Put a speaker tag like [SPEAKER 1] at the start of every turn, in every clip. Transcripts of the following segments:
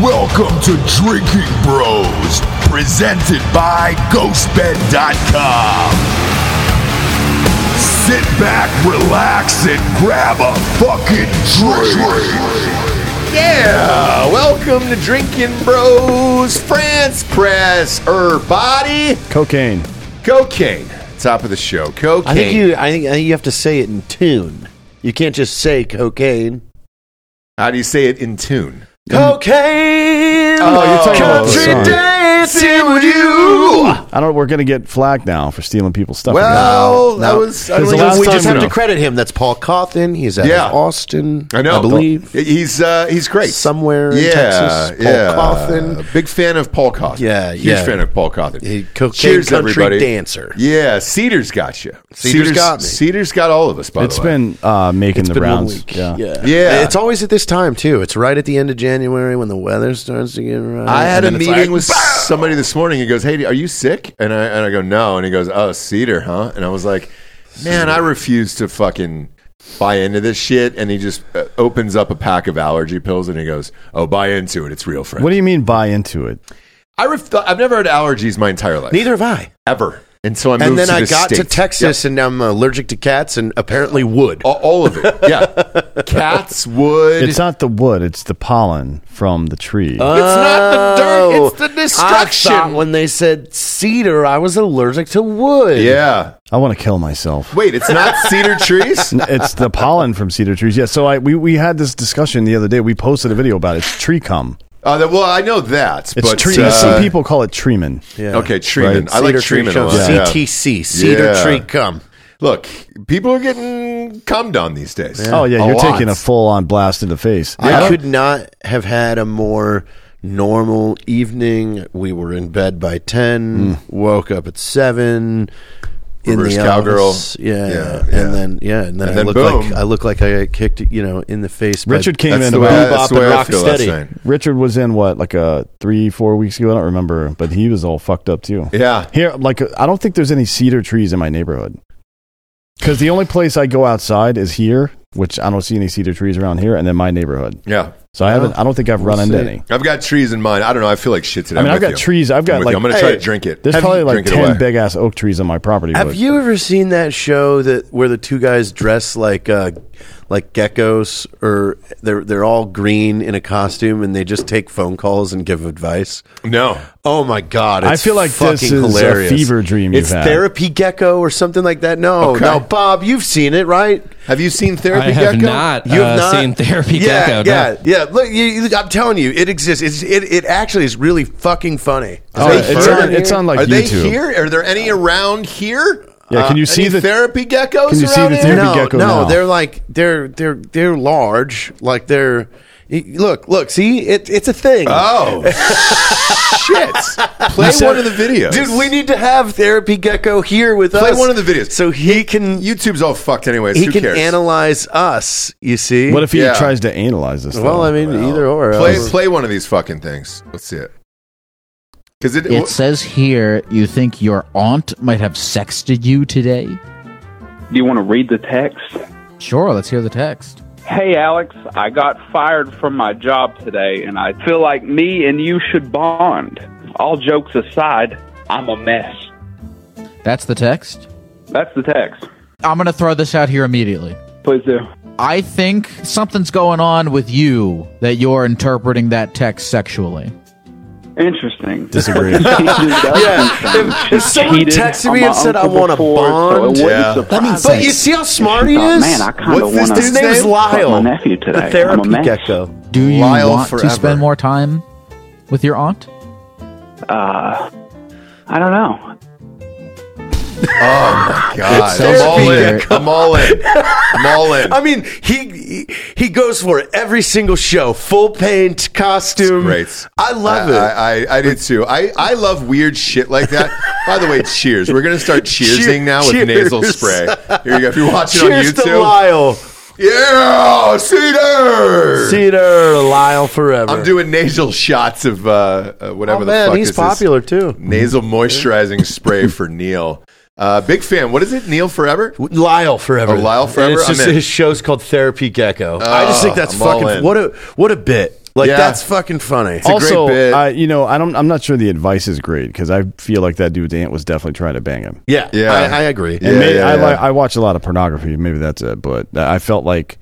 [SPEAKER 1] Welcome to Drinking Bros, presented by GhostBed.com. Sit back, relax, and grab a fucking drink.
[SPEAKER 2] Yeah, welcome to Drinking Bros, France Press, er body,
[SPEAKER 3] Cocaine.
[SPEAKER 2] cocaine. Top of the show, cocaine.
[SPEAKER 4] I think you. I think, I think you have to say it in tune. You can't just say cocaine.
[SPEAKER 2] How do you say it in tune?
[SPEAKER 4] Cocaine.
[SPEAKER 2] Oh, you're talking
[SPEAKER 3] about the
[SPEAKER 4] country
[SPEAKER 3] song.
[SPEAKER 4] dancing with you.
[SPEAKER 3] I don't. We're gonna get flack now for stealing people's stuff.
[SPEAKER 2] Well, that was. I,
[SPEAKER 3] There's
[SPEAKER 2] don't know.
[SPEAKER 3] a lot- last
[SPEAKER 4] we
[SPEAKER 3] time
[SPEAKER 4] just have
[SPEAKER 3] we
[SPEAKER 4] to
[SPEAKER 3] know.
[SPEAKER 4] credit him. That's Paul Cawthon. He's out
[SPEAKER 2] Yeah.
[SPEAKER 4] of Austin.
[SPEAKER 2] I know.
[SPEAKER 4] I believe.
[SPEAKER 2] he's uh, he's great.
[SPEAKER 4] Somewhere in
[SPEAKER 2] yeah,
[SPEAKER 4] Texas, Paul
[SPEAKER 2] yeah.
[SPEAKER 4] Cawthon.
[SPEAKER 2] Big fan of Paul Cawthon.
[SPEAKER 4] Yeah,
[SPEAKER 2] huge
[SPEAKER 4] yeah.
[SPEAKER 2] fan of Paul Cawthon.
[SPEAKER 4] He- cocaine
[SPEAKER 2] Cheers,
[SPEAKER 4] country
[SPEAKER 2] everybody.
[SPEAKER 4] dancer.
[SPEAKER 2] Yeah, Cedar's got you.
[SPEAKER 4] Cedar's got me.
[SPEAKER 2] Cedar's got all of us. By
[SPEAKER 3] it's
[SPEAKER 2] the way,
[SPEAKER 3] been uh, making
[SPEAKER 4] It's
[SPEAKER 3] the
[SPEAKER 4] been one
[SPEAKER 3] rounds.
[SPEAKER 4] week.
[SPEAKER 3] Yeah.
[SPEAKER 2] Yeah.
[SPEAKER 4] It's always at this time too. It's right at the end of January when the weather starts to get right.
[SPEAKER 2] I had a
[SPEAKER 4] And then it's
[SPEAKER 2] meeting
[SPEAKER 4] like,
[SPEAKER 2] with somebody this morning. He goes, "Hey, are you sick?" And I and I go, "No." And he goes, "Oh, cedar, huh?" And I was like, "Man, I refuse to fucking buy into this shit." And he just uh, opens up a pack of allergy pills and he goes, "Oh, buy into it. It's real, friend."
[SPEAKER 3] What do you mean buy into it?
[SPEAKER 2] I ref- I've never had allergies my entire life,
[SPEAKER 4] Neither have I.
[SPEAKER 2] ever. Until I moved
[SPEAKER 4] And then
[SPEAKER 2] to
[SPEAKER 4] I
[SPEAKER 2] this
[SPEAKER 4] got to
[SPEAKER 2] state.
[SPEAKER 4] Texas, and I'm allergic to cats, and apparently wood.
[SPEAKER 2] All, all of it, yeah. Cats, wood.
[SPEAKER 3] It's not the wood. It's the pollen from the tree.
[SPEAKER 2] It's not the dirt. It's the
[SPEAKER 4] Oh,
[SPEAKER 2] destruction.
[SPEAKER 4] I thought when they said cedar, I was allergic to wood.
[SPEAKER 2] yeah.
[SPEAKER 3] I want to kill myself.
[SPEAKER 2] Wait, it's not cedar trees.
[SPEAKER 3] N- it's the pollen from cedar trees. Yeah. So I we, we had this discussion the other day. We posted a video about it. It's tree cum.
[SPEAKER 2] Uh, that- well, I know that,
[SPEAKER 3] It's
[SPEAKER 2] but
[SPEAKER 3] tree.
[SPEAKER 2] uh,
[SPEAKER 3] some people call it treeman.
[SPEAKER 4] Yeah.
[SPEAKER 2] Okay, treatment.
[SPEAKER 3] Right.
[SPEAKER 2] I like
[SPEAKER 4] Cedar tree
[SPEAKER 2] treatment a
[SPEAKER 4] cum.
[SPEAKER 2] lot. Yeah.
[SPEAKER 4] CTC, cedar
[SPEAKER 2] Yeah.
[SPEAKER 4] tree cum.
[SPEAKER 2] Look, people are getting cummed on these days.
[SPEAKER 3] Oh yeah, you're
[SPEAKER 2] lot.
[SPEAKER 3] taking a full on blast in the face.
[SPEAKER 4] I could not have had a more normal evening. We were in bed by 10, woke up at 7. In
[SPEAKER 2] Hmm. Reverse
[SPEAKER 4] the
[SPEAKER 2] cowgirl.
[SPEAKER 4] office. yeah,
[SPEAKER 2] Yeah,
[SPEAKER 4] and
[SPEAKER 2] yeah.
[SPEAKER 4] then yeah, and then
[SPEAKER 2] And
[SPEAKER 4] I
[SPEAKER 2] then
[SPEAKER 4] look
[SPEAKER 2] boom.
[SPEAKER 4] like I look like I got kicked, you know, in the face. by-
[SPEAKER 3] Richard came
[SPEAKER 2] That's
[SPEAKER 3] in
[SPEAKER 2] the way,
[SPEAKER 3] about
[SPEAKER 2] I, that's
[SPEAKER 4] Bebop
[SPEAKER 2] the way
[SPEAKER 4] and
[SPEAKER 2] I feel last
[SPEAKER 4] Rocksteady.
[SPEAKER 2] night.
[SPEAKER 3] Richard was in what like uh three four weeks ago. I don't remember, but he was all fucked up too.
[SPEAKER 2] Yeah.
[SPEAKER 3] here like I don't think there's any cedar trees in my neighborhood because the only place I go outside is here, which I don't see any cedar trees around here, and then my neighborhood.
[SPEAKER 2] Yeah.
[SPEAKER 3] So I haven't. I don't think I've run into
[SPEAKER 4] see.
[SPEAKER 3] any.
[SPEAKER 2] I've got trees in mine. I don't know. I feel like shit today.
[SPEAKER 3] I mean,
[SPEAKER 2] I'm
[SPEAKER 3] I've
[SPEAKER 2] with
[SPEAKER 3] got
[SPEAKER 2] you.
[SPEAKER 3] trees. I've got
[SPEAKER 2] I'm with
[SPEAKER 3] like.
[SPEAKER 2] you. I'm going to
[SPEAKER 3] hey,
[SPEAKER 2] try to drink it.
[SPEAKER 3] There's
[SPEAKER 2] Have
[SPEAKER 3] probably
[SPEAKER 2] you-
[SPEAKER 3] like
[SPEAKER 2] drink it
[SPEAKER 3] ten
[SPEAKER 2] away.
[SPEAKER 3] big ass oak trees on my property.
[SPEAKER 4] Have
[SPEAKER 3] but-
[SPEAKER 4] you ever seen that show that where the two guys dress like uh, like geckos, or they're they're all green in a costume and they just take phone calls and give advice?
[SPEAKER 2] No.
[SPEAKER 4] Oh my god! It's
[SPEAKER 3] I feel like
[SPEAKER 4] fucking
[SPEAKER 3] this is
[SPEAKER 4] hilarious.
[SPEAKER 3] a fever dream you've
[SPEAKER 4] It's
[SPEAKER 3] had.
[SPEAKER 4] therapy gecko or something like that. No,
[SPEAKER 2] Okay.
[SPEAKER 4] no, Bob, you've seen it, right?
[SPEAKER 2] Have you seen Therapy
[SPEAKER 5] I have
[SPEAKER 2] Gecko?
[SPEAKER 5] not,
[SPEAKER 4] You
[SPEAKER 5] uh,
[SPEAKER 4] have not
[SPEAKER 5] seen Therapy
[SPEAKER 4] yeah,
[SPEAKER 5] Gecko.
[SPEAKER 4] Yeah,
[SPEAKER 5] no.
[SPEAKER 4] yeah. Look, you, you- I'm telling you, it exists. It's, it it actually is really fucking funny.
[SPEAKER 3] Oh,
[SPEAKER 2] They
[SPEAKER 3] it's,
[SPEAKER 2] here?
[SPEAKER 3] on, it's on like
[SPEAKER 2] are they
[SPEAKER 3] YouTube.
[SPEAKER 2] here? Are there any around here? Uh,
[SPEAKER 3] Yeah, can you see
[SPEAKER 2] any
[SPEAKER 3] the-
[SPEAKER 2] Therapy Geckos
[SPEAKER 3] can you see
[SPEAKER 2] around
[SPEAKER 3] the
[SPEAKER 2] here?
[SPEAKER 3] therapy-
[SPEAKER 4] no,
[SPEAKER 3] gecko
[SPEAKER 4] no,
[SPEAKER 3] now.
[SPEAKER 4] they're like they're they're they're large. Like they're y- look look. See, it, it's a thing.
[SPEAKER 2] Oh. shit. Play
[SPEAKER 3] You said-
[SPEAKER 2] one of the videos.
[SPEAKER 4] Dude, we need to have therapy gecko here with
[SPEAKER 2] Play
[SPEAKER 4] us.
[SPEAKER 2] one of the videos.
[SPEAKER 4] so he can
[SPEAKER 2] YouTube's all fucked anyways.
[SPEAKER 4] he
[SPEAKER 2] Who
[SPEAKER 4] can
[SPEAKER 2] cares?
[SPEAKER 4] analyze us. You see,
[SPEAKER 3] What if he
[SPEAKER 2] Yeah.
[SPEAKER 3] tries to analyze this?
[SPEAKER 4] well,
[SPEAKER 3] though?
[SPEAKER 4] I mean, either or.
[SPEAKER 2] Play,
[SPEAKER 4] else.
[SPEAKER 2] play one of these fucking things. Let's see it. Because it,
[SPEAKER 6] It says here you think your aunt might have sexted you today?
[SPEAKER 7] Do you want to read the text?
[SPEAKER 6] Sure, let's hear the text.
[SPEAKER 7] Hey, Alex, I got fired from my job today, and I feel like me and you should bond. All jokes aside, I'm a mess.
[SPEAKER 6] That's the text.
[SPEAKER 7] That's the text.
[SPEAKER 6] I'm going to throw this out here immediately.
[SPEAKER 7] Please do.
[SPEAKER 6] I think something's going on with you that you're interpreting that text sexually.
[SPEAKER 7] Interesting.
[SPEAKER 3] Disagree.
[SPEAKER 7] yeah.
[SPEAKER 4] if someone texted me and said, "I wanna bond,"
[SPEAKER 2] Yeah.
[SPEAKER 7] That means
[SPEAKER 4] But you see how smart he is.
[SPEAKER 7] Oh, Man, I kind
[SPEAKER 2] What's
[SPEAKER 7] of
[SPEAKER 2] this
[SPEAKER 7] want to.
[SPEAKER 2] dude's name?
[SPEAKER 4] Lyle,
[SPEAKER 7] My nephew today.
[SPEAKER 4] the therapy
[SPEAKER 7] I'm a mess.
[SPEAKER 4] gecko.
[SPEAKER 6] Do you
[SPEAKER 2] Lyle
[SPEAKER 6] want
[SPEAKER 2] forever.
[SPEAKER 6] to spend more time with your aunt?
[SPEAKER 7] Uh, I don't know.
[SPEAKER 2] God,
[SPEAKER 6] It
[SPEAKER 2] I'm all in.
[SPEAKER 6] says
[SPEAKER 2] I'm all in. I'm all in.
[SPEAKER 4] I mean, he, he he goes for it every single show, full paint costume.
[SPEAKER 2] Great.
[SPEAKER 4] I love
[SPEAKER 2] I,
[SPEAKER 4] it.
[SPEAKER 2] I, I, I did too. I, I love weird shit like that. By the way, cheers. We're gonna start cheersing
[SPEAKER 4] Cheer-
[SPEAKER 2] now with
[SPEAKER 4] cheers.
[SPEAKER 2] nasal spray. Here you go. If you're watching
[SPEAKER 4] Cheers
[SPEAKER 2] on YouTube,
[SPEAKER 4] to Lyle,
[SPEAKER 2] yeah, cedar.
[SPEAKER 4] Cedar Lyle forever.
[SPEAKER 2] I'm doing nasal shots of uh, uh, whatever
[SPEAKER 4] Oh,
[SPEAKER 2] the
[SPEAKER 4] man,
[SPEAKER 2] fuck
[SPEAKER 4] he's
[SPEAKER 2] this is.
[SPEAKER 4] popular too.
[SPEAKER 2] Nasal moisturizing spray for Neil. Uh, big fan. What is it? Neil forever.
[SPEAKER 4] Lyle forever.
[SPEAKER 2] Oh, Lyle
[SPEAKER 4] And
[SPEAKER 2] forever?
[SPEAKER 4] it's just
[SPEAKER 2] I'm in. Oh,
[SPEAKER 4] his show's called Therapy Gecko. I just think that's
[SPEAKER 2] I'm all
[SPEAKER 4] fucking
[SPEAKER 2] in.
[SPEAKER 4] what a what a bit. Like
[SPEAKER 2] Yeah.
[SPEAKER 4] that's fucking funny.
[SPEAKER 2] a great
[SPEAKER 3] also,
[SPEAKER 2] bit.
[SPEAKER 3] I, you know, I don't. I'm not sure the advice is great because I feel like that dude's aunt was definitely trying to bang him.
[SPEAKER 4] yeah,
[SPEAKER 2] Yeah.
[SPEAKER 4] I, I agree.
[SPEAKER 2] Yeah,
[SPEAKER 3] And maybe,
[SPEAKER 2] yeah,
[SPEAKER 3] I,
[SPEAKER 2] yeah.
[SPEAKER 3] Like, I watch a lot of pornography. Maybe that's it. But I felt like,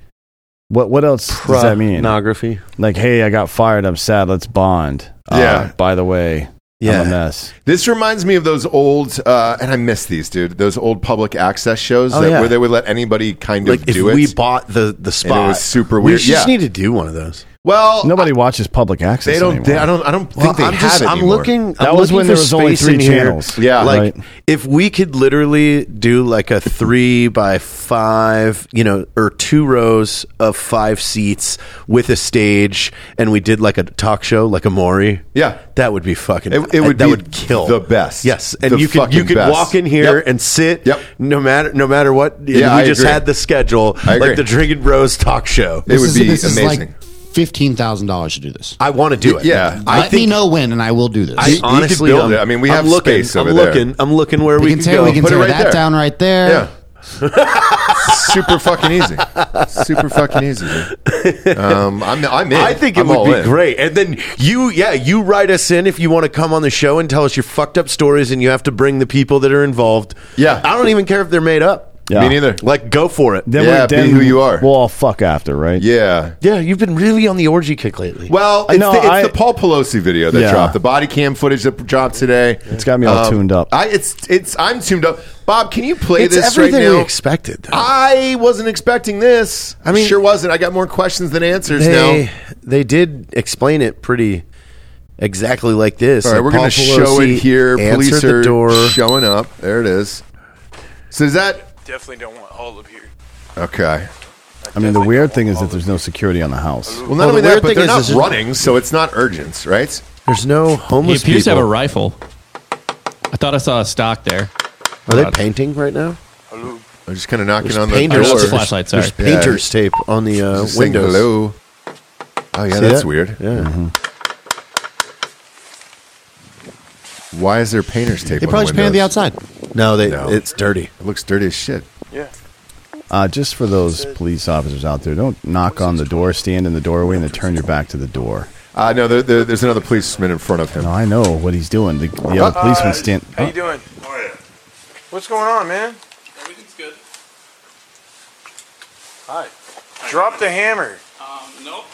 [SPEAKER 3] what? What else does that mean?
[SPEAKER 4] Pornography.
[SPEAKER 3] Like, hey, I got fired. I'm sad. Let's bond. Uh,
[SPEAKER 2] Yeah.
[SPEAKER 3] By the way,
[SPEAKER 4] Yeah.
[SPEAKER 3] I'm a mess.
[SPEAKER 2] This reminds me of those old, uh, and I miss these, dude. Those old public access shows
[SPEAKER 3] Oh,
[SPEAKER 2] that,
[SPEAKER 3] yeah.
[SPEAKER 2] where they would let anybody kind of
[SPEAKER 4] Like if
[SPEAKER 2] do it.
[SPEAKER 4] we bought the the spot,
[SPEAKER 2] was super
[SPEAKER 4] We
[SPEAKER 2] weird. Yeah.
[SPEAKER 4] just need to do one of those.
[SPEAKER 2] well,
[SPEAKER 3] Nobody watches public access.
[SPEAKER 2] they don't.
[SPEAKER 3] Anymore.
[SPEAKER 2] They, I don't. I don't
[SPEAKER 4] Well,
[SPEAKER 2] think they
[SPEAKER 4] I'm
[SPEAKER 2] have
[SPEAKER 4] just,
[SPEAKER 2] it
[SPEAKER 4] I'm
[SPEAKER 2] anymore.
[SPEAKER 4] looking.
[SPEAKER 3] That
[SPEAKER 4] I'm
[SPEAKER 3] was
[SPEAKER 4] looking
[SPEAKER 3] when
[SPEAKER 4] for
[SPEAKER 3] there was only
[SPEAKER 4] space
[SPEAKER 3] three
[SPEAKER 4] in here.
[SPEAKER 3] channels.
[SPEAKER 2] Yeah.
[SPEAKER 4] like
[SPEAKER 3] Right.
[SPEAKER 4] if we could literally do like a three by five, you know, or two rows of five seats with a stage, and we did like a talk show, like a Maury.
[SPEAKER 2] Yeah.
[SPEAKER 4] that would be fucking.
[SPEAKER 2] It- it would
[SPEAKER 4] that
[SPEAKER 2] be
[SPEAKER 4] would kill
[SPEAKER 2] the best.
[SPEAKER 4] Yes, and
[SPEAKER 2] The
[SPEAKER 4] you could you
[SPEAKER 2] fucking
[SPEAKER 4] could
[SPEAKER 2] best.
[SPEAKER 4] walk in here
[SPEAKER 2] Yep.
[SPEAKER 4] and sit.
[SPEAKER 2] Yep.
[SPEAKER 4] No matter no matter what.
[SPEAKER 2] Yeah,
[SPEAKER 4] we
[SPEAKER 2] I
[SPEAKER 4] just
[SPEAKER 2] agree.
[SPEAKER 4] had the schedule
[SPEAKER 2] I agree.
[SPEAKER 4] like the Drinking Bros talk show.
[SPEAKER 2] it would
[SPEAKER 5] This is-
[SPEAKER 2] be
[SPEAKER 5] this is like
[SPEAKER 2] amazing.
[SPEAKER 5] Fifteen thousand dollars to do this.
[SPEAKER 4] I want to do it.
[SPEAKER 2] Yeah.
[SPEAKER 4] I
[SPEAKER 5] Let
[SPEAKER 4] think.
[SPEAKER 5] me know when, and I will do this.
[SPEAKER 4] I
[SPEAKER 2] could
[SPEAKER 4] honestly,
[SPEAKER 2] build
[SPEAKER 4] I'm-
[SPEAKER 2] it. I mean, we have
[SPEAKER 4] I'm looking,
[SPEAKER 2] space over
[SPEAKER 4] I'm
[SPEAKER 2] there.
[SPEAKER 4] looking. I'm looking where we,
[SPEAKER 5] we can
[SPEAKER 4] could
[SPEAKER 5] tear,
[SPEAKER 4] go.
[SPEAKER 5] we can
[SPEAKER 2] Put it
[SPEAKER 5] tear
[SPEAKER 2] right
[SPEAKER 5] that
[SPEAKER 2] there.
[SPEAKER 5] down right there.
[SPEAKER 2] yeah. Super fucking easy. Super fucking easy. dude. Um, I'm, I'm in.
[SPEAKER 4] I think it
[SPEAKER 2] I'm
[SPEAKER 4] would
[SPEAKER 2] all
[SPEAKER 4] be
[SPEAKER 2] in.
[SPEAKER 4] great. And then you, yeah, you write us in if you want to come on the show and tell us your fucked up stories, and you have to bring the people that are involved.
[SPEAKER 2] Yeah.
[SPEAKER 4] I don't even care if they're made up.
[SPEAKER 3] Yeah.
[SPEAKER 2] Me neither.
[SPEAKER 4] Like, go for it.
[SPEAKER 3] Then
[SPEAKER 2] Yeah,
[SPEAKER 3] we,
[SPEAKER 2] be
[SPEAKER 3] then
[SPEAKER 2] who you are.
[SPEAKER 3] We'll all fuck after, right?
[SPEAKER 2] Yeah.
[SPEAKER 4] Yeah, you've been really on the orgy kick lately.
[SPEAKER 2] Well, it's,
[SPEAKER 3] No,
[SPEAKER 2] the, it's
[SPEAKER 3] I-
[SPEAKER 2] the Paul Pelosi video that
[SPEAKER 3] Yeah.
[SPEAKER 2] dropped, the body cam footage that dropped today. Um,
[SPEAKER 3] It's got me all tuned up.
[SPEAKER 2] I, it's it's I'm tuned up. Bob, can you play
[SPEAKER 4] it's
[SPEAKER 2] this right
[SPEAKER 4] everything
[SPEAKER 2] now?
[SPEAKER 4] we expected. though.
[SPEAKER 2] I wasn't expecting this. I
[SPEAKER 4] mean-
[SPEAKER 2] sure wasn't. I got more questions than answers
[SPEAKER 4] they,
[SPEAKER 2] now.
[SPEAKER 4] they did explain it pretty exactly like this.
[SPEAKER 2] All right,
[SPEAKER 4] Like,
[SPEAKER 2] we're going to
[SPEAKER 4] Paul
[SPEAKER 2] show
[SPEAKER 4] Pelosi
[SPEAKER 2] it here.
[SPEAKER 4] answered
[SPEAKER 2] Police
[SPEAKER 4] the
[SPEAKER 2] are
[SPEAKER 4] door.
[SPEAKER 2] showing up. There it is. So is that
[SPEAKER 8] Definitely don't want all of here.
[SPEAKER 2] okay?
[SPEAKER 3] I mean, the weird thing is that there's no security on the house.
[SPEAKER 2] Well, not
[SPEAKER 4] Well,
[SPEAKER 2] only
[SPEAKER 4] the
[SPEAKER 2] that,
[SPEAKER 4] weird
[SPEAKER 2] but
[SPEAKER 4] thing
[SPEAKER 2] they're
[SPEAKER 4] is
[SPEAKER 2] not
[SPEAKER 4] this is-
[SPEAKER 2] running, so it's not urgent, right?
[SPEAKER 4] There's no
[SPEAKER 9] He
[SPEAKER 4] homeless
[SPEAKER 9] appears to have a
[SPEAKER 4] people.
[SPEAKER 9] rifle. I thought I saw a stock there.
[SPEAKER 4] Are they painting right now?
[SPEAKER 2] They're just kind of knocking on the
[SPEAKER 4] painters.
[SPEAKER 2] door.
[SPEAKER 9] That's a flashlight. Sorry.
[SPEAKER 4] There's painters tape on the uh,
[SPEAKER 2] Just saying
[SPEAKER 4] windows.
[SPEAKER 2] hello. Oh yeah,
[SPEAKER 4] See
[SPEAKER 2] that's
[SPEAKER 4] that?
[SPEAKER 2] weird.
[SPEAKER 4] Yeah.
[SPEAKER 2] Why is there painters tape?
[SPEAKER 5] They
[SPEAKER 2] on
[SPEAKER 5] probably
[SPEAKER 2] the
[SPEAKER 5] just painted the
[SPEAKER 2] windows?
[SPEAKER 5] outside.
[SPEAKER 4] No, they
[SPEAKER 2] No.
[SPEAKER 4] it's dirty.
[SPEAKER 2] It looks dirty as shit.
[SPEAKER 8] Yeah.
[SPEAKER 3] Uh, just for those police officers out there, don't knock on the door, stand in the doorway, and then turn your back to the door.
[SPEAKER 2] Uh, no, there, there, there's another policeman in front of him.
[SPEAKER 3] No, I know what he's doing. The, the other
[SPEAKER 2] Uh-uh.
[SPEAKER 3] policeman stand.
[SPEAKER 8] Uh, How you doing? What's going on, man?
[SPEAKER 10] Everything's good.
[SPEAKER 8] Hi. Drop the hammer.
[SPEAKER 10] Um, nope.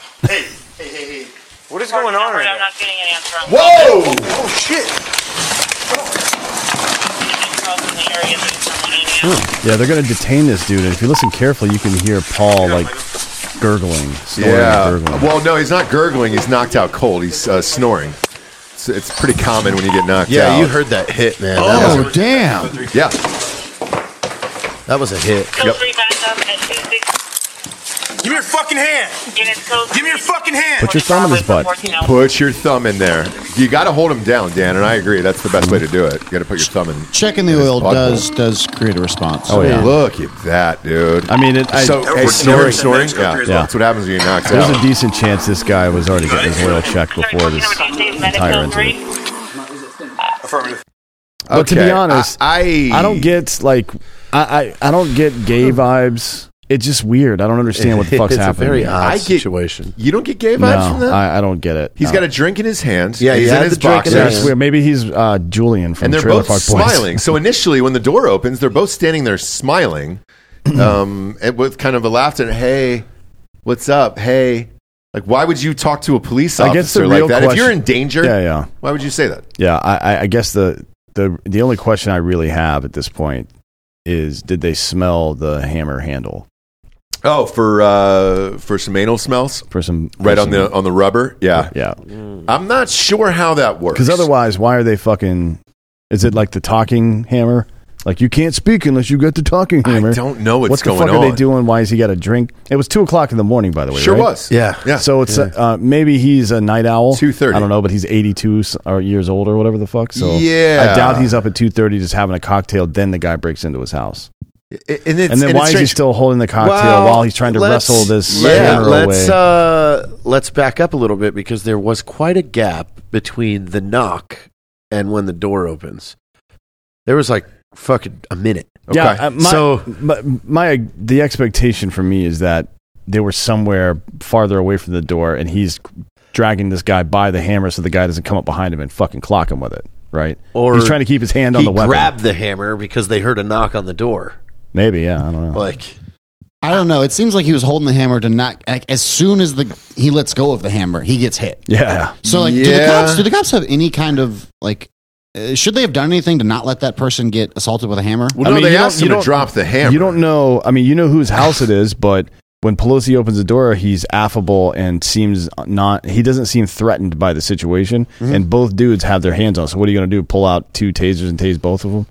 [SPEAKER 8] What is going on right
[SPEAKER 11] I'm
[SPEAKER 8] now?
[SPEAKER 11] not getting an answer on
[SPEAKER 2] Whoa!
[SPEAKER 8] Oh shit!
[SPEAKER 11] the calls in the area that someone I know.
[SPEAKER 3] Yeah, they're going to detain this dude. And if you listen carefully, you can hear Paul like gurgling, snoring,
[SPEAKER 2] Yeah.
[SPEAKER 3] and gurgling.
[SPEAKER 2] Well, no, he's not gurgling. He's knocked out cold. He's uh, snoring. It's, it's pretty common when you get knocked out.
[SPEAKER 4] Yeah, you heard that hit, man.
[SPEAKER 5] Oh damn!
[SPEAKER 2] Yeah.
[SPEAKER 4] That was a hit.
[SPEAKER 11] Code
[SPEAKER 2] Yep.
[SPEAKER 11] 3 back up at 26
[SPEAKER 8] Give me your fucking hand!
[SPEAKER 11] units code
[SPEAKER 8] Give me your fucking hand!
[SPEAKER 3] Put your thumb in his butt.
[SPEAKER 2] Put your thumb in there. You got to hold him down, Dan, and I agree. That's the best way to do it. You got to put your thumb in.
[SPEAKER 5] Checking the
[SPEAKER 2] in his
[SPEAKER 5] oil
[SPEAKER 2] butt.
[SPEAKER 5] does does create a response.
[SPEAKER 3] Oh, yeah.
[SPEAKER 2] Look at that, dude.
[SPEAKER 3] I mean, it, I,
[SPEAKER 2] so hey,
[SPEAKER 8] we're
[SPEAKER 2] snoring,
[SPEAKER 8] snoring.
[SPEAKER 2] snoring. Yeah,
[SPEAKER 8] Yeah.
[SPEAKER 2] that's what happens when you're knocked
[SPEAKER 3] there's
[SPEAKER 2] out.
[SPEAKER 3] a decent chance this guy was already getting his oil checked before this entire incident.
[SPEAKER 8] Affirmative.
[SPEAKER 3] But to be
[SPEAKER 2] Okay,
[SPEAKER 3] honest,
[SPEAKER 2] I,
[SPEAKER 3] I Hmm. don't get like I, I I don't get gay vibes. It's just weird. I don't understand what the fuck's
[SPEAKER 4] it's
[SPEAKER 3] happening.
[SPEAKER 4] a very
[SPEAKER 3] here.
[SPEAKER 4] odd
[SPEAKER 2] I get-
[SPEAKER 4] situation.
[SPEAKER 2] You don't get gay
[SPEAKER 3] no,
[SPEAKER 2] vibes from that.
[SPEAKER 3] I, I don't get it.
[SPEAKER 2] He's
[SPEAKER 3] no.
[SPEAKER 2] got a drink in his hand.
[SPEAKER 4] Yeah, he
[SPEAKER 2] he's
[SPEAKER 4] had
[SPEAKER 2] in his
[SPEAKER 4] the drink
[SPEAKER 2] boxers.
[SPEAKER 4] in his
[SPEAKER 3] That's weird. Maybe he's uh, Julian from
[SPEAKER 2] and they're
[SPEAKER 3] Trailer
[SPEAKER 2] both
[SPEAKER 3] Park Boys.
[SPEAKER 2] smiling. so initially, when the door opens, they're both standing there smiling, um, and with kind of a laughter. Hey, what's up? Hey, like, why would you talk to a police
[SPEAKER 3] I
[SPEAKER 2] officer
[SPEAKER 3] guess the
[SPEAKER 2] like
[SPEAKER 3] real
[SPEAKER 2] that? If
[SPEAKER 3] question-
[SPEAKER 2] you're in danger,
[SPEAKER 3] Yeah, yeah,
[SPEAKER 2] why would you say that?
[SPEAKER 3] yeah. I, I- I guess the the the only question I really have at this point is, did they smell the hammer handle
[SPEAKER 2] Oh, for uh, for some anal smells,
[SPEAKER 3] for some
[SPEAKER 2] right
[SPEAKER 3] for
[SPEAKER 2] on the
[SPEAKER 3] some-
[SPEAKER 2] on the rubber. Yeah,
[SPEAKER 3] yeah?
[SPEAKER 2] I'm not sure how that works.
[SPEAKER 3] Because otherwise, why are they fucking? Is it like the talking hammer? Like you can't speak unless you get the talking
[SPEAKER 2] I
[SPEAKER 3] hammer.
[SPEAKER 2] don't know what's
[SPEAKER 3] What the
[SPEAKER 2] going
[SPEAKER 3] fuck
[SPEAKER 2] on.
[SPEAKER 3] are they doing? Why has he got a drink? It was two o'clock in the morning, by the way.
[SPEAKER 2] Sure
[SPEAKER 3] right?
[SPEAKER 2] was.
[SPEAKER 4] Yeah.
[SPEAKER 2] yeah.
[SPEAKER 3] So it's uh, maybe he's a night owl.
[SPEAKER 2] 2:30.
[SPEAKER 3] I don't know, but he's eighty-two s- or years old or whatever the fuck. So
[SPEAKER 2] Yeah.
[SPEAKER 3] I doubt he's up at two thirty just having a cocktail. Then the guy breaks into his house,
[SPEAKER 2] it's, and
[SPEAKER 3] and then
[SPEAKER 2] it's
[SPEAKER 3] why is he
[SPEAKER 2] strange.
[SPEAKER 3] still holding the cocktail while he's trying to
[SPEAKER 4] let's-
[SPEAKER 3] wrestle this
[SPEAKER 4] Yeah,
[SPEAKER 3] hammer
[SPEAKER 4] let's
[SPEAKER 3] away?
[SPEAKER 4] uh, let's back up a little bit because there was quite a gap between the knock and when the door opens. There was like fucking a minute.
[SPEAKER 3] Yeah,
[SPEAKER 2] Okay.
[SPEAKER 3] uh, my,
[SPEAKER 4] So-
[SPEAKER 3] my, my the expectation for me is that they were somewhere farther away from the door, and he's dragging this guy by the hammer so the guy doesn't come up behind him and fucking clock him with it, right?
[SPEAKER 4] Or
[SPEAKER 3] he's trying to keep his hand on
[SPEAKER 4] he
[SPEAKER 3] the weapon.
[SPEAKER 4] grabbed the hammer because they heard a knock on the door.
[SPEAKER 3] Maybe, yeah, I don't know.
[SPEAKER 4] Like
[SPEAKER 5] I don't know. It seems like he was holding the hammer to not. Like, as soon as the he lets go of the hammer, he gets hit.
[SPEAKER 3] yeah,
[SPEAKER 5] So like, do the
[SPEAKER 2] Yeah.
[SPEAKER 5] cops? Do the cops have any kind of like? Uh, should they have done anything to not let that person get assaulted with a hammer?
[SPEAKER 2] Well, no,
[SPEAKER 3] I mean,
[SPEAKER 2] they
[SPEAKER 3] you don't-
[SPEAKER 2] asked
[SPEAKER 3] you
[SPEAKER 2] him to
[SPEAKER 3] don't-
[SPEAKER 2] drop the hammer.
[SPEAKER 3] you don't know. I mean, you know whose house it is, but when Pelosi opens the door, he's affable and seems not. He doesn't seem threatened by the situation.
[SPEAKER 4] Mm-hmm.
[SPEAKER 3] And both dudes have their hands on. So what are you going to do? Pull out two tasers and tase both of them,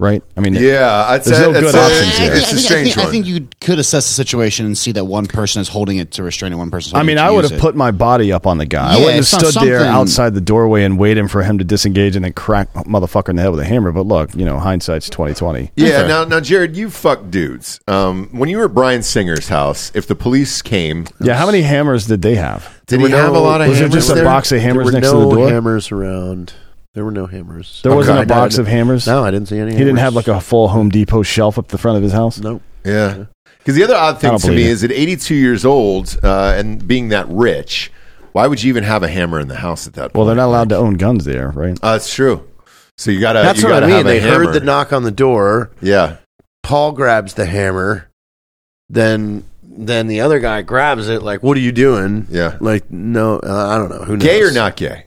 [SPEAKER 3] right? I mean,
[SPEAKER 2] Yeah, I'd
[SPEAKER 3] There's
[SPEAKER 2] say
[SPEAKER 3] no
[SPEAKER 2] it's
[SPEAKER 3] good
[SPEAKER 2] a-
[SPEAKER 3] options here.
[SPEAKER 5] I,
[SPEAKER 2] It's a
[SPEAKER 5] think, I,
[SPEAKER 2] strange
[SPEAKER 5] think, I
[SPEAKER 2] one.
[SPEAKER 5] think you could assess the situation and see that one person is holding it to restrain it, one person.
[SPEAKER 3] I mean, I would have put my body up on the guy. I
[SPEAKER 5] Yeah,
[SPEAKER 3] wouldn't have
[SPEAKER 5] it's not
[SPEAKER 3] stood there
[SPEAKER 5] something-
[SPEAKER 3] outside the doorway and waited for him to disengage and then crack motherfucker in the head with a hammer. But look, you know, hindsight's twenty twenty.
[SPEAKER 2] Yeah, now, now, Jared, you fuck dudes. Um, when you were at Brian Singer's house, if the police came,
[SPEAKER 3] Yeah, how many hammers did they have?
[SPEAKER 2] did
[SPEAKER 4] There
[SPEAKER 2] he
[SPEAKER 4] were
[SPEAKER 2] have a
[SPEAKER 4] no-
[SPEAKER 2] lot of
[SPEAKER 3] Was there
[SPEAKER 2] hammers
[SPEAKER 3] just a
[SPEAKER 2] there?
[SPEAKER 3] box of
[SPEAKER 4] there
[SPEAKER 3] hammers
[SPEAKER 4] were
[SPEAKER 3] next
[SPEAKER 4] no
[SPEAKER 3] to the door?
[SPEAKER 4] hammers around. There were no hammers.
[SPEAKER 3] There wasn't
[SPEAKER 2] Okay.
[SPEAKER 3] a box of hammers.
[SPEAKER 4] No, I didn't see any.
[SPEAKER 3] He didn't have like a full Home Depot shelf up the front of his house.
[SPEAKER 4] no.
[SPEAKER 2] Yeah. Because the other odd
[SPEAKER 3] I
[SPEAKER 2] thing
[SPEAKER 3] don't
[SPEAKER 2] to me
[SPEAKER 3] believe it.
[SPEAKER 2] is at 82 years old uh, and being that rich, why would you even have a hammer in the house at that point?
[SPEAKER 3] Well, they're not allowed to own guns there, right?
[SPEAKER 2] Uh, that's true. So you got to.
[SPEAKER 4] That's
[SPEAKER 2] you
[SPEAKER 4] what
[SPEAKER 2] gotta
[SPEAKER 4] I mean.
[SPEAKER 2] Have a
[SPEAKER 4] They
[SPEAKER 2] hammer.
[SPEAKER 4] heard the knock on the door.
[SPEAKER 2] Yeah.
[SPEAKER 4] Paul grabs the hammer. Then then the other guy grabs it. Like, what are you doing?
[SPEAKER 2] Yeah.
[SPEAKER 4] Like, no, uh, I don't know. Who knows?
[SPEAKER 2] Gay or not gay?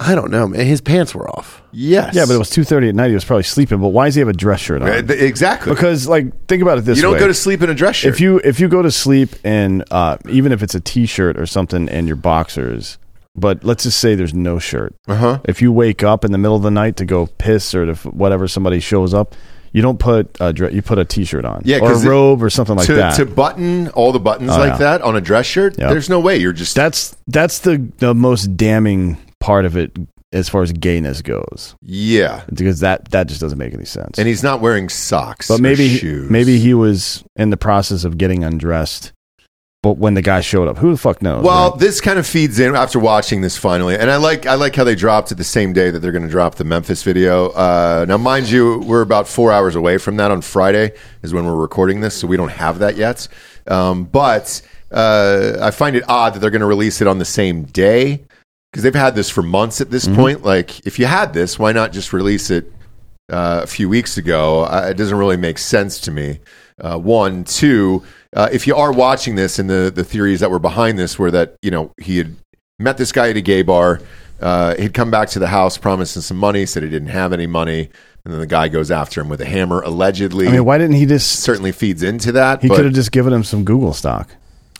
[SPEAKER 4] I don't know. Man, his pants were off.
[SPEAKER 2] Yes.
[SPEAKER 3] Yeah, but it was two thirty at night. He was probably sleeping. But why does he have a dress shirt
[SPEAKER 2] Uh,
[SPEAKER 3] on?
[SPEAKER 2] th- Exactly.
[SPEAKER 3] Because like, think about it this
[SPEAKER 2] you don't
[SPEAKER 3] way.
[SPEAKER 2] go to sleep in a dress shirt.
[SPEAKER 3] If you if you go to sleep in uh, even if it's a t-shirt or something and your boxers, but let's just say there's no shirt.
[SPEAKER 2] uh-huh.
[SPEAKER 3] If you wake up in the middle of the night to go piss or to f- whatever somebody shows up, you don't put a dre- you put a t-shirt on,
[SPEAKER 2] Yeah,
[SPEAKER 3] or a
[SPEAKER 2] 'cause it-
[SPEAKER 3] robe or something like
[SPEAKER 2] to,
[SPEAKER 3] that.
[SPEAKER 2] to button all the buttons
[SPEAKER 3] Oh,
[SPEAKER 2] like
[SPEAKER 3] yeah.
[SPEAKER 2] that on a dress shirt,
[SPEAKER 3] Yeah.
[SPEAKER 2] there's no way. You're just.
[SPEAKER 3] that's that's the the most damning part of it as far as gayness goes,
[SPEAKER 2] yeah.
[SPEAKER 3] because that that just doesn't make any sense.
[SPEAKER 2] And he's not wearing socks.
[SPEAKER 3] but
[SPEAKER 2] or
[SPEAKER 3] maybe
[SPEAKER 2] shoes.
[SPEAKER 3] maybe he was in the process of getting undressed, but when the guy showed up, who the fuck knows?
[SPEAKER 2] Well,
[SPEAKER 3] right?
[SPEAKER 2] this kind of feeds in after watching this finally, and I like I like how they dropped it the same day that they're going to drop the Memphis video. Uh, now, mind you, we're about four hours away from that. On Friday is when we're recording this, so we don't have that yet. Um, but uh, I find it odd that they're going to release it on the same day because they've had this for months at this point. Like, if you had this, why not just release it uh, a few weeks ago. Uh, it doesn't really make sense to me. Uh, one, two. Uh, if you are watching this, and the the theories that were behind this were that you know he had met this guy at a gay bar. Uh, he'd come back to the house, promising some money, said he didn't have any money, and then the guy goes after him with a hammer. Allegedly,
[SPEAKER 3] I mean, why didn't he just
[SPEAKER 2] certainly feeds into that.
[SPEAKER 3] He could
[SPEAKER 2] but uh,
[SPEAKER 3] have just given him some Google stock.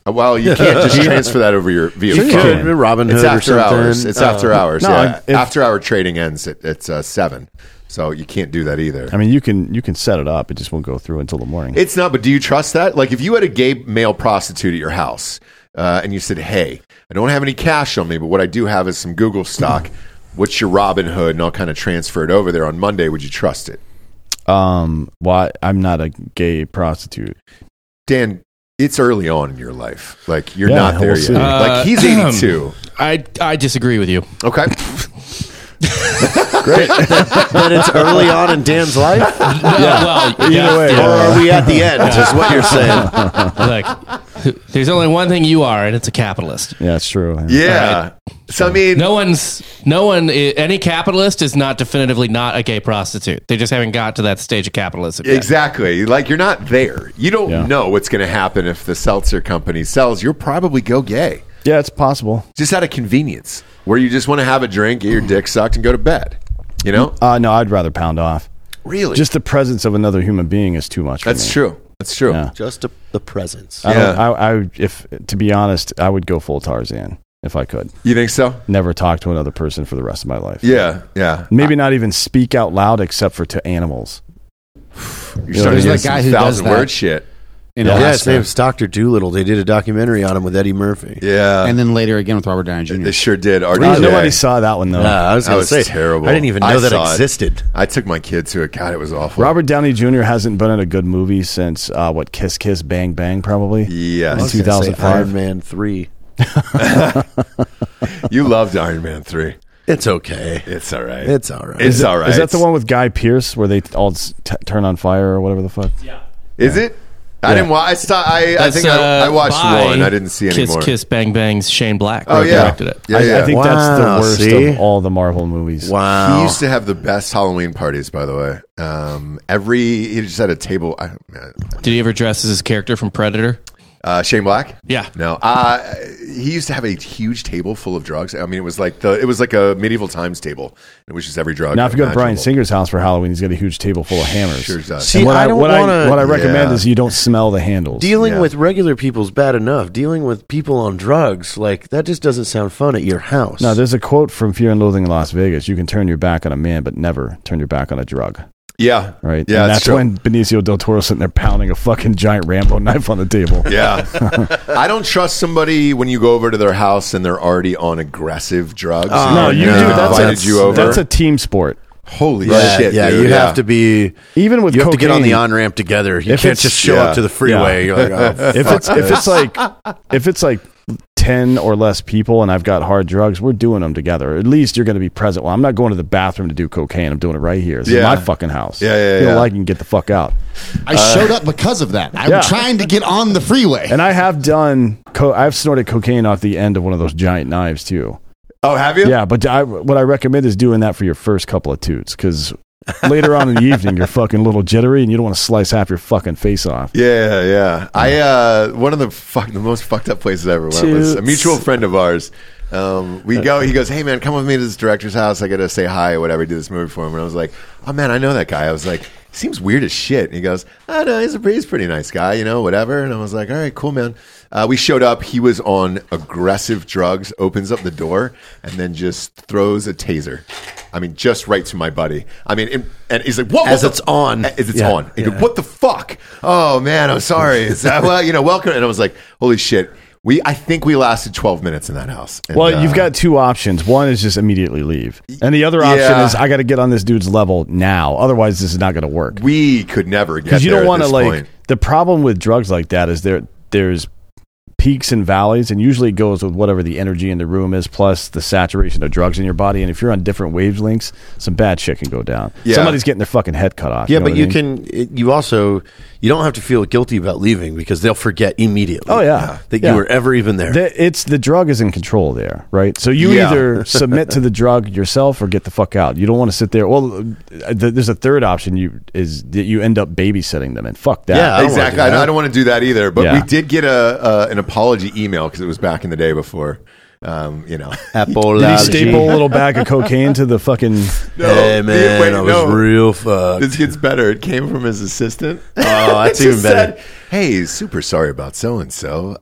[SPEAKER 2] well, you can't just transfer that over your via
[SPEAKER 3] Sure
[SPEAKER 2] phone.
[SPEAKER 3] you can.
[SPEAKER 4] Robin
[SPEAKER 2] It's
[SPEAKER 4] Hood or
[SPEAKER 2] after
[SPEAKER 4] something.
[SPEAKER 2] hours. It's
[SPEAKER 4] Uh,
[SPEAKER 2] after hours.
[SPEAKER 3] no,
[SPEAKER 2] yeah.
[SPEAKER 3] if-
[SPEAKER 2] after hour trading ends at, at uh, seven, so you can't do that either.
[SPEAKER 3] I mean, you can you can set it up; it just won't go through until the morning.
[SPEAKER 2] It's not, but do you trust that? Like, if you had a gay male prostitute at your house uh, and you said, "Hey, I don't have any cash on me, but what I do have is some Google stock. What's your Robin Hood?" and I'll kind of transfer it over there on Monday. Would you trust it,
[SPEAKER 3] um, why I'm not a gay prostitute.
[SPEAKER 2] Dan? It's early on in your life. Like you're
[SPEAKER 3] Yeah,
[SPEAKER 2] not there
[SPEAKER 3] we'll
[SPEAKER 2] yet.
[SPEAKER 3] see.
[SPEAKER 9] Uh,
[SPEAKER 2] like he's 82.
[SPEAKER 9] I I disagree with you.
[SPEAKER 2] Okay.
[SPEAKER 4] But it's early on in Dan's life.
[SPEAKER 9] Well, well, yeah,
[SPEAKER 3] way,
[SPEAKER 9] yeah.
[SPEAKER 4] Or are we at the end? Is what you're saying?
[SPEAKER 9] Look, there's only one thing you are, and it's a capitalist.
[SPEAKER 3] Yeah, it's true.
[SPEAKER 2] Yeah. So I mean,
[SPEAKER 9] No one's, no one, i- any capitalist is not definitively not a gay prostitute. They just haven't got to that stage of capitalism. yet.
[SPEAKER 2] Exactly. Like you're not there. You don't
[SPEAKER 3] Yeah.
[SPEAKER 2] know what's going to happen if the seltzer company sells. You'll probably go gay.
[SPEAKER 3] yeah, it's possible.
[SPEAKER 2] just out of convenience, where you just want to have a drink, get your
[SPEAKER 5] Mm.
[SPEAKER 2] dick sucked, and go to bed. You know,
[SPEAKER 3] Uh, no, I'd rather pound off.
[SPEAKER 2] really,
[SPEAKER 3] Just the presence of another human being is too much. For
[SPEAKER 2] that's
[SPEAKER 3] me.
[SPEAKER 2] true. That's true.
[SPEAKER 3] Yeah.
[SPEAKER 4] Just a, the presence.
[SPEAKER 3] I, don't,
[SPEAKER 2] Yeah.
[SPEAKER 3] I, I would- if to be honest, I would go full Tarzan if I could.
[SPEAKER 2] You think so?
[SPEAKER 3] Never talk to another person for the rest of my life.
[SPEAKER 2] Yeah, yeah.
[SPEAKER 3] Maybe not even speak out loud except for to animals.
[SPEAKER 2] You're starting
[SPEAKER 5] there's
[SPEAKER 2] to
[SPEAKER 5] that
[SPEAKER 2] get
[SPEAKER 5] guy
[SPEAKER 2] some
[SPEAKER 5] who does
[SPEAKER 2] thousand
[SPEAKER 5] that.
[SPEAKER 2] word shit.
[SPEAKER 5] in
[SPEAKER 3] Yeah,
[SPEAKER 4] Yeah,
[SPEAKER 5] Alaska.
[SPEAKER 4] his name's Doctor Doolittle. They did a documentary on him with Eddie Murphy.
[SPEAKER 2] Yeah,
[SPEAKER 5] and then later again with Robert Downey Jr.
[SPEAKER 2] they sure did.
[SPEAKER 3] Uh,
[SPEAKER 2] RDJ.
[SPEAKER 3] nobody saw that one though.
[SPEAKER 4] Yeah, Uh, I was
[SPEAKER 2] That
[SPEAKER 4] gonna
[SPEAKER 2] was
[SPEAKER 4] say
[SPEAKER 2] terrible.
[SPEAKER 4] I didn't even know
[SPEAKER 2] I
[SPEAKER 4] that
[SPEAKER 2] saw it.
[SPEAKER 4] existed.
[SPEAKER 2] I took my kid to it. God, it was awful.
[SPEAKER 3] Robert Downey Jr. hasn't been in a good movie since uh, what Kiss Kiss Bang Bang probably.
[SPEAKER 2] Yes.
[SPEAKER 3] in
[SPEAKER 2] I was gonna say
[SPEAKER 3] 2005.
[SPEAKER 4] Iron Man three.
[SPEAKER 2] you loved Iron Man three.
[SPEAKER 4] It's okay.
[SPEAKER 2] It's all right.
[SPEAKER 4] It's all right.
[SPEAKER 2] It's
[SPEAKER 3] Is it-
[SPEAKER 2] all right.
[SPEAKER 3] Is that the one with Guy Pierce where they all s- t- turn on fire or whatever the fuck?
[SPEAKER 2] Is it? I didn't watch. I stopped. I, I
[SPEAKER 9] That's,
[SPEAKER 2] think I,
[SPEAKER 9] uh,
[SPEAKER 2] I watched
[SPEAKER 9] by
[SPEAKER 2] one. I didn't see any
[SPEAKER 9] Kiss
[SPEAKER 2] more.
[SPEAKER 9] Kiss Bang Bang's Shane Black.
[SPEAKER 2] Oh
[SPEAKER 9] who
[SPEAKER 2] yeah,
[SPEAKER 9] directed it.
[SPEAKER 2] yeah,
[SPEAKER 3] I,
[SPEAKER 2] yeah.
[SPEAKER 3] I think that's the
[SPEAKER 4] Wow,
[SPEAKER 3] worst
[SPEAKER 4] see?
[SPEAKER 3] of all the Marvel movies.
[SPEAKER 2] He
[SPEAKER 5] Oh.
[SPEAKER 4] Wow.
[SPEAKER 2] used to have the best Halloween parties, by the way. Um, every he just had a table. I,
[SPEAKER 9] Did he ever dress as his character from Predator?
[SPEAKER 2] uh, Shane Black.
[SPEAKER 9] Yeah.
[SPEAKER 2] No, uh, he used to have a huge table full of drugs. I mean, it was like the it was like a medieval times table. It was just every drug.
[SPEAKER 3] Now, if you go to Brian
[SPEAKER 2] imaginable.
[SPEAKER 3] Singer's house for Halloween, he's got a huge table full of hammers.
[SPEAKER 2] sure does.
[SPEAKER 4] See,
[SPEAKER 3] what
[SPEAKER 4] I
[SPEAKER 3] I,
[SPEAKER 4] don't
[SPEAKER 3] what I-
[SPEAKER 4] wanna-
[SPEAKER 3] what I recommend
[SPEAKER 2] Yeah.
[SPEAKER 3] is you don't smell the handles.
[SPEAKER 4] Dealing
[SPEAKER 2] Yeah.
[SPEAKER 4] with regular people's bad enough. Dealing with people on drugs, like that just doesn't sound fun at your house.
[SPEAKER 3] now, there's a quote from Fear and Loathing in Las Vegas: "You can turn your back on a man, but never turn your back on a drug."
[SPEAKER 2] yeah,
[SPEAKER 3] Right?
[SPEAKER 2] Yeah,
[SPEAKER 3] And
[SPEAKER 2] that's
[SPEAKER 3] that's
[SPEAKER 2] true.
[SPEAKER 3] when Benicio del Toro sitting there pounding a fucking giant Rambo knife on the table.
[SPEAKER 2] Yeah. I don't trust somebody when you go over to their house and they're already on aggressive drugs.
[SPEAKER 4] Oh,
[SPEAKER 2] and
[SPEAKER 3] No, you
[SPEAKER 2] they
[SPEAKER 4] no.
[SPEAKER 3] do. That's
[SPEAKER 2] invited
[SPEAKER 3] a,
[SPEAKER 2] you over.
[SPEAKER 3] That's a team sport.
[SPEAKER 2] holy
[SPEAKER 4] yeah,
[SPEAKER 2] shit.
[SPEAKER 4] yeah,
[SPEAKER 2] dude.
[SPEAKER 4] you have to be.
[SPEAKER 3] Even with
[SPEAKER 4] you have to get on the
[SPEAKER 3] cocaine-
[SPEAKER 4] on ramp together. You
[SPEAKER 3] If
[SPEAKER 4] can't
[SPEAKER 3] it's-
[SPEAKER 4] just show
[SPEAKER 2] yeah.
[SPEAKER 4] up to the freeway. You're like, oh,
[SPEAKER 3] if it's if it's like if it's like 10 or less people and I've got hard drugs, we're doing them together. At least you're going to be present. Well, I'm not going to the bathroom to do cocaine. I'm doing it right here. This
[SPEAKER 2] Yeah.
[SPEAKER 3] is my fucking house.
[SPEAKER 2] Yeah, yeah,
[SPEAKER 3] You don't
[SPEAKER 2] yeah.
[SPEAKER 3] like it, you can get the fuck out.
[SPEAKER 5] I
[SPEAKER 2] uh,
[SPEAKER 5] showed up because of that. I'm
[SPEAKER 3] yeah.
[SPEAKER 5] trying to get on the freeway.
[SPEAKER 3] And I have done co- I've snorted cocaine off the end of one of those giant knives too.
[SPEAKER 2] Oh, have you?
[SPEAKER 3] Yeah, but I, what I recommend is doing that for your first couple of toots cuz later on in the evening you're fucking a little jittery and you don't want to slice half your fucking face off.
[SPEAKER 2] Yeah, yeah. I uh, one of the fuck, the most fucked up places I ever went was a
[SPEAKER 3] Toots.
[SPEAKER 2] mutual friend of ours. Um, we go. He goes, "Hey man, come with me to this director's house. I got to say hi or whatever. Do this movie for him." And I was like, "Oh man, I know that guy." I was like, "He seems weird as shit." And he goes, "Oh no, he's a he's a pretty nice guy, you know, whatever." And I was like, "All right, cool, man." Uh, we showed up. He was on aggressive drugs. Opens up the door and then just throws a taser. I mean, just right to my buddy. I mean, and, and he's like, "What?"
[SPEAKER 4] As
[SPEAKER 2] what the-
[SPEAKER 4] it's on.
[SPEAKER 2] As it's
[SPEAKER 4] Yeah.
[SPEAKER 2] on. He goes, what the fuck? Oh man, I'm sorry. It's, uh, well, you know, welcome. And I was like, holy shit. We, I think we lasted 12 minutes in that house. And,
[SPEAKER 3] Well, you've
[SPEAKER 2] uh,
[SPEAKER 3] got two options. One is just immediately leave, and the other option
[SPEAKER 2] Yeah.
[SPEAKER 3] is I got to get on this dude's level now. Otherwise, this is not going to work.
[SPEAKER 2] We could never get
[SPEAKER 3] Because you
[SPEAKER 2] there
[SPEAKER 3] don't
[SPEAKER 2] at
[SPEAKER 3] want to
[SPEAKER 2] this
[SPEAKER 3] like
[SPEAKER 2] point.
[SPEAKER 3] the problem with drugs like that is there there's peaks and valleys, and usually it goes with whatever the energy in the room is, plus the saturation of drugs in your body. And if you're on different wavelengths, some bad shit can go down.
[SPEAKER 2] Yeah.
[SPEAKER 3] Somebody's getting their fucking head cut off.
[SPEAKER 4] Yeah,
[SPEAKER 3] know
[SPEAKER 4] but
[SPEAKER 3] what
[SPEAKER 4] you
[SPEAKER 3] I mean?
[SPEAKER 4] can. It, you also you don't have to feel guilty about leaving because they'll forget immediately.
[SPEAKER 3] Oh, yeah.
[SPEAKER 4] that
[SPEAKER 3] Yeah.
[SPEAKER 4] you were ever even there.
[SPEAKER 3] The, it's the drug is in control there, right? So you
[SPEAKER 2] Yeah.
[SPEAKER 3] either submit to the drug yourself or get the fuck out. You don't want to sit there. Well, uh, th- there's a third option. You is that you end up babysitting them, and fuck that.
[SPEAKER 4] Yeah, I don't wanna
[SPEAKER 2] exactly.
[SPEAKER 4] do
[SPEAKER 2] I,
[SPEAKER 4] that.
[SPEAKER 2] I don't want to do that either. But
[SPEAKER 3] Yeah.
[SPEAKER 2] we did get a uh, an apology email because it was back in the day before, um, you know.
[SPEAKER 4] Apple
[SPEAKER 3] Did he staple a little bag of cocaine to the fucking?
[SPEAKER 4] Hey
[SPEAKER 2] No,
[SPEAKER 4] man,
[SPEAKER 2] wait,
[SPEAKER 4] I was
[SPEAKER 2] no.
[SPEAKER 4] real fucked.
[SPEAKER 2] This gets better. It came from his assistant. Oh,
[SPEAKER 4] that's even better.
[SPEAKER 2] hey, super sorry about so and so.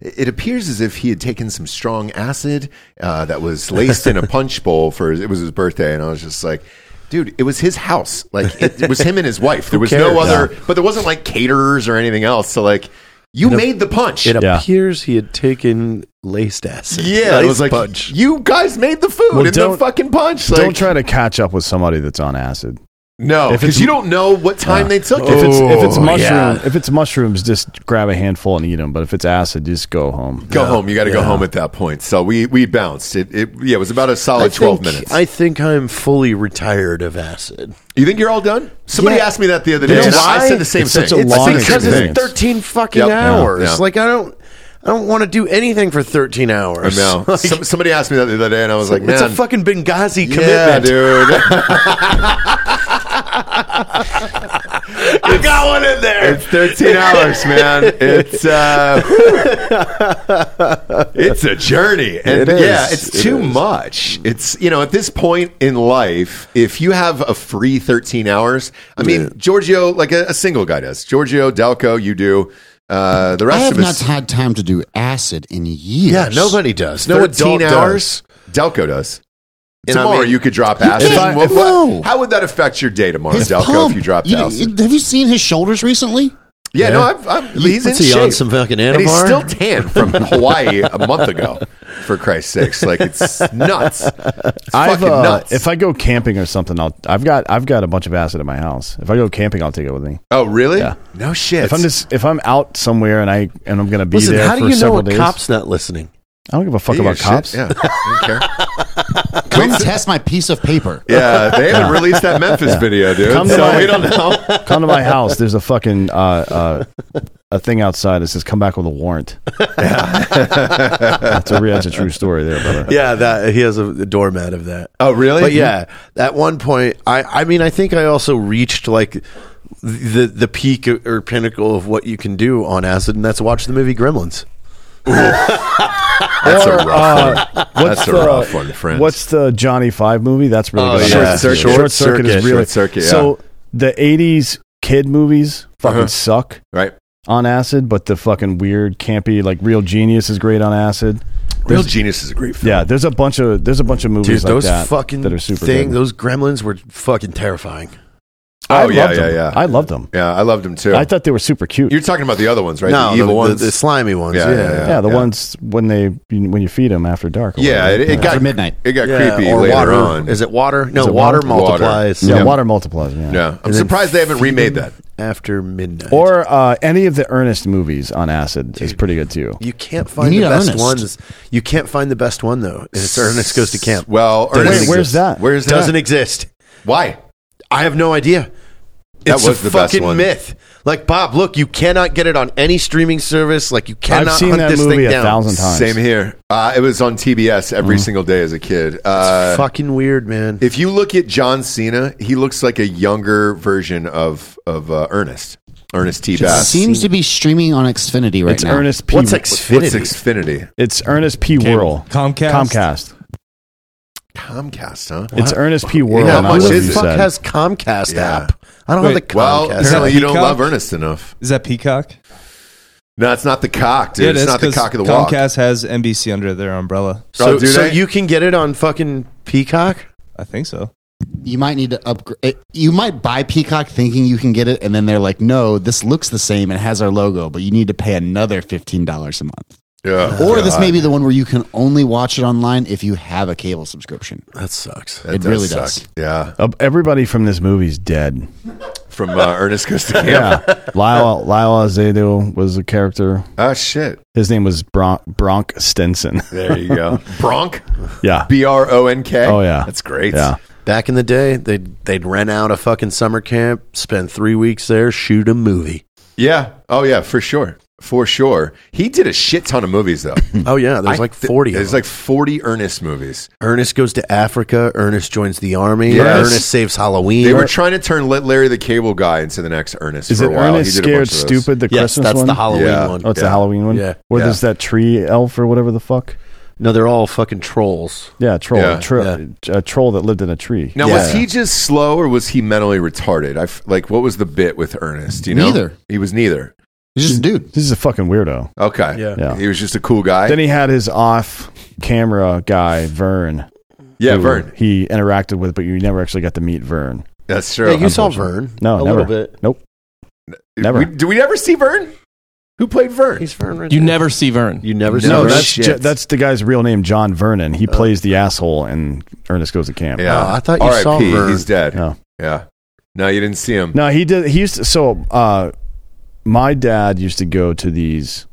[SPEAKER 2] It appears as if he had taken some strong acid uh, that was laced in a punch bowl for his, it was his birthday, and I was just like. Dude, it was his house. Like it, it was him and his wife. There was no
[SPEAKER 4] cares?
[SPEAKER 2] other, but there wasn't like caterers or anything else. So like, you made the punch.
[SPEAKER 4] It
[SPEAKER 3] Yeah.
[SPEAKER 4] appears he had taken laced acid.
[SPEAKER 2] yeah, it
[SPEAKER 4] Laced
[SPEAKER 2] was like
[SPEAKER 4] punch.
[SPEAKER 2] you guys made the food
[SPEAKER 3] Well,
[SPEAKER 2] and the
[SPEAKER 3] don't-
[SPEAKER 2] fucking punch. Like,
[SPEAKER 3] don't try to catch up with somebody that's on acid.
[SPEAKER 2] no,
[SPEAKER 3] if it's-
[SPEAKER 2] because you don't know what time they took it.
[SPEAKER 3] If it's if it's
[SPEAKER 4] Oh,
[SPEAKER 3] mushroom,
[SPEAKER 4] yeah.
[SPEAKER 3] if it's mushrooms, just grab a handful and eat them. But if it's acid, just go home.
[SPEAKER 2] Go home. You got to go home at that point. So we we bounced. It, it yeah, it was about a solid
[SPEAKER 4] I
[SPEAKER 2] twelve
[SPEAKER 4] think-
[SPEAKER 2] minutes.
[SPEAKER 4] I think I'm fully retired of acid.
[SPEAKER 2] you think you're all done? Somebody
[SPEAKER 4] Yeah.
[SPEAKER 2] asked me that the other
[SPEAKER 4] You
[SPEAKER 2] day.
[SPEAKER 4] know
[SPEAKER 2] and I
[SPEAKER 4] why?
[SPEAKER 2] said the same
[SPEAKER 3] It's
[SPEAKER 2] thing.
[SPEAKER 3] such a It's long
[SPEAKER 2] I said the
[SPEAKER 4] because
[SPEAKER 2] same
[SPEAKER 4] it's
[SPEAKER 3] experience.
[SPEAKER 2] thing.
[SPEAKER 4] thirteen fucking
[SPEAKER 2] Yep. Yeah,
[SPEAKER 4] hours.
[SPEAKER 2] yeah.
[SPEAKER 4] Like I don't, I don't want to do anything for thirteen hours.
[SPEAKER 2] I know.
[SPEAKER 4] Like,
[SPEAKER 2] Some, somebody asked me that the other day, and I was like, "Man,
[SPEAKER 4] it's a fucking Benghazi
[SPEAKER 2] yeah,
[SPEAKER 4] commitment.
[SPEAKER 2] dude."
[SPEAKER 4] I got one in there.
[SPEAKER 2] it's thirteen hours, man. It's uh, it's a journey, and
[SPEAKER 4] It is.
[SPEAKER 2] yeah, it's
[SPEAKER 4] It
[SPEAKER 2] too
[SPEAKER 4] is.
[SPEAKER 2] much. It's you know, at this point in life, if you have a free thirteen hours, I mean, Giorgio, like a, a single guy does, Giorgio Delco, you do. Uh, the
[SPEAKER 5] I
[SPEAKER 2] rest
[SPEAKER 5] have
[SPEAKER 2] of us,
[SPEAKER 5] not had time to do acid in years.
[SPEAKER 4] Yeah, nobody does. No
[SPEAKER 2] 13
[SPEAKER 4] adult
[SPEAKER 2] hours. Delco does.
[SPEAKER 4] And I
[SPEAKER 2] tomorrow
[SPEAKER 4] mean-
[SPEAKER 2] you could drop acid.
[SPEAKER 5] can't-
[SPEAKER 2] What- what-
[SPEAKER 5] No.
[SPEAKER 2] How would that affect your day tomorrow,
[SPEAKER 5] His
[SPEAKER 2] Delco,
[SPEAKER 5] pump.
[SPEAKER 2] if you dropped
[SPEAKER 5] You-
[SPEAKER 2] acid?
[SPEAKER 5] you- Have you seen his shoulders recently?
[SPEAKER 2] yeah, no, I've, I'm, he's in
[SPEAKER 4] What's he
[SPEAKER 2] shape.
[SPEAKER 4] on, some fucking
[SPEAKER 2] and he's
[SPEAKER 4] Anavar?
[SPEAKER 2] still tan from Hawaii a month ago, for Christ's sakes. Like, it's nuts. It's
[SPEAKER 3] I've,
[SPEAKER 2] fucking
[SPEAKER 3] uh,
[SPEAKER 2] nuts.
[SPEAKER 3] If I go camping or something, I'll, I've got I've got a bunch of acid in my house. If I go camping, I'll take it with me.
[SPEAKER 2] oh, really?
[SPEAKER 3] Yeah.
[SPEAKER 2] No shit.
[SPEAKER 3] if I'm just if I'm out somewhere and I and I'm gonna be
[SPEAKER 4] Listen,
[SPEAKER 3] there
[SPEAKER 4] how do
[SPEAKER 3] for
[SPEAKER 4] you know
[SPEAKER 3] several
[SPEAKER 4] a
[SPEAKER 3] days,
[SPEAKER 4] cop's not listening?
[SPEAKER 3] I don't give a fuck
[SPEAKER 2] Yeah,
[SPEAKER 3] about
[SPEAKER 2] shit.
[SPEAKER 3] cops.
[SPEAKER 2] Yeah. I don't care.
[SPEAKER 5] Come test my piece of paper.
[SPEAKER 2] Yeah, they haven't released that Memphis video, dude.
[SPEAKER 3] Come to
[SPEAKER 2] so
[SPEAKER 3] my-
[SPEAKER 2] we don't know.
[SPEAKER 3] Come to my house. There's a fucking uh, uh, a thing outside that says "Come back with a warrant." that's a real, that's a true story there, brother.
[SPEAKER 4] yeah, that he has a, a doormat of that.
[SPEAKER 2] Oh, really?
[SPEAKER 4] But yeah, at one point, I I mean, I think I also reached like the the peak or pinnacle of what you can do on acid, and that's watch the movie Gremlins.
[SPEAKER 2] That's a rough one.
[SPEAKER 3] uh, What's
[SPEAKER 2] That's a rough one, friends.
[SPEAKER 3] What's the Johnny Five movie? That's really
[SPEAKER 2] Oh,
[SPEAKER 3] good.
[SPEAKER 2] yeah.
[SPEAKER 3] Short, circuit. Short circuit is really
[SPEAKER 2] Short Circuit, yeah.
[SPEAKER 3] So the '80s kid movies fucking
[SPEAKER 2] Uh-huh.
[SPEAKER 3] suck
[SPEAKER 2] right?
[SPEAKER 3] on acid, but the fucking weird, campy, like Real Genius is great on acid.
[SPEAKER 2] Real Genius is a great film.
[SPEAKER 3] Yeah, there's a bunch of there's a bunch of movies
[SPEAKER 4] Dude,
[SPEAKER 3] like
[SPEAKER 4] those
[SPEAKER 3] that
[SPEAKER 4] fucking
[SPEAKER 3] that are super
[SPEAKER 4] thing,
[SPEAKER 3] good.
[SPEAKER 4] those Gremlins were fucking terrifying.
[SPEAKER 3] I
[SPEAKER 2] Oh, yeah,
[SPEAKER 3] loved
[SPEAKER 2] yeah,
[SPEAKER 3] them.
[SPEAKER 2] yeah.
[SPEAKER 3] I loved them.
[SPEAKER 2] Yeah, I loved him too.
[SPEAKER 3] I thought they were super cute.
[SPEAKER 2] You're talking about the other ones, right?
[SPEAKER 4] No,
[SPEAKER 2] the evil
[SPEAKER 4] the,
[SPEAKER 2] ones.
[SPEAKER 4] the, slimy ones.
[SPEAKER 2] Yeah,
[SPEAKER 4] Yeah,
[SPEAKER 2] yeah, yeah.
[SPEAKER 3] yeah, the ones when they when you feed them after dark. or
[SPEAKER 2] yeah,
[SPEAKER 3] whatever.
[SPEAKER 2] it, it got
[SPEAKER 5] After midnight.
[SPEAKER 2] It got
[SPEAKER 4] Yeah,
[SPEAKER 2] creepy
[SPEAKER 4] or
[SPEAKER 2] later
[SPEAKER 4] water.
[SPEAKER 2] on.
[SPEAKER 4] Is it water? No,
[SPEAKER 3] Is it
[SPEAKER 4] water,
[SPEAKER 3] water?
[SPEAKER 4] multiplies.
[SPEAKER 3] yeah,
[SPEAKER 2] yeah.
[SPEAKER 3] water multiplies. Yeah.
[SPEAKER 2] yeah, I'm
[SPEAKER 4] And then
[SPEAKER 2] surprised they haven't
[SPEAKER 4] feed
[SPEAKER 2] remade
[SPEAKER 4] them
[SPEAKER 2] that.
[SPEAKER 4] after midnight.
[SPEAKER 3] Or uh, any of the Ernest movies on acid is pretty good too.
[SPEAKER 4] you can't find
[SPEAKER 5] need
[SPEAKER 4] the best
[SPEAKER 5] Ernest.
[SPEAKER 4] ones. You can't find the best one though. It's Ernest goes to camp.
[SPEAKER 2] Well,
[SPEAKER 4] Doesn't
[SPEAKER 2] Ernest-
[SPEAKER 3] Wait, where's that?
[SPEAKER 2] Where's that?
[SPEAKER 4] doesn't exist.
[SPEAKER 2] Why?
[SPEAKER 4] I have no idea.
[SPEAKER 2] That
[SPEAKER 4] It's
[SPEAKER 2] was
[SPEAKER 4] a
[SPEAKER 2] the best
[SPEAKER 4] fucking
[SPEAKER 2] one.
[SPEAKER 4] myth. Like Bob, look, you cannot get it on any streaming service. Like you cannot
[SPEAKER 3] I've seen
[SPEAKER 4] hunt
[SPEAKER 3] that
[SPEAKER 4] this
[SPEAKER 3] movie
[SPEAKER 4] thing
[SPEAKER 3] a
[SPEAKER 4] down.
[SPEAKER 3] thousand times.
[SPEAKER 2] Same here. Uh, it was on TBS every single day as a kid. Uh,
[SPEAKER 4] fucking weird, man.
[SPEAKER 2] if you look at John Cena, he looks like a younger version of of uh, Ernest. Ernest T.
[SPEAKER 5] It
[SPEAKER 2] Bass.
[SPEAKER 5] seems to be streaming on Xfinity right
[SPEAKER 3] It's
[SPEAKER 5] now.
[SPEAKER 3] Ernest P.
[SPEAKER 4] What's
[SPEAKER 2] What's
[SPEAKER 4] Xfinity?
[SPEAKER 2] Xfinity?
[SPEAKER 3] It's Ernest P.
[SPEAKER 9] Cable.
[SPEAKER 3] Whirl.
[SPEAKER 10] Comcast?
[SPEAKER 3] Comcast.
[SPEAKER 2] Comcast, huh?
[SPEAKER 3] It's Ernest P. Whirl.
[SPEAKER 2] Yeah,
[SPEAKER 3] not
[SPEAKER 2] how much
[SPEAKER 3] what
[SPEAKER 4] Who
[SPEAKER 2] is
[SPEAKER 3] you
[SPEAKER 4] the
[SPEAKER 2] it?
[SPEAKER 4] fuck
[SPEAKER 3] said.
[SPEAKER 4] has Comcast
[SPEAKER 2] Yeah.
[SPEAKER 4] app? I don't
[SPEAKER 10] Wait,
[SPEAKER 4] have the Comcast.
[SPEAKER 2] Well, apparently
[SPEAKER 10] that
[SPEAKER 2] you don't
[SPEAKER 10] Peacock?
[SPEAKER 2] love Ernest enough.
[SPEAKER 10] Is that Peacock?
[SPEAKER 2] No, it's not the cock, dude.
[SPEAKER 10] Yeah, it
[SPEAKER 2] it's
[SPEAKER 10] is,
[SPEAKER 2] not the
[SPEAKER 10] 'cause
[SPEAKER 2] cock of the walk.
[SPEAKER 10] Comcast has NBC under their umbrella.
[SPEAKER 4] so,
[SPEAKER 2] Oh, do
[SPEAKER 4] so
[SPEAKER 2] they?
[SPEAKER 4] you can get it on fucking Peacock.
[SPEAKER 10] I think so.
[SPEAKER 5] you might need to upgrade. You might buy Peacock thinking you can get it, and then they're like, "No, this looks the same. It has our logo, but you need to pay another fifteen dollars a month."
[SPEAKER 2] Yeah.
[SPEAKER 5] Or this
[SPEAKER 2] Oh, God,
[SPEAKER 5] may be the one where you can only watch it online if you have a cable subscription.
[SPEAKER 4] That sucks.
[SPEAKER 2] that
[SPEAKER 5] it really
[SPEAKER 2] suck.
[SPEAKER 5] does.
[SPEAKER 2] Yeah,
[SPEAKER 3] Uh, Everybody from this movie's dead.
[SPEAKER 2] from uh, Ernest goes to camp.
[SPEAKER 3] Yeah. Lyle, Lyle Azedo was a character.
[SPEAKER 2] Oh shit!
[SPEAKER 3] His name was Bron- Bronk Stenson.
[SPEAKER 2] There you go. Bronk.
[SPEAKER 3] yeah.
[SPEAKER 2] B R O N K.
[SPEAKER 3] Oh, yeah.
[SPEAKER 2] that's great.
[SPEAKER 3] Yeah.
[SPEAKER 4] Back in the day, they'd they'd rent out a fucking summer camp, spend three weeks there, shoot a movie.
[SPEAKER 2] Yeah. Oh yeah, for sure. For sure. He did a shit ton of movies though.
[SPEAKER 4] Oh yeah, there's
[SPEAKER 2] Hmm. I
[SPEAKER 4] like
[SPEAKER 2] thi-
[SPEAKER 4] forty.
[SPEAKER 2] There's
[SPEAKER 4] There's
[SPEAKER 2] like forty Ernest movies.
[SPEAKER 4] Ernest goes to Africa. Ernest joins the army.
[SPEAKER 2] Yes.
[SPEAKER 4] Ernest saves Halloween.
[SPEAKER 2] They were trying to turn Let Larry the Cable Guy into the next Ernest
[SPEAKER 3] Is
[SPEAKER 2] for
[SPEAKER 3] it
[SPEAKER 2] a while.
[SPEAKER 3] Ernest
[SPEAKER 2] he did a
[SPEAKER 3] Scared
[SPEAKER 2] bunch of those.
[SPEAKER 3] Stupid, the
[SPEAKER 4] yes,
[SPEAKER 3] Christmas
[SPEAKER 4] that's
[SPEAKER 3] one?
[SPEAKER 4] the Halloween
[SPEAKER 2] Yeah.
[SPEAKER 4] one.
[SPEAKER 3] Oh, it's the
[SPEAKER 4] Yeah.
[SPEAKER 3] Halloween one?
[SPEAKER 4] Yeah.
[SPEAKER 3] Where
[SPEAKER 2] Yeah.
[SPEAKER 3] there's that tree elf or whatever the fuck?
[SPEAKER 4] No, they're all fucking trolls.
[SPEAKER 3] Yeah, troll.
[SPEAKER 2] Yeah.
[SPEAKER 3] Tro- A troll that lived in a tree.
[SPEAKER 2] Now
[SPEAKER 4] Yeah.
[SPEAKER 2] was he just slow or was he mentally retarded? I f- like what was the bit with Ernest? You know,
[SPEAKER 5] Neither.
[SPEAKER 2] He was neither.
[SPEAKER 5] It's just, dude,
[SPEAKER 3] This is a fucking weirdo.
[SPEAKER 2] Okay.
[SPEAKER 4] Yeah.
[SPEAKER 3] Yeah.
[SPEAKER 2] He was just a cool guy.
[SPEAKER 3] then he had his off camera guy, Vern.
[SPEAKER 2] yeah,
[SPEAKER 3] who
[SPEAKER 2] Vern.
[SPEAKER 3] He interacted with, but you never actually got to meet Vern.
[SPEAKER 2] That's
[SPEAKER 4] Yeah,
[SPEAKER 2] true.
[SPEAKER 4] you saw Vern.
[SPEAKER 3] No,
[SPEAKER 4] a
[SPEAKER 3] never.
[SPEAKER 4] little bit.
[SPEAKER 3] Nope. never.
[SPEAKER 2] We, do we ever see Vern? Who played Vern?
[SPEAKER 4] He's Vern. Right
[SPEAKER 9] You
[SPEAKER 4] there.
[SPEAKER 9] never see Vern.
[SPEAKER 4] You never.
[SPEAKER 2] No,
[SPEAKER 4] saw
[SPEAKER 3] No,
[SPEAKER 4] Vern?
[SPEAKER 3] that's
[SPEAKER 2] shit. Uh,
[SPEAKER 3] J- that's the guy's real name, John Vernon. He plays the asshole, and Ernest goes to camp.
[SPEAKER 2] yeah.
[SPEAKER 4] Oh, I thought you
[SPEAKER 2] R.I.P.
[SPEAKER 4] saw Vern.
[SPEAKER 2] He's dead.
[SPEAKER 3] No.
[SPEAKER 2] Yeah. No, you didn't see him.
[SPEAKER 3] No, he did. He used to, so. Uh, my dad used to go to these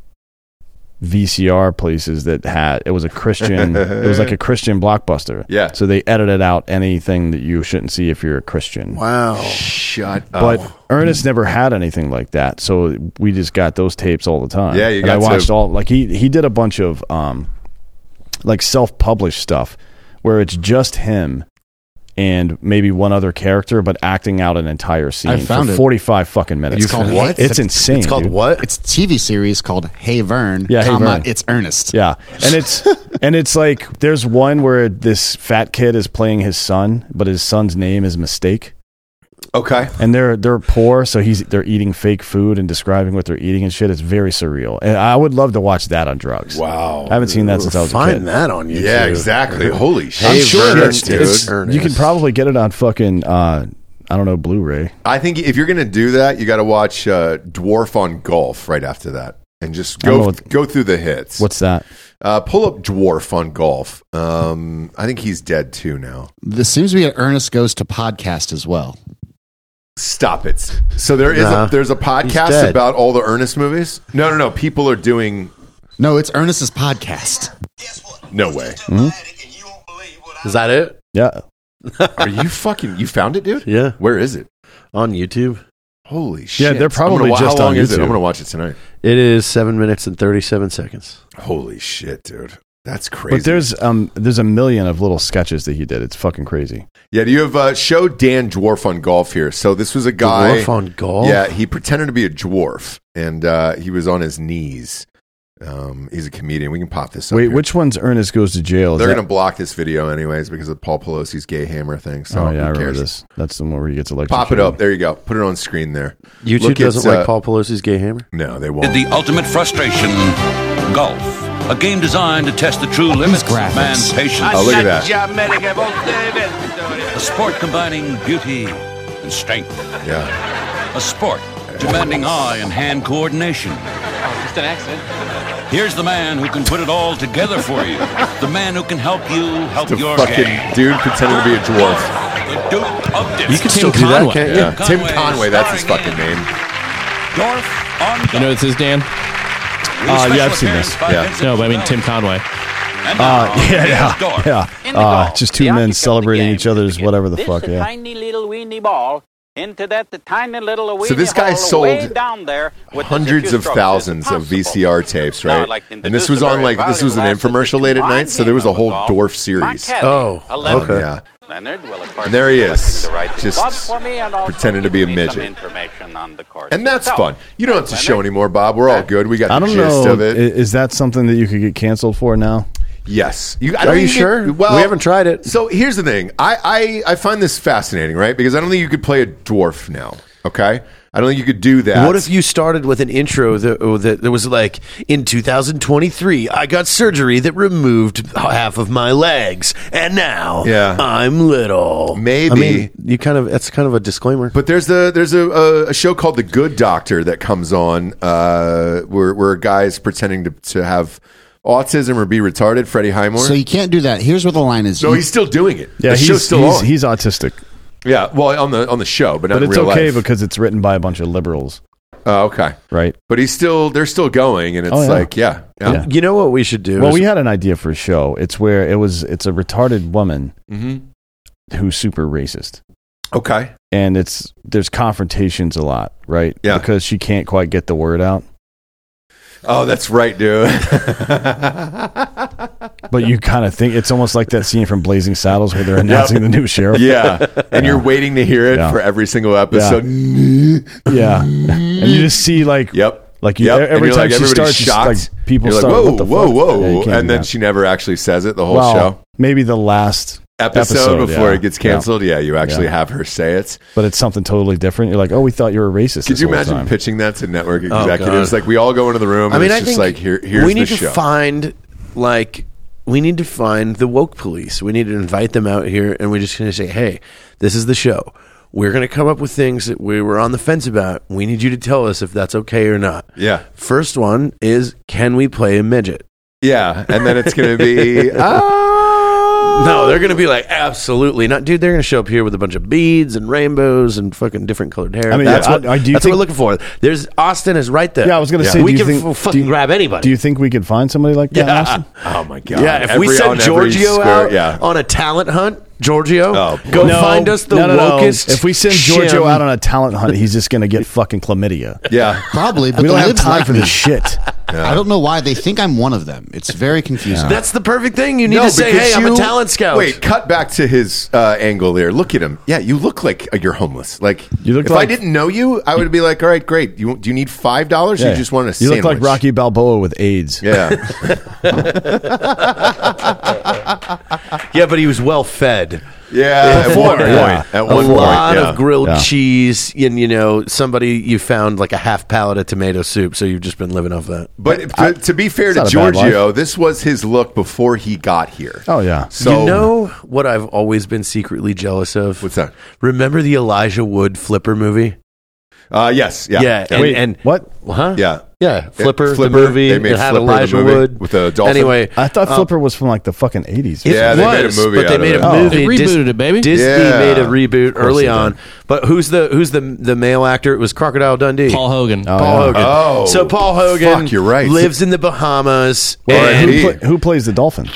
[SPEAKER 3] VCR places that had it was a Christian. it was like a Christian blockbuster.
[SPEAKER 2] Yeah.
[SPEAKER 3] So they edited out anything that you shouldn't see if you're a Christian.
[SPEAKER 4] wow.
[SPEAKER 2] Shut up.
[SPEAKER 3] But Ernest never had anything like that, so we just got those tapes all the time.
[SPEAKER 2] Yeah, you
[SPEAKER 3] And
[SPEAKER 2] got
[SPEAKER 3] I watched
[SPEAKER 2] to-
[SPEAKER 3] all like he he did a bunch of um, like self published stuff where it's just him and maybe one other character, but acting out an entire scene
[SPEAKER 5] found
[SPEAKER 3] for
[SPEAKER 5] it.
[SPEAKER 3] forty five fucking minutes.
[SPEAKER 5] It's called what?
[SPEAKER 3] It's insane.
[SPEAKER 4] It's called
[SPEAKER 3] dude.
[SPEAKER 4] what?
[SPEAKER 5] it's a TV series called Hey Vern,
[SPEAKER 3] Yeah, Hey
[SPEAKER 5] comma,
[SPEAKER 3] Vern.
[SPEAKER 5] it's Ernest.
[SPEAKER 3] Yeah, and it's and it's like there's one where this fat kid is playing his son, but his son's name is Mistake.
[SPEAKER 2] okay.
[SPEAKER 3] and they're they're poor, so he's they're eating fake food and describing what they're eating and shit. It's very surreal, and I would love to watch that on drugs.
[SPEAKER 2] Wow.
[SPEAKER 3] I haven't seen that since I was a
[SPEAKER 4] Find
[SPEAKER 3] kid.
[SPEAKER 4] that on YouTube.
[SPEAKER 2] Yeah, exactly. Holy shit.
[SPEAKER 4] Hey, Vern,
[SPEAKER 2] shit, dude.
[SPEAKER 4] it's-
[SPEAKER 3] You can probably get it on fucking uh, I don't know Blu-ray.
[SPEAKER 2] I think if you're going to do that, you got to watch uh, Dwarf on Golf right after that and just
[SPEAKER 3] I don't
[SPEAKER 2] go
[SPEAKER 3] know what-
[SPEAKER 2] go through the hits.
[SPEAKER 3] What's that?
[SPEAKER 2] uh, pull up Dwarf on Golf. Um, I think he's dead too now.
[SPEAKER 5] This seems to be an Ernest Goes to Podcast as well.
[SPEAKER 2] Stop it. So there is
[SPEAKER 4] Nah.
[SPEAKER 2] a, there's a podcast
[SPEAKER 4] dead.
[SPEAKER 2] about all the Ernest movies? No, no, no. People are doing
[SPEAKER 5] No, it's Ernest's podcast.
[SPEAKER 2] no way.
[SPEAKER 12] Hmm?
[SPEAKER 8] And you won't believe what I
[SPEAKER 4] Is that it?
[SPEAKER 3] Yeah.
[SPEAKER 2] Are you fucking? You found it, dude?
[SPEAKER 4] Yeah.
[SPEAKER 2] Where is it?
[SPEAKER 4] On YouTube.
[SPEAKER 2] Holy shit!
[SPEAKER 4] Yeah, they're
[SPEAKER 2] I'm gonna
[SPEAKER 4] probably
[SPEAKER 2] wa-
[SPEAKER 4] just
[SPEAKER 2] how long
[SPEAKER 4] on
[SPEAKER 2] is it?
[SPEAKER 4] YouTube.
[SPEAKER 2] I'm gonna watch it tonight.
[SPEAKER 4] It is seven minutes and thirty-seven seconds.
[SPEAKER 2] Holy shit, dude! That's crazy.
[SPEAKER 3] But there's um there's a million of little sketches that he did. It's fucking crazy.
[SPEAKER 2] Yeah, do you have uh, show Dan Dwarf on golf here? So this was a guy
[SPEAKER 4] Dwarf on golf?
[SPEAKER 2] Yeah, he pretended to be a dwarf, and uh, he was on his knees. Um, he's a comedian. We can pop this. up
[SPEAKER 3] Wait,
[SPEAKER 2] here.
[SPEAKER 3] which one's Ernest goes to jail? Is
[SPEAKER 2] They're
[SPEAKER 3] that-
[SPEAKER 2] going to block this video anyways because of Paul Pelosi's gay hammer thing. So
[SPEAKER 3] oh
[SPEAKER 2] who
[SPEAKER 3] yeah, I remember
[SPEAKER 2] cares?
[SPEAKER 3] this. That's the one where he gets electrocuted.
[SPEAKER 2] Pop it up. There you go. Put it on screen there.
[SPEAKER 4] YouTube
[SPEAKER 2] Look, it's,
[SPEAKER 4] doesn't like
[SPEAKER 2] uh,
[SPEAKER 4] Paul Pelosi's gay hammer.
[SPEAKER 2] No, they won't.
[SPEAKER 13] The ultimate frustration, golf. A game designed to test the true limits of man's patience.
[SPEAKER 2] Oh, look at that.
[SPEAKER 13] A sport combining beauty and strength.
[SPEAKER 2] Yeah.
[SPEAKER 13] A sport demanding eye and hand coordination.
[SPEAKER 14] Just an accident.
[SPEAKER 13] Here's the man who can put it all together for you. The man who can help you help
[SPEAKER 2] The
[SPEAKER 13] your
[SPEAKER 2] fucking
[SPEAKER 13] game.
[SPEAKER 2] dude pretending to be a dwarf.
[SPEAKER 13] The Duke of Dis-
[SPEAKER 2] You can still do that, can't you? Yeah. Tim Conway, that's his fucking name.
[SPEAKER 13] Dorf on
[SPEAKER 9] You know this is Dan.
[SPEAKER 13] Uh, yeah, I've seen this.
[SPEAKER 9] Yeah. No, but I mean Tim Conway.
[SPEAKER 3] Uh, yeah, yeah, yeah. Uh, just two men celebrating each other's whatever the fuck. Yeah.
[SPEAKER 14] Tiny little weeny ball into that the tiny little weeny
[SPEAKER 2] So this guy
[SPEAKER 14] hole way
[SPEAKER 2] sold
[SPEAKER 14] down there with the
[SPEAKER 2] hundreds
[SPEAKER 14] few
[SPEAKER 2] of
[SPEAKER 14] strokes.
[SPEAKER 2] thousands of VCR tapes,
[SPEAKER 14] Now
[SPEAKER 2] right?
[SPEAKER 14] I'd like to
[SPEAKER 2] and this was on like this was an infomercial late at night, so there was a whole dwarf series.
[SPEAKER 14] Oh, okay.
[SPEAKER 2] yeah.
[SPEAKER 14] Leonard will of course
[SPEAKER 2] And there he is,
[SPEAKER 14] the right spot
[SPEAKER 2] just
[SPEAKER 14] for me and also
[SPEAKER 2] pretending to be a
[SPEAKER 14] give me some
[SPEAKER 2] midget,
[SPEAKER 14] information on the course.
[SPEAKER 2] and that's
[SPEAKER 14] itself.
[SPEAKER 2] fun. You don't have to show anymore, Bob. We're all good. We got
[SPEAKER 3] I
[SPEAKER 2] the
[SPEAKER 3] don't
[SPEAKER 2] gist
[SPEAKER 3] know.
[SPEAKER 2] of
[SPEAKER 3] i-
[SPEAKER 2] it.
[SPEAKER 3] Is that something that you could get canceled for now?
[SPEAKER 2] Yes. You,
[SPEAKER 3] Are
[SPEAKER 2] don't
[SPEAKER 3] you
[SPEAKER 2] think-
[SPEAKER 3] sure?
[SPEAKER 2] well,
[SPEAKER 3] We haven't
[SPEAKER 2] tried it. So here's the thing. I, I I find this fascinating, right? Because I don't think you could play a dwarf now. Okay, I don't think you could do that.
[SPEAKER 4] What if you started with an intro that, oh, that that was like, in 2023, I got surgery that removed half of my legs, and now
[SPEAKER 2] Yeah.
[SPEAKER 4] I'm little.
[SPEAKER 2] Maybe
[SPEAKER 4] you kind of that's kind of a disclaimer.
[SPEAKER 2] But there's the there's a, a, a show called The Good Doctor that comes on uh, where where a guy's pretending to, to have autism or be retarded. Freddie Highmore.
[SPEAKER 5] So you can't do that. Here's where the line is.
[SPEAKER 2] No, he's still doing it.
[SPEAKER 3] Yeah,
[SPEAKER 2] the
[SPEAKER 3] he's
[SPEAKER 2] show's still
[SPEAKER 3] he's,
[SPEAKER 2] on.
[SPEAKER 3] he's autistic,
[SPEAKER 2] yeah, well, on the on the show, but not
[SPEAKER 3] but
[SPEAKER 2] in
[SPEAKER 3] it's
[SPEAKER 2] real
[SPEAKER 3] okay
[SPEAKER 2] life.
[SPEAKER 3] because it's written by a bunch of liberals.
[SPEAKER 2] Oh, okay,
[SPEAKER 3] right.
[SPEAKER 2] But he's still they're still going, and it's
[SPEAKER 3] Oh, yeah.
[SPEAKER 2] like yeah, yeah.
[SPEAKER 4] You know what we should do?
[SPEAKER 3] Well,
[SPEAKER 4] is-
[SPEAKER 3] we had an idea for a show. It's where it was. It's a retarded woman
[SPEAKER 2] Mhm.
[SPEAKER 3] who's super racist.
[SPEAKER 2] Okay.
[SPEAKER 3] And it's there's confrontations a lot, right? Yeah. Because she can't quite get the word out.
[SPEAKER 2] Oh, that's right, dude.
[SPEAKER 3] But you kind of think it's almost like that scene from Blazing Saddles where they're announcing the new sheriff.
[SPEAKER 2] Yeah, and you're
[SPEAKER 3] Yeah.
[SPEAKER 2] waiting to hear it
[SPEAKER 3] Yeah.
[SPEAKER 2] for every single episode. Mm,
[SPEAKER 3] yeah, and you just see like
[SPEAKER 2] yep,
[SPEAKER 3] like you, e-,
[SPEAKER 2] Yep. And
[SPEAKER 3] every
[SPEAKER 2] you're
[SPEAKER 3] time
[SPEAKER 2] like,
[SPEAKER 3] she
[SPEAKER 2] everybody's
[SPEAKER 3] starts, she's like people
[SPEAKER 2] You're
[SPEAKER 3] start.
[SPEAKER 2] like, whoa,
[SPEAKER 3] what the
[SPEAKER 2] whoa,
[SPEAKER 3] fuck? Yeah, you
[SPEAKER 2] whoa,
[SPEAKER 3] can't
[SPEAKER 2] and
[SPEAKER 3] do
[SPEAKER 2] then
[SPEAKER 3] that.
[SPEAKER 2] she never actually says it the whole
[SPEAKER 3] Well,
[SPEAKER 2] show
[SPEAKER 3] Maybe the last
[SPEAKER 2] episode, before
[SPEAKER 3] yeah.
[SPEAKER 2] it gets canceled. Yeah, you actually
[SPEAKER 3] Yeah.
[SPEAKER 2] have her say it.
[SPEAKER 3] But it's something totally different. You're like, oh, we thought you were racist.
[SPEAKER 2] Could
[SPEAKER 3] this
[SPEAKER 2] you
[SPEAKER 3] whole
[SPEAKER 2] imagine
[SPEAKER 3] time.
[SPEAKER 2] pitching that to network
[SPEAKER 3] Oh,
[SPEAKER 2] executives?
[SPEAKER 4] God.
[SPEAKER 2] like we all go into the room.
[SPEAKER 4] I mean,
[SPEAKER 2] and
[SPEAKER 4] I
[SPEAKER 2] it's
[SPEAKER 4] think
[SPEAKER 2] just like here, here's
[SPEAKER 4] we need
[SPEAKER 2] the
[SPEAKER 4] to
[SPEAKER 2] show.
[SPEAKER 4] find like we need to find the woke police. We need to invite them out here, and we're just going to say, "Hey, this is the show. We're going to come up with things that we were on the fence about. We need you to tell us if that's okay or not."
[SPEAKER 2] Yeah.
[SPEAKER 4] First one is, can we play a midget?
[SPEAKER 2] yeah, and then it's gonna be ah,
[SPEAKER 4] No, they're going to be like, absolutely not, dude. They're going to show up here with a bunch of beads and rainbows and fucking different colored hair.
[SPEAKER 3] I mean,
[SPEAKER 4] that's
[SPEAKER 3] yeah,
[SPEAKER 4] what
[SPEAKER 3] I- I- do you
[SPEAKER 4] that's
[SPEAKER 3] think-
[SPEAKER 4] what we're looking for. There's Austin is right there.
[SPEAKER 3] Yeah, I was gonna say,
[SPEAKER 4] we
[SPEAKER 3] do you
[SPEAKER 4] can
[SPEAKER 3] think-
[SPEAKER 4] f- fucking grab anybody.
[SPEAKER 3] Do you think we could find somebody like that? Austin?
[SPEAKER 2] oh my god.
[SPEAKER 4] Yeah, if we
[SPEAKER 2] Every-
[SPEAKER 4] send
[SPEAKER 2] on every
[SPEAKER 4] Giorgio
[SPEAKER 2] square-
[SPEAKER 4] out
[SPEAKER 2] yeah.
[SPEAKER 4] on a talent hunt, Giorgio, go
[SPEAKER 3] No,
[SPEAKER 4] find us the
[SPEAKER 3] no, no, no.
[SPEAKER 4] wokest.
[SPEAKER 3] If we send Giorgio
[SPEAKER 4] shim.
[SPEAKER 3] out on a talent hunt, he's just going to get fucking chlamydia.
[SPEAKER 2] Yeah,
[SPEAKER 5] probably. But
[SPEAKER 3] we don't
[SPEAKER 5] the
[SPEAKER 3] have
[SPEAKER 5] libs
[SPEAKER 3] time
[SPEAKER 5] like
[SPEAKER 3] for
[SPEAKER 5] me.
[SPEAKER 3] this shit.
[SPEAKER 5] I don't know why they think I'm one of them. It's very confusing.
[SPEAKER 4] that's the perfect thing. You need
[SPEAKER 2] No,
[SPEAKER 4] to say,
[SPEAKER 2] because
[SPEAKER 4] "Hey, I'm
[SPEAKER 2] you-
[SPEAKER 4] a talent scout."
[SPEAKER 2] Wait, cut back to his uh, angle there. Look at him. Yeah, you look like uh, you're homeless. Like
[SPEAKER 3] You look
[SPEAKER 2] if I
[SPEAKER 3] like-
[SPEAKER 2] didn't know you, I would be like, all right, great. You do you need five dollars?
[SPEAKER 3] Yeah.
[SPEAKER 2] You just want a
[SPEAKER 3] You
[SPEAKER 2] sandwich.
[SPEAKER 3] look like Rocky Balboa with AIDS.
[SPEAKER 2] Yeah.
[SPEAKER 4] yeah, but he was well fed.
[SPEAKER 2] Yeah, at one point. At one
[SPEAKER 4] a
[SPEAKER 2] point,
[SPEAKER 4] lot
[SPEAKER 2] yeah.
[SPEAKER 4] of grilled
[SPEAKER 2] Yeah.
[SPEAKER 4] cheese, and you know, somebody you found like a half pallet of tomato soup, so you've just been living off that.
[SPEAKER 2] But to, to be fair
[SPEAKER 4] It's
[SPEAKER 2] to
[SPEAKER 4] not a bad
[SPEAKER 2] Giorgio, this was his look before he got here.
[SPEAKER 3] Oh yeah.
[SPEAKER 2] So
[SPEAKER 4] you know what I've always been secretly jealous of?
[SPEAKER 2] What's that?
[SPEAKER 4] Remember the Elijah Wood Flipper movie?
[SPEAKER 2] Uh, yes. Yeah.
[SPEAKER 4] Yeah, and- Wait, and-
[SPEAKER 3] what?
[SPEAKER 4] Huh?
[SPEAKER 2] Yeah.
[SPEAKER 4] Yeah, Flipper, the
[SPEAKER 2] Flipper.
[SPEAKER 4] movie.
[SPEAKER 2] They made
[SPEAKER 4] It had
[SPEAKER 2] Flipper the
[SPEAKER 4] Elijah
[SPEAKER 2] movie
[SPEAKER 4] Wood.
[SPEAKER 2] with a dolphin.
[SPEAKER 4] Anyway,
[SPEAKER 3] I thought
[SPEAKER 4] um,
[SPEAKER 3] Flipper was from like the fucking eighties.
[SPEAKER 4] It
[SPEAKER 2] Yeah, they made a
[SPEAKER 4] was,
[SPEAKER 2] movie
[SPEAKER 4] but
[SPEAKER 2] out
[SPEAKER 4] they
[SPEAKER 2] of
[SPEAKER 4] made
[SPEAKER 2] it.
[SPEAKER 4] a
[SPEAKER 2] Oh.
[SPEAKER 4] movie.
[SPEAKER 2] They rebooted
[SPEAKER 4] Dis-
[SPEAKER 2] it, baby.
[SPEAKER 4] Disney
[SPEAKER 2] Yeah.
[SPEAKER 4] made a
[SPEAKER 2] Of
[SPEAKER 4] reboot
[SPEAKER 2] course
[SPEAKER 4] early
[SPEAKER 2] they did.
[SPEAKER 4] on. But who's the who's the the male actor? It was Crocodile Dundee.
[SPEAKER 9] Paul Hogan.
[SPEAKER 4] Paul
[SPEAKER 3] yeah.
[SPEAKER 4] Hogan.
[SPEAKER 2] Oh.
[SPEAKER 4] so Paul Hogan.
[SPEAKER 2] Fuck, you're right.
[SPEAKER 4] Lives in the Bahamas.
[SPEAKER 3] Well,
[SPEAKER 4] and
[SPEAKER 3] who, pla- who plays the dolphin?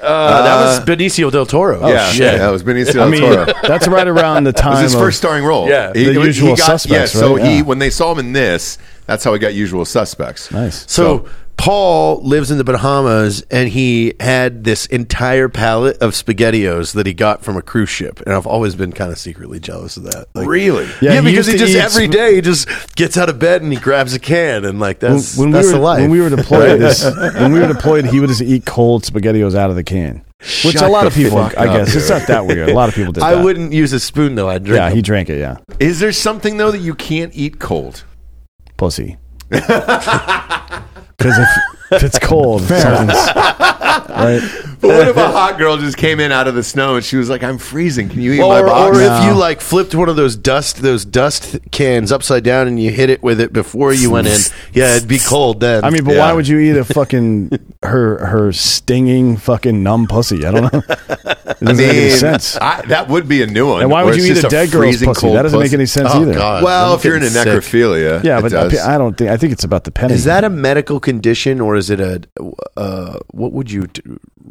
[SPEAKER 4] Uh, that was Benicio del Toro.
[SPEAKER 2] Oh, yeah, shit. yeah, that was Benicio
[SPEAKER 3] I
[SPEAKER 2] del
[SPEAKER 3] mean,
[SPEAKER 2] Toro.
[SPEAKER 3] that's right around the
[SPEAKER 2] It
[SPEAKER 3] time.
[SPEAKER 2] was his
[SPEAKER 3] of-
[SPEAKER 2] first starring role. He-
[SPEAKER 3] the
[SPEAKER 2] he- he
[SPEAKER 3] usual
[SPEAKER 2] got-
[SPEAKER 3] suspects.
[SPEAKER 2] Yeah, so
[SPEAKER 3] right?
[SPEAKER 2] he
[SPEAKER 3] Yeah.
[SPEAKER 2] when they saw him in this, that's how he got Usual Suspects. Nice.
[SPEAKER 4] So Paul lives in the Bahamas and he had this entire pallet of spaghettios that he got from a cruise ship. And I've always been kind of secretly jealous of that. Like-
[SPEAKER 2] Really?
[SPEAKER 4] Yeah,
[SPEAKER 3] Yeah, he
[SPEAKER 4] because
[SPEAKER 3] used
[SPEAKER 4] he
[SPEAKER 3] to
[SPEAKER 4] just
[SPEAKER 3] eat
[SPEAKER 4] every
[SPEAKER 3] sp-
[SPEAKER 4] day he just gets out of bed and he grabs a can and like that's
[SPEAKER 3] when, when
[SPEAKER 4] that's
[SPEAKER 3] we were,
[SPEAKER 4] the life.
[SPEAKER 3] When we were deployed, this, when we were deployed, he would just eat cold Spaghettios out of the can, which
[SPEAKER 4] Shut
[SPEAKER 3] a lot
[SPEAKER 4] the
[SPEAKER 3] of people,
[SPEAKER 4] fuck
[SPEAKER 3] I
[SPEAKER 4] up,
[SPEAKER 3] guess, it's
[SPEAKER 4] dude.
[SPEAKER 3] not that weird. A lot of people did.
[SPEAKER 4] I
[SPEAKER 3] that.
[SPEAKER 4] wouldn't use a spoon though. I drink.
[SPEAKER 3] Yeah, he
[SPEAKER 4] them.
[SPEAKER 3] drank it. Yeah,
[SPEAKER 2] Is there something though that you can't eat cold?
[SPEAKER 3] pussy. Because if, if it's cold, something's- right?
[SPEAKER 2] But what if a hot girl just came in out of the snow and she was like, "I'm freezing. Can you eat my
[SPEAKER 4] Or,
[SPEAKER 2] box?"
[SPEAKER 4] or if you like flipped one of those dust those dust cans upside down and you hit it with it before you went in, yeah, it'd be cold then.
[SPEAKER 3] I mean, but
[SPEAKER 4] Yeah.
[SPEAKER 3] why would you eat a fucking her her stinging fucking numb pussy? I don't know. It doesn't
[SPEAKER 2] I
[SPEAKER 3] make any
[SPEAKER 2] mean,
[SPEAKER 3] sense.
[SPEAKER 2] I, that would be a new one.
[SPEAKER 3] And why would
[SPEAKER 2] where it's
[SPEAKER 3] you eat
[SPEAKER 2] just
[SPEAKER 3] a dead girl's
[SPEAKER 2] freezing
[SPEAKER 3] pussy?
[SPEAKER 2] cold Oh,
[SPEAKER 3] That doesn't make any sense either.
[SPEAKER 2] well,
[SPEAKER 4] I'm
[SPEAKER 2] if you're into
[SPEAKER 4] getting sick.
[SPEAKER 2] necrophilia,
[SPEAKER 3] yeah,
[SPEAKER 2] it
[SPEAKER 3] but
[SPEAKER 2] does.
[SPEAKER 3] I don't think I think it's about the penny.
[SPEAKER 4] Is that a medical condition or is it a uh, what would you do?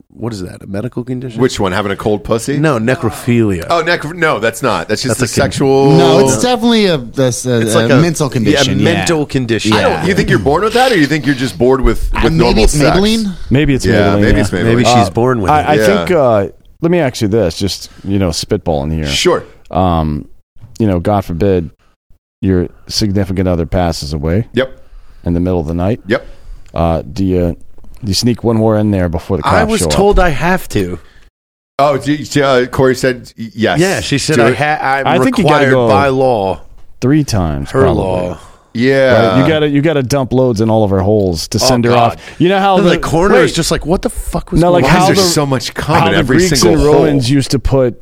[SPEAKER 4] what is that a medical condition?
[SPEAKER 2] Which one? Having a cold pussy?
[SPEAKER 4] No, necrophilia.
[SPEAKER 2] Oh, necro- no, that's not. That's just
[SPEAKER 4] That's
[SPEAKER 2] the
[SPEAKER 4] a con-
[SPEAKER 2] sexual.
[SPEAKER 5] No, it's definitely a, this, a,
[SPEAKER 4] It's
[SPEAKER 5] a
[SPEAKER 4] like a-
[SPEAKER 5] mental
[SPEAKER 4] yeah,
[SPEAKER 5] condition. Uh,
[SPEAKER 4] mental condition.
[SPEAKER 2] I don't- you think you're born with that, or you think you're just bored with, with
[SPEAKER 5] maybe
[SPEAKER 2] normal
[SPEAKER 5] it's
[SPEAKER 2] sex?
[SPEAKER 5] Maybelline?
[SPEAKER 3] Maybe it's
[SPEAKER 2] yeah,
[SPEAKER 3] Maybelline,
[SPEAKER 2] maybe
[SPEAKER 3] yeah.
[SPEAKER 2] it's Maybelline.
[SPEAKER 4] Maybe she's
[SPEAKER 3] Uh,
[SPEAKER 4] born with
[SPEAKER 3] I,
[SPEAKER 4] it.
[SPEAKER 3] I
[SPEAKER 2] Yeah.
[SPEAKER 3] think. Uh, let me ask you this, just you know, spitballing here.
[SPEAKER 2] Sure.
[SPEAKER 3] Um, you know, God forbid your significant other passes away.
[SPEAKER 2] Yep.
[SPEAKER 3] In the middle of the night.
[SPEAKER 2] Yep.
[SPEAKER 3] Uh, do you do you sneak one more in there before the cops
[SPEAKER 4] I was
[SPEAKER 3] show up?
[SPEAKER 4] told I have to.
[SPEAKER 2] Oh, do you- uh, Corey said y- yes.
[SPEAKER 4] Yeah, she said
[SPEAKER 2] Do
[SPEAKER 4] I
[SPEAKER 2] it.
[SPEAKER 4] ha- I'm
[SPEAKER 3] I think you gotta
[SPEAKER 4] required
[SPEAKER 3] go-
[SPEAKER 4] by law.
[SPEAKER 3] three times.
[SPEAKER 4] Her
[SPEAKER 3] probably.
[SPEAKER 4] law.
[SPEAKER 2] Yeah,
[SPEAKER 3] Right? You got to you got to dump loads in all of her holes to send her
[SPEAKER 4] God.
[SPEAKER 3] off. You know how
[SPEAKER 4] the,
[SPEAKER 3] the,
[SPEAKER 4] coroner
[SPEAKER 3] wait,
[SPEAKER 4] is just like, what the fuck was
[SPEAKER 3] no, like
[SPEAKER 4] going on?
[SPEAKER 3] how
[SPEAKER 2] there's
[SPEAKER 3] the,
[SPEAKER 2] so much cum
[SPEAKER 3] how
[SPEAKER 2] in
[SPEAKER 3] the
[SPEAKER 2] every
[SPEAKER 3] Greeks
[SPEAKER 2] single
[SPEAKER 3] and
[SPEAKER 2] hole.
[SPEAKER 3] Romans used to put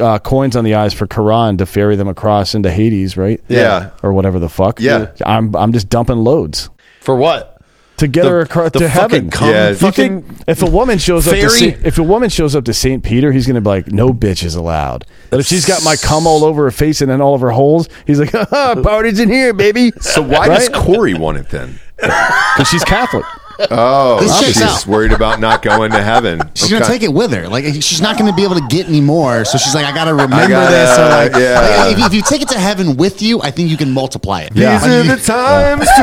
[SPEAKER 3] uh, coins on the eyes for Quran to ferry them across into Hades, right?
[SPEAKER 2] Yeah.
[SPEAKER 3] or whatever the fuck.
[SPEAKER 2] Yeah.
[SPEAKER 3] I'm I'm just dumping loads
[SPEAKER 4] for what?
[SPEAKER 3] to get
[SPEAKER 4] The-
[SPEAKER 3] her across
[SPEAKER 4] the
[SPEAKER 3] to
[SPEAKER 4] fucking
[SPEAKER 3] heaven.
[SPEAKER 4] cum Yeah.
[SPEAKER 3] You think
[SPEAKER 4] fucking
[SPEAKER 3] if a woman shows up to
[SPEAKER 4] ferry?
[SPEAKER 3] Saint, if a woman shows up to Saint Peter, he's gonna be like, no bitch is allowed. But if she's got my cum all over her face and in all of her holes, he's like, "Haha, party's in here, baby.
[SPEAKER 2] So why
[SPEAKER 3] Right?
[SPEAKER 2] does Corey want it then?
[SPEAKER 3] Because she's Catholic.
[SPEAKER 2] Oh,
[SPEAKER 5] This checks
[SPEAKER 2] she's
[SPEAKER 5] out.
[SPEAKER 2] worried about not going to heaven.
[SPEAKER 5] She's gonna take it with her. Like she's not gonna be able to get any more. So she's like, I gotta remember
[SPEAKER 2] gotta-
[SPEAKER 5] this. So like,
[SPEAKER 2] yeah.
[SPEAKER 5] if, if you take it to heaven with you, I think you can multiply it.
[SPEAKER 2] These
[SPEAKER 5] I
[SPEAKER 2] are
[SPEAKER 5] mean,
[SPEAKER 2] the times to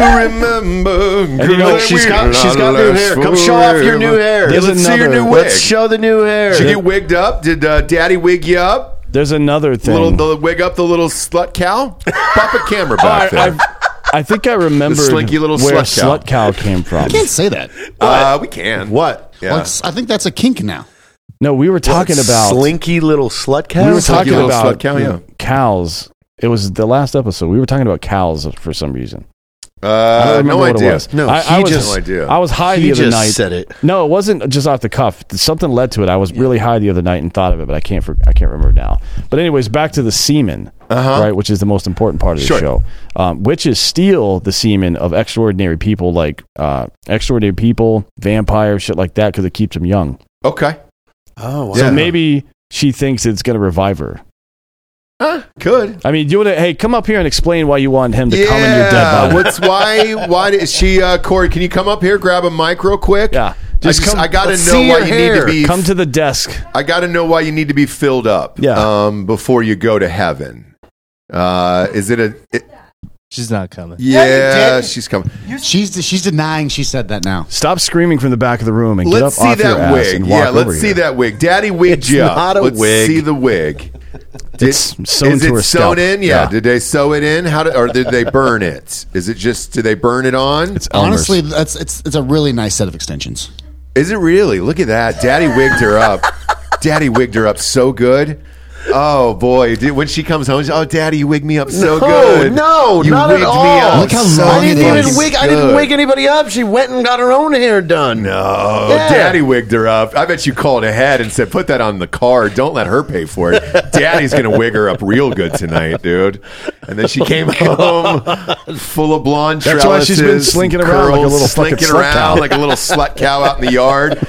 [SPEAKER 2] remember.
[SPEAKER 3] And you know,
[SPEAKER 2] girl,
[SPEAKER 4] she's
[SPEAKER 2] we
[SPEAKER 4] got- she's got
[SPEAKER 2] will
[SPEAKER 4] new hair.
[SPEAKER 2] last
[SPEAKER 4] Come show off your new
[SPEAKER 2] forever.
[SPEAKER 4] hair.
[SPEAKER 2] Let's
[SPEAKER 3] There's
[SPEAKER 2] see your
[SPEAKER 3] another-
[SPEAKER 2] new wig.
[SPEAKER 4] Let's show the new hair.
[SPEAKER 2] Did you get wigged up? Did uh, Daddy wig you up?
[SPEAKER 3] There's another thing.
[SPEAKER 2] Little the wig up the little slut cow. Pop a camera
[SPEAKER 3] Oh, I,
[SPEAKER 2] back there.
[SPEAKER 3] I've- I think I remember
[SPEAKER 2] slinky little
[SPEAKER 3] where
[SPEAKER 2] slut cow.
[SPEAKER 3] slut cow came from.
[SPEAKER 5] you can't say that.
[SPEAKER 2] Uh, we can.
[SPEAKER 4] what?
[SPEAKER 2] Yeah.
[SPEAKER 5] Well, it's- I think that's a kink now.
[SPEAKER 3] No, we were talking about
[SPEAKER 4] slinky little slut cat.
[SPEAKER 3] we were
[SPEAKER 2] Slinky
[SPEAKER 3] talking
[SPEAKER 2] little
[SPEAKER 3] about
[SPEAKER 2] slut cow, yeah.
[SPEAKER 3] cows. It was the last episode. We were talking about cows for some reason. I don't
[SPEAKER 2] Uh,
[SPEAKER 3] remember
[SPEAKER 2] no
[SPEAKER 3] what
[SPEAKER 2] idea.
[SPEAKER 3] it was.
[SPEAKER 4] No,
[SPEAKER 3] I, I
[SPEAKER 4] he
[SPEAKER 3] was,
[SPEAKER 4] just-
[SPEAKER 2] No idea.
[SPEAKER 3] I was high
[SPEAKER 4] he
[SPEAKER 3] the other
[SPEAKER 4] just
[SPEAKER 3] night.
[SPEAKER 4] said it.
[SPEAKER 3] No, it wasn't just off the cuff. Something led to it. I was really high the other night and thought of it, but I can't. For, I can't remember now. But anyways, back to the semen,
[SPEAKER 2] Uh-huh.
[SPEAKER 3] right? Which is the most important part of the
[SPEAKER 2] Sure.
[SPEAKER 3] show. Um, witches steal the semen of extraordinary people, like uh, extraordinary people, vampires, shit like that, because it keeps them young.
[SPEAKER 2] Okay.
[SPEAKER 4] Oh, wow.
[SPEAKER 3] So maybe she thinks it's going to revive her.
[SPEAKER 2] Huh? Could.
[SPEAKER 3] I mean, you would hey, come up here and explain why you want him to
[SPEAKER 2] yeah.
[SPEAKER 3] come in your dead body.
[SPEAKER 2] What's why? Why did she? Uh, Corey, can you come up here? Grab a mic real quick.
[SPEAKER 3] Yeah.
[SPEAKER 2] Just
[SPEAKER 3] Just
[SPEAKER 2] I, just,
[SPEAKER 3] come-
[SPEAKER 2] I gotta
[SPEAKER 4] let's
[SPEAKER 2] know
[SPEAKER 4] see
[SPEAKER 2] why
[SPEAKER 4] your
[SPEAKER 2] you
[SPEAKER 4] hair.
[SPEAKER 2] need to be.
[SPEAKER 3] come to the desk.
[SPEAKER 2] I gotta know why you need to be filled up.
[SPEAKER 3] Yeah.
[SPEAKER 2] Um, before you go to heaven. Uh, is it a? it-
[SPEAKER 10] She's not coming.
[SPEAKER 2] yeah, she's coming.
[SPEAKER 5] She's she's denying she said that now.
[SPEAKER 3] Stop screaming from the back of the room and
[SPEAKER 2] Let's
[SPEAKER 3] get up
[SPEAKER 2] see
[SPEAKER 3] off your
[SPEAKER 2] that
[SPEAKER 3] ass
[SPEAKER 2] wig.
[SPEAKER 3] and walk
[SPEAKER 2] Yeah,
[SPEAKER 3] over
[SPEAKER 2] let's see
[SPEAKER 3] here.
[SPEAKER 2] that wig. Daddy wigged
[SPEAKER 4] It's
[SPEAKER 2] you up.
[SPEAKER 4] not a
[SPEAKER 2] let's
[SPEAKER 4] wig.
[SPEAKER 2] see the wig. Did,
[SPEAKER 3] It's sewn
[SPEAKER 2] is
[SPEAKER 3] to
[SPEAKER 2] it
[SPEAKER 3] her
[SPEAKER 2] sewn
[SPEAKER 3] scalp.
[SPEAKER 2] in? Yeah.
[SPEAKER 3] Yeah.
[SPEAKER 2] Did they sew it in? How did, or did they burn it? Is it just? Did they burn it on?
[SPEAKER 3] It's Elmer's.
[SPEAKER 5] Honestly, that's it's it's a really nice set of extensions.
[SPEAKER 2] Is it really? Look at that. Daddy wigged her up. Daddy wigged her up so good. Oh boy! Dude, when she comes home, she's, oh, Daddy, you wigged me up so good.
[SPEAKER 4] no,
[SPEAKER 2] you
[SPEAKER 4] not at
[SPEAKER 2] wigged Me
[SPEAKER 4] all.
[SPEAKER 2] up
[SPEAKER 5] Look how
[SPEAKER 2] so
[SPEAKER 5] long
[SPEAKER 4] I didn't
[SPEAKER 5] it
[SPEAKER 2] fucking
[SPEAKER 4] even
[SPEAKER 5] is.
[SPEAKER 4] wig. I didn't
[SPEAKER 2] good.
[SPEAKER 4] wig anybody up. She went and got her own hair done.
[SPEAKER 2] No,
[SPEAKER 4] Yeah.
[SPEAKER 2] Oh, Daddy wigged her up. I bet you called ahead and said, "Put that on the card. Don't let her pay for it. Daddy's gonna wig her up real good tonight, dude." And then she came home full of blonde.
[SPEAKER 3] Oh, That's why she's been
[SPEAKER 2] trellises,
[SPEAKER 3] slinking around like a
[SPEAKER 2] curls,
[SPEAKER 3] little fucking
[SPEAKER 2] slinking
[SPEAKER 3] slut
[SPEAKER 2] around
[SPEAKER 3] cow.
[SPEAKER 2] like a little slut cow out in the yard.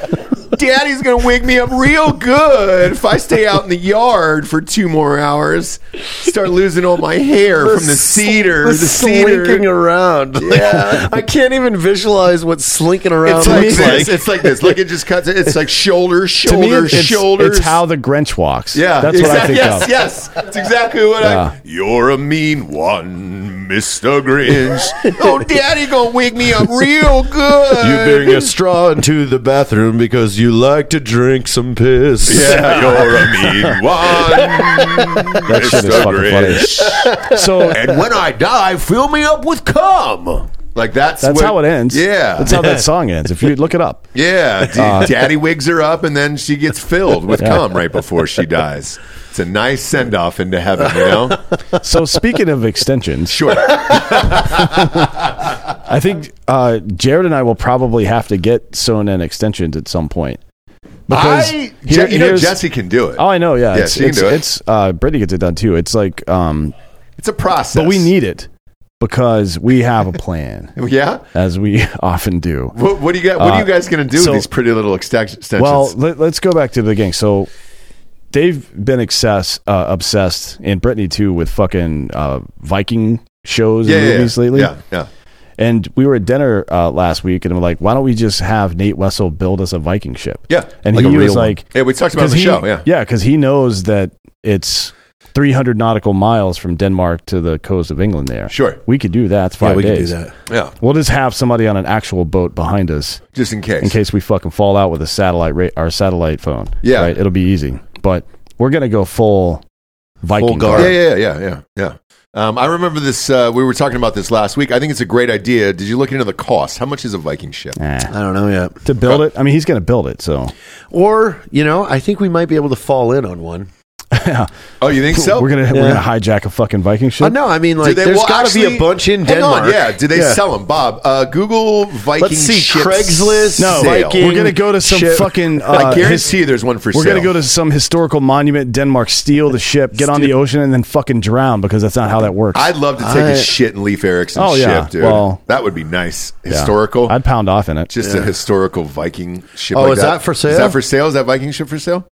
[SPEAKER 2] Daddy's gonna wig me up real good if I stay out in the yard for two more hours. Start losing all my hair from the cedar. The, cedar.
[SPEAKER 4] slinking around.
[SPEAKER 2] Yeah.
[SPEAKER 4] I can't even visualize what slinking around
[SPEAKER 2] Um, It's like
[SPEAKER 4] looks
[SPEAKER 2] this.
[SPEAKER 4] like.
[SPEAKER 2] It's like this. Like it just cuts. it. It's like shoulders,
[SPEAKER 3] To me,
[SPEAKER 2] shoulders,
[SPEAKER 3] it's,
[SPEAKER 2] shoulders.
[SPEAKER 3] It's how the Grinch walks.
[SPEAKER 2] Yeah,
[SPEAKER 3] that's what I
[SPEAKER 2] exact-
[SPEAKER 3] think
[SPEAKER 2] yes,
[SPEAKER 3] of.
[SPEAKER 2] Yes, It's exactly what
[SPEAKER 3] Yeah.
[SPEAKER 2] I. You're a mean one, Mister Grinch. oh, Daddy gonna wig me up real good.
[SPEAKER 4] You bring a straw into the bathroom because you like to drink some piss.
[SPEAKER 2] Yeah, you're a mean one.
[SPEAKER 4] That shit is fucking funny.
[SPEAKER 2] funny.
[SPEAKER 3] So,
[SPEAKER 2] and when I die, fill me up with cum. Like that's
[SPEAKER 3] That's
[SPEAKER 2] what-
[SPEAKER 3] how it ends.
[SPEAKER 2] Yeah,
[SPEAKER 3] that's how that song ends. If you look it up,
[SPEAKER 2] Yeah, d-
[SPEAKER 3] Uh,
[SPEAKER 2] daddy wigs her up, and then she gets filled with
[SPEAKER 3] Yeah.
[SPEAKER 2] cum right before she dies. It's a nice send off into heaven, you know.
[SPEAKER 3] so speaking of extensions,
[SPEAKER 2] sure.
[SPEAKER 3] I think uh, Jared and I will probably have to get sewn in extensions at some point.
[SPEAKER 2] I,
[SPEAKER 3] here-
[SPEAKER 2] Je- you know,
[SPEAKER 3] here's-
[SPEAKER 2] Jesse can do it.
[SPEAKER 3] Oh, I know. Yeah,
[SPEAKER 2] Yeah,
[SPEAKER 3] it's,
[SPEAKER 2] she can
[SPEAKER 3] it's,
[SPEAKER 2] do it.
[SPEAKER 3] It's uh, Brittany gets it done too. It's like, um,
[SPEAKER 2] It's a process,
[SPEAKER 3] but we need it because we have a plan,
[SPEAKER 2] Yeah.
[SPEAKER 3] as we often do.
[SPEAKER 2] What, what do you got? What are you
[SPEAKER 3] Uh,
[SPEAKER 2] guys going to do
[SPEAKER 3] so-
[SPEAKER 2] with these pretty little extex- extensions?
[SPEAKER 3] Well, let, us go back to the gang. So they've been excess, uh, obsessed, and Brittany too, with fucking uh, Viking shows
[SPEAKER 2] yeah,
[SPEAKER 3] and
[SPEAKER 2] yeah,
[SPEAKER 3] movies lately.
[SPEAKER 2] Yeah, yeah.
[SPEAKER 3] And we were at dinner uh, last week, and we're like, why don't we just have Nate Wessel build us a Viking ship?
[SPEAKER 2] Yeah,
[SPEAKER 3] and
[SPEAKER 2] like a
[SPEAKER 3] he
[SPEAKER 2] real
[SPEAKER 3] was
[SPEAKER 2] one.
[SPEAKER 3] like,
[SPEAKER 2] Yeah, we talked about it on
[SPEAKER 3] 'cause
[SPEAKER 2] the
[SPEAKER 3] he-
[SPEAKER 2] show, yeah.
[SPEAKER 3] yeah, because he knows that it's. 300 nautical miles from Denmark to the coast of England there.
[SPEAKER 2] Sure.
[SPEAKER 3] We could do that. It's five
[SPEAKER 4] Yeah, we could do
[SPEAKER 3] days.
[SPEAKER 4] that.
[SPEAKER 2] Yeah.
[SPEAKER 3] We'll just have somebody on an actual boat behind us,
[SPEAKER 2] Just in case.
[SPEAKER 3] in case we fucking fall out with a satellite ra- our satellite phone.
[SPEAKER 2] Yeah.
[SPEAKER 3] right? it'll be easy. But we're gonna go full Viking
[SPEAKER 2] Yeah, yeah, yeah, yeah, yeah. Um, I remember this. Uh, we were talking about this last week. I think it's a great idea. Did you look into the cost? How much is a Viking ship?
[SPEAKER 3] Nah.
[SPEAKER 4] I don't know yet.
[SPEAKER 3] to build it. I mean, he's gonna build it. So
[SPEAKER 4] Or, you know, I think we might be able to fall in on one.
[SPEAKER 2] Oh, you think so?
[SPEAKER 3] we're gonna we're
[SPEAKER 4] Yeah.
[SPEAKER 3] gonna hijack a fucking Viking
[SPEAKER 4] Uh,
[SPEAKER 3] ship.
[SPEAKER 4] no, I mean,
[SPEAKER 2] Do
[SPEAKER 4] like,
[SPEAKER 2] they-
[SPEAKER 4] there's
[SPEAKER 2] well,
[SPEAKER 4] got to be
[SPEAKER 2] actually-
[SPEAKER 4] a bunch in
[SPEAKER 2] hang on,
[SPEAKER 4] Denmark.
[SPEAKER 2] yeah. Do they
[SPEAKER 4] Yeah.
[SPEAKER 2] sell them, Bob? Uh, Google Viking.
[SPEAKER 4] Let's see,
[SPEAKER 2] ship
[SPEAKER 4] Craigslist,
[SPEAKER 2] sale.
[SPEAKER 4] Viking
[SPEAKER 3] We're gonna go to some
[SPEAKER 4] ship.
[SPEAKER 3] fucking. Uh,
[SPEAKER 2] I
[SPEAKER 3] his-
[SPEAKER 2] guarantee you, there's one for
[SPEAKER 3] We're
[SPEAKER 2] sale.
[SPEAKER 3] gonna go to some historical monument in Denmark, steal the ship, get on the ocean, and then fucking drown because that's not how that works.
[SPEAKER 2] I'd love to take
[SPEAKER 4] I-
[SPEAKER 2] a shit in Leif Erickson's
[SPEAKER 3] Oh, yeah.
[SPEAKER 2] ship, dude.
[SPEAKER 3] Well-
[SPEAKER 2] that would be nice.
[SPEAKER 3] Yeah.
[SPEAKER 2] Historical.
[SPEAKER 3] I'd pound off in it.
[SPEAKER 2] Just a historical Viking ship.
[SPEAKER 4] Oh,
[SPEAKER 2] like
[SPEAKER 4] is that for
[SPEAKER 2] Is
[SPEAKER 4] sale?
[SPEAKER 2] that for sale? Is that Viking ship for sale?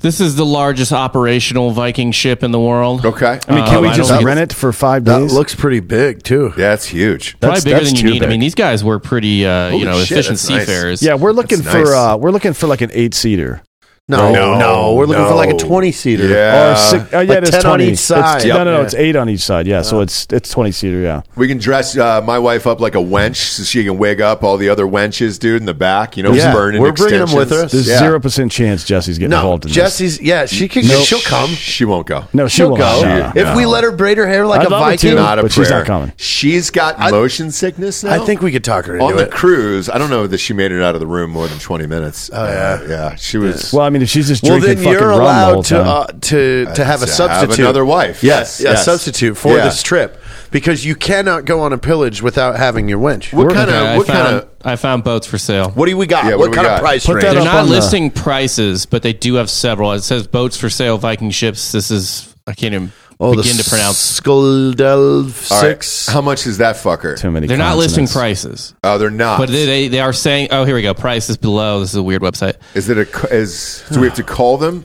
[SPEAKER 9] This is the largest operational Viking ship in the world.
[SPEAKER 2] Okay.
[SPEAKER 3] I mean, can
[SPEAKER 9] Um,
[SPEAKER 3] we
[SPEAKER 9] I
[SPEAKER 3] just
[SPEAKER 9] don't-
[SPEAKER 3] rent it for five
[SPEAKER 4] uh, That
[SPEAKER 3] days?
[SPEAKER 4] looks pretty big, too.
[SPEAKER 2] Uh, Yeah, it's huge.
[SPEAKER 9] Probably
[SPEAKER 3] That's-
[SPEAKER 9] bigger
[SPEAKER 3] that's
[SPEAKER 9] than you
[SPEAKER 3] too
[SPEAKER 9] need. I
[SPEAKER 3] big.
[SPEAKER 9] mean, these guys were pretty, uh,
[SPEAKER 2] Holy
[SPEAKER 9] you know,
[SPEAKER 2] shit,
[SPEAKER 9] efficient
[SPEAKER 2] that's nice.
[SPEAKER 9] seafarers.
[SPEAKER 3] yeah, we're looking
[SPEAKER 2] That's
[SPEAKER 3] for
[SPEAKER 2] nice.
[SPEAKER 3] uh, we're looking for like an eight seater.
[SPEAKER 4] No,
[SPEAKER 2] No,
[SPEAKER 4] no, We're looking for like a
[SPEAKER 2] no.
[SPEAKER 4] 20 seater.
[SPEAKER 2] Yeah.
[SPEAKER 3] or six, oh,
[SPEAKER 4] like
[SPEAKER 3] yeah, it is
[SPEAKER 4] 10 on
[SPEAKER 3] 20.
[SPEAKER 4] each
[SPEAKER 3] It's-
[SPEAKER 4] side.
[SPEAKER 3] no, no, no,
[SPEAKER 4] Yep.
[SPEAKER 3] it's eight on each side. Yeah, so it's it's twenty seater. Yeah,
[SPEAKER 2] We can dress uh, my wife up like a wench so she can wig up all the other wenches, dude, in the back. You know,
[SPEAKER 4] Yeah.
[SPEAKER 2] burning
[SPEAKER 4] We're bringing 'em with
[SPEAKER 2] extensions.
[SPEAKER 4] us.
[SPEAKER 3] there's
[SPEAKER 2] Yeah.
[SPEAKER 3] zero percent chance Jesse's getting
[SPEAKER 4] No,
[SPEAKER 3] involved in
[SPEAKER 4] Jesse's, yeah, she can,
[SPEAKER 3] Nope.
[SPEAKER 4] she'll come.
[SPEAKER 2] She won't go.
[SPEAKER 3] this. No, she
[SPEAKER 4] She'll
[SPEAKER 3] won't.
[SPEAKER 4] go.
[SPEAKER 3] No, no,
[SPEAKER 4] if
[SPEAKER 3] no.
[SPEAKER 4] we let her braid her hair like
[SPEAKER 3] I'd
[SPEAKER 4] a
[SPEAKER 3] love her
[SPEAKER 4] Viking,
[SPEAKER 3] to,
[SPEAKER 2] Not a
[SPEAKER 3] but
[SPEAKER 2] prayer.
[SPEAKER 3] she's not coming.
[SPEAKER 2] She's got motion sickness now.
[SPEAKER 4] I think we could talk her into
[SPEAKER 2] on the
[SPEAKER 4] it.
[SPEAKER 2] cruise. I don't know that she made it out of the room more than twenty minutes. Oh yeah, yeah. She was.
[SPEAKER 3] well, I mean, if she's just
[SPEAKER 4] Well,
[SPEAKER 3] drinking
[SPEAKER 4] then
[SPEAKER 3] fucking
[SPEAKER 4] you're
[SPEAKER 3] rum the whole
[SPEAKER 4] allowed to
[SPEAKER 3] time,
[SPEAKER 4] uh, to to have a
[SPEAKER 2] to have
[SPEAKER 4] substitute,
[SPEAKER 2] another wife. Yes,
[SPEAKER 4] Yes,
[SPEAKER 2] yes.
[SPEAKER 4] a substitute for
[SPEAKER 2] Yeah.
[SPEAKER 4] this trip because you cannot go on a pillage without having your wench.
[SPEAKER 2] what kind
[SPEAKER 9] Okay,
[SPEAKER 2] of?
[SPEAKER 9] Uh, I,
[SPEAKER 2] What
[SPEAKER 9] found,
[SPEAKER 2] kind of?
[SPEAKER 9] I found boats for sale.
[SPEAKER 4] What do we got?
[SPEAKER 2] Yeah, what
[SPEAKER 4] what
[SPEAKER 2] do we
[SPEAKER 4] kind
[SPEAKER 2] got?
[SPEAKER 4] of price
[SPEAKER 3] Put
[SPEAKER 4] range?
[SPEAKER 3] that
[SPEAKER 9] They're
[SPEAKER 3] up
[SPEAKER 9] not
[SPEAKER 3] on the-
[SPEAKER 9] listing prices, but they do have several. It says boats for sale, Viking ships. This is I can't even
[SPEAKER 2] Oh,
[SPEAKER 9] begin to pronounce.
[SPEAKER 4] Skoldelv
[SPEAKER 2] All right,
[SPEAKER 4] Oh, six.
[SPEAKER 2] How much is that fucker?
[SPEAKER 3] too many.
[SPEAKER 9] They're not listing
[SPEAKER 3] consonants.
[SPEAKER 9] prices,
[SPEAKER 2] Oh, they're not.
[SPEAKER 9] but they, they they are saying, oh, here we go. Prices below. This is a weird website.
[SPEAKER 2] Is it a? Is do we have to call them?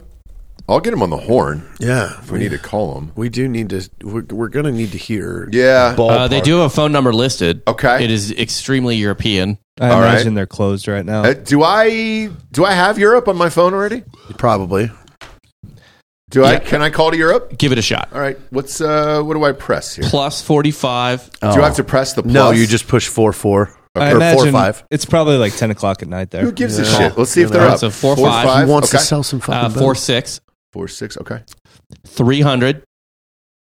[SPEAKER 2] I'll get them on the horn.
[SPEAKER 4] Yeah,
[SPEAKER 2] If we need to call them.
[SPEAKER 4] We do need to. We're, we're gonna need to hear.
[SPEAKER 2] Yeah.
[SPEAKER 9] Uh, they do have a phone number listed.
[SPEAKER 2] Okay.
[SPEAKER 9] it is extremely European.
[SPEAKER 10] I
[SPEAKER 2] All right.
[SPEAKER 10] imagine they're closed right now.
[SPEAKER 2] Uh, do I do I have Europe on my phone already?
[SPEAKER 4] probably.
[SPEAKER 2] Do I?
[SPEAKER 9] Yeah.
[SPEAKER 2] Can I call to Europe?
[SPEAKER 9] Give it a shot.
[SPEAKER 2] All right. What's uh? What do I press here?
[SPEAKER 9] Plus uh, forty five.
[SPEAKER 2] Do I have to press the plus?
[SPEAKER 4] Oh. No, you just push four four
[SPEAKER 10] I
[SPEAKER 4] or
[SPEAKER 10] imagine
[SPEAKER 4] four five.
[SPEAKER 10] It's probably like ten o'clock at night
[SPEAKER 2] Who
[SPEAKER 10] there.
[SPEAKER 2] gives a
[SPEAKER 4] Yeah.
[SPEAKER 2] shit? Let's see if
[SPEAKER 4] You
[SPEAKER 2] they're
[SPEAKER 4] know.
[SPEAKER 2] up.
[SPEAKER 9] So four, five.
[SPEAKER 4] He wants
[SPEAKER 2] okay.
[SPEAKER 4] to sell some fucking
[SPEAKER 9] Uh,
[SPEAKER 4] boats.
[SPEAKER 9] four six
[SPEAKER 2] Four six. Okay.
[SPEAKER 9] three hundred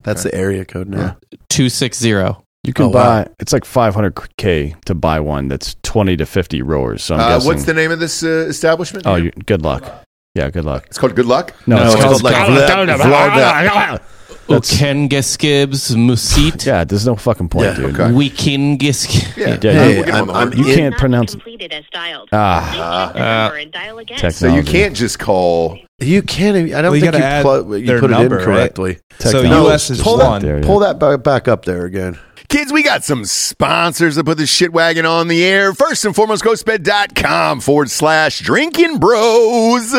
[SPEAKER 4] That's the area code now.
[SPEAKER 9] two six zero.
[SPEAKER 3] You can
[SPEAKER 4] Oh,
[SPEAKER 3] buy.
[SPEAKER 4] wow.
[SPEAKER 3] It's like 500k to buy one that's 20 to 50 rowers. So I'm
[SPEAKER 2] Uh,
[SPEAKER 3] guessing.
[SPEAKER 2] what's the name of this uh, establishment?
[SPEAKER 3] oh, you, good luck. Yeah, good luck.
[SPEAKER 2] it's called Good Luck.
[SPEAKER 3] No, it's called.
[SPEAKER 4] like Vlad- Vlad-
[SPEAKER 3] That's-
[SPEAKER 9] Ukengiskibs Musit.
[SPEAKER 3] yeah, there's no fucking point,
[SPEAKER 4] Yeah,
[SPEAKER 3] dude.
[SPEAKER 2] okay.
[SPEAKER 9] Wikingisk.
[SPEAKER 2] Yeah.
[SPEAKER 3] Yeah,
[SPEAKER 2] Hey,
[SPEAKER 3] you-
[SPEAKER 2] we'll get them on the
[SPEAKER 4] I'm-
[SPEAKER 2] horn.
[SPEAKER 3] Um, You
[SPEAKER 4] It-
[SPEAKER 3] can't pronounce.
[SPEAKER 11] Completed as dialed.
[SPEAKER 3] Ah,
[SPEAKER 9] Uh,
[SPEAKER 3] technology.
[SPEAKER 2] so you can't just call.
[SPEAKER 4] You can't. even- I don't
[SPEAKER 10] Well, you
[SPEAKER 4] think you,
[SPEAKER 10] gotta add
[SPEAKER 4] plu- you
[SPEAKER 10] their
[SPEAKER 4] put
[SPEAKER 10] number,
[SPEAKER 4] it
[SPEAKER 10] right?
[SPEAKER 4] in correctly.
[SPEAKER 10] So
[SPEAKER 3] Technology.
[SPEAKER 10] U.S. is
[SPEAKER 4] pull
[SPEAKER 10] one.
[SPEAKER 4] that pull that ba- back up there again.
[SPEAKER 2] Kids, we got some sponsors that put this shit wagon on the air. First and foremost, ghostbed.com forward slash drinking bros.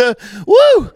[SPEAKER 2] Woo!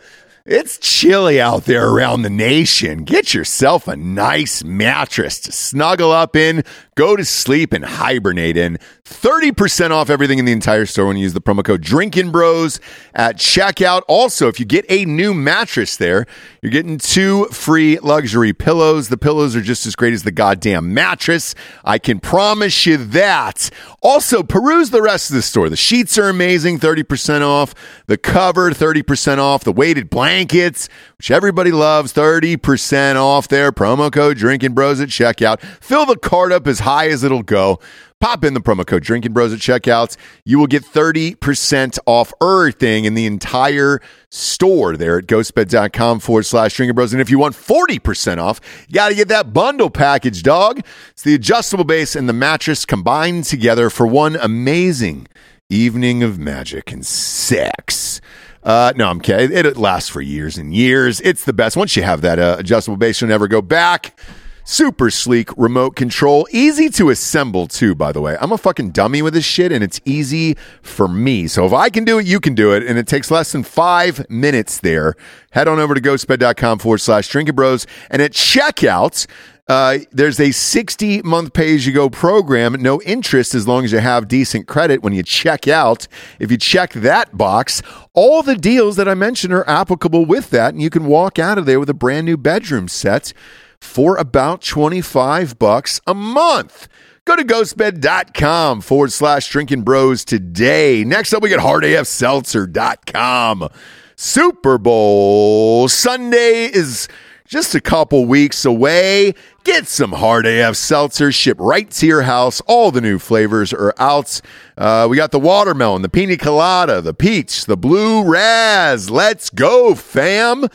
[SPEAKER 2] It's chilly out there around the nation. Get yourself a nice mattress to snuggle up in, go to sleep, and hibernate in. 30% off everything in the entire store when you use the promo code Drinking Bros at checkout. Also, if you get a new mattress there, you're getting two free luxury pillows. The pillows are just as great as the goddamn mattress. I can promise you that. Also, peruse the rest of the store. The sheets are amazing, 30% off. The cover, 30% off. The weighted blankets, which everybody loves, 30% off there. Promo code Drinking Bros at checkout. Fill the cart up as high as it'll go. Pop in the promo code Drinking Bros at checkouts. You will get 30% off everything in the entire store there at ghostbed.com forward slash Drinking Bros. And if you want 40% off, you got to get that bundle package, dog. It's the adjustable base and the mattress combined together for one amazing evening of magic and sex. Uh, no, I'm kidding. It, it lasts for years and years. It's the best. Once you have that uh, adjustable base, you'll never go back. Super sleek remote control, easy to assemble too. By the way, I'm a fucking dummy with this shit, and it's easy for me. So if I can do it, you can do it, and it takes less than five minutes. There, head on over to ghostbed.com forward slash drinking bros, and at checkout. Uh, there's a 60 month pay as you go program, no interest as long as you have decent credit when you check out. If you check that box, all the deals that I mentioned are applicable with that, and you can walk out of there with a brand new bedroom set for about 25 bucks a month. Go to ghostbed.com forward slash drinking bros today. Next up, we get hardafseltzer.com. Super Bowl Sunday is just a couple weeks away. Get some Hard AF Seltzer shipped right to your house. All the new flavors are out. Uh, we got the watermelon, the pina colada, the peach, the blue raz. Let's go, fam.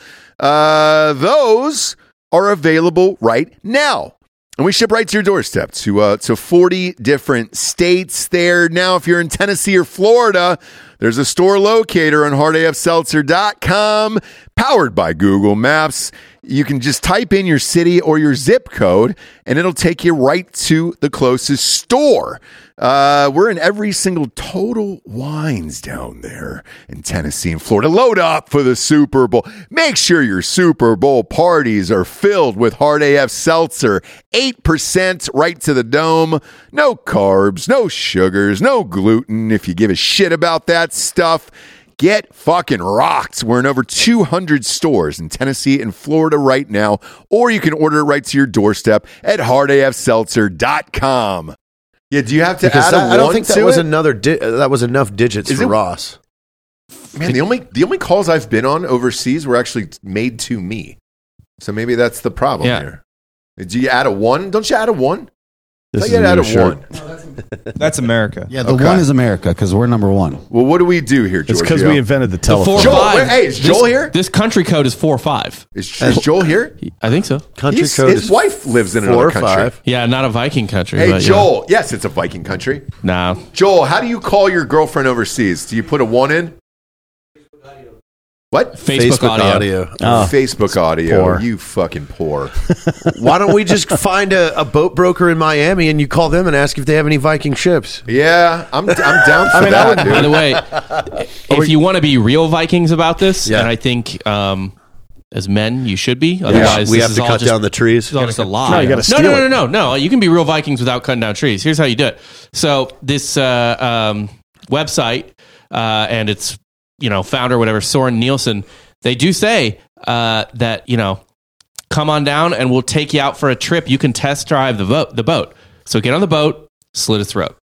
[SPEAKER 2] Uh, those are available right now. And we ship right to your doorstep to uh, to 40 different states there. Now, if you're in Tennessee or Florida, there's a store locator on hardafseltzer.com powered by Google Maps. You can just type in your city or your zip code, and it'll take you right to the closest store. Uh, we're in every single total wines down there in Tennessee and Florida. Load up for the Super Bowl. Make sure your Super Bowl parties are filled with hard AF seltzer, 8% right to the dome. No carbs, no sugars, no gluten if you give a shit about that stuff. Get fucking rocked. We're in over 200 stores in Tennessee and Florida right now, or you can order it right to your doorstep at hardafseltzer.com. Yeah, do you have to
[SPEAKER 4] Because
[SPEAKER 2] add
[SPEAKER 4] that-
[SPEAKER 2] a
[SPEAKER 4] I don't
[SPEAKER 2] one
[SPEAKER 4] think
[SPEAKER 2] to
[SPEAKER 4] that was
[SPEAKER 2] it?
[SPEAKER 4] another. Di- uh, that was enough digits
[SPEAKER 2] Is
[SPEAKER 4] for
[SPEAKER 2] it-
[SPEAKER 4] Ross.
[SPEAKER 2] Man, the only the only calls I've been on overseas were actually made to me. So maybe that's the problem
[SPEAKER 9] Yeah.
[SPEAKER 2] here. Do you add a one? Don't you add a one?
[SPEAKER 3] This
[SPEAKER 2] I thought
[SPEAKER 3] is
[SPEAKER 2] you had
[SPEAKER 3] a
[SPEAKER 2] to add
[SPEAKER 3] new
[SPEAKER 2] a
[SPEAKER 3] shirt.
[SPEAKER 2] one.
[SPEAKER 10] That's America.
[SPEAKER 5] Yeah, the one is America because we're number one.
[SPEAKER 2] Well, what do we do here, George?
[SPEAKER 3] It's because we invented the
[SPEAKER 9] The
[SPEAKER 3] telephone.
[SPEAKER 9] four
[SPEAKER 2] Joel,
[SPEAKER 9] five.
[SPEAKER 2] wait, hey, is Joel
[SPEAKER 9] this,
[SPEAKER 2] here?
[SPEAKER 9] This country code is four five.
[SPEAKER 2] Is, is Joel here?
[SPEAKER 9] I think so.
[SPEAKER 4] Country
[SPEAKER 2] He's-
[SPEAKER 4] code
[SPEAKER 2] his
[SPEAKER 4] is
[SPEAKER 2] wife lives in
[SPEAKER 4] four
[SPEAKER 2] another
[SPEAKER 4] or
[SPEAKER 2] country.
[SPEAKER 4] five.
[SPEAKER 9] Yeah, not a Viking country.
[SPEAKER 2] Hey,
[SPEAKER 9] but yeah.
[SPEAKER 2] Joel. Yes, it's a Viking country.
[SPEAKER 9] Nah.
[SPEAKER 2] Joel, how do you call your girlfriend overseas? Do you put a one in? What?
[SPEAKER 9] Facebook, audio.
[SPEAKER 3] Oh.
[SPEAKER 2] Facebook audio.
[SPEAKER 3] Poor.
[SPEAKER 2] You fucking poor.
[SPEAKER 4] Why don't we just find a, a boat broker in Miami and you call them and ask if they have any Viking ships?
[SPEAKER 2] Yeah, I'm, I'm down for that, dude.
[SPEAKER 9] By the way, if you want to be real Vikings about this, and I think um, as men you should be, otherwise
[SPEAKER 4] we
[SPEAKER 9] this
[SPEAKER 4] have
[SPEAKER 9] is
[SPEAKER 4] to
[SPEAKER 9] all
[SPEAKER 4] cut
[SPEAKER 9] just-
[SPEAKER 4] down the trees.
[SPEAKER 9] This is all just a lie.
[SPEAKER 3] No, you gotta
[SPEAKER 9] no,
[SPEAKER 3] steal
[SPEAKER 9] no, no,
[SPEAKER 3] it.
[SPEAKER 9] no, no. You can be real Vikings without cutting down trees. Here's how you do it. So this uh, um, website uh, and its you know founder, whatever Soren Nielsen, they do say uh, that you know come on down and we'll take you out for a trip. You can test drive the boat. The boat. So get on the boat, slit its throat,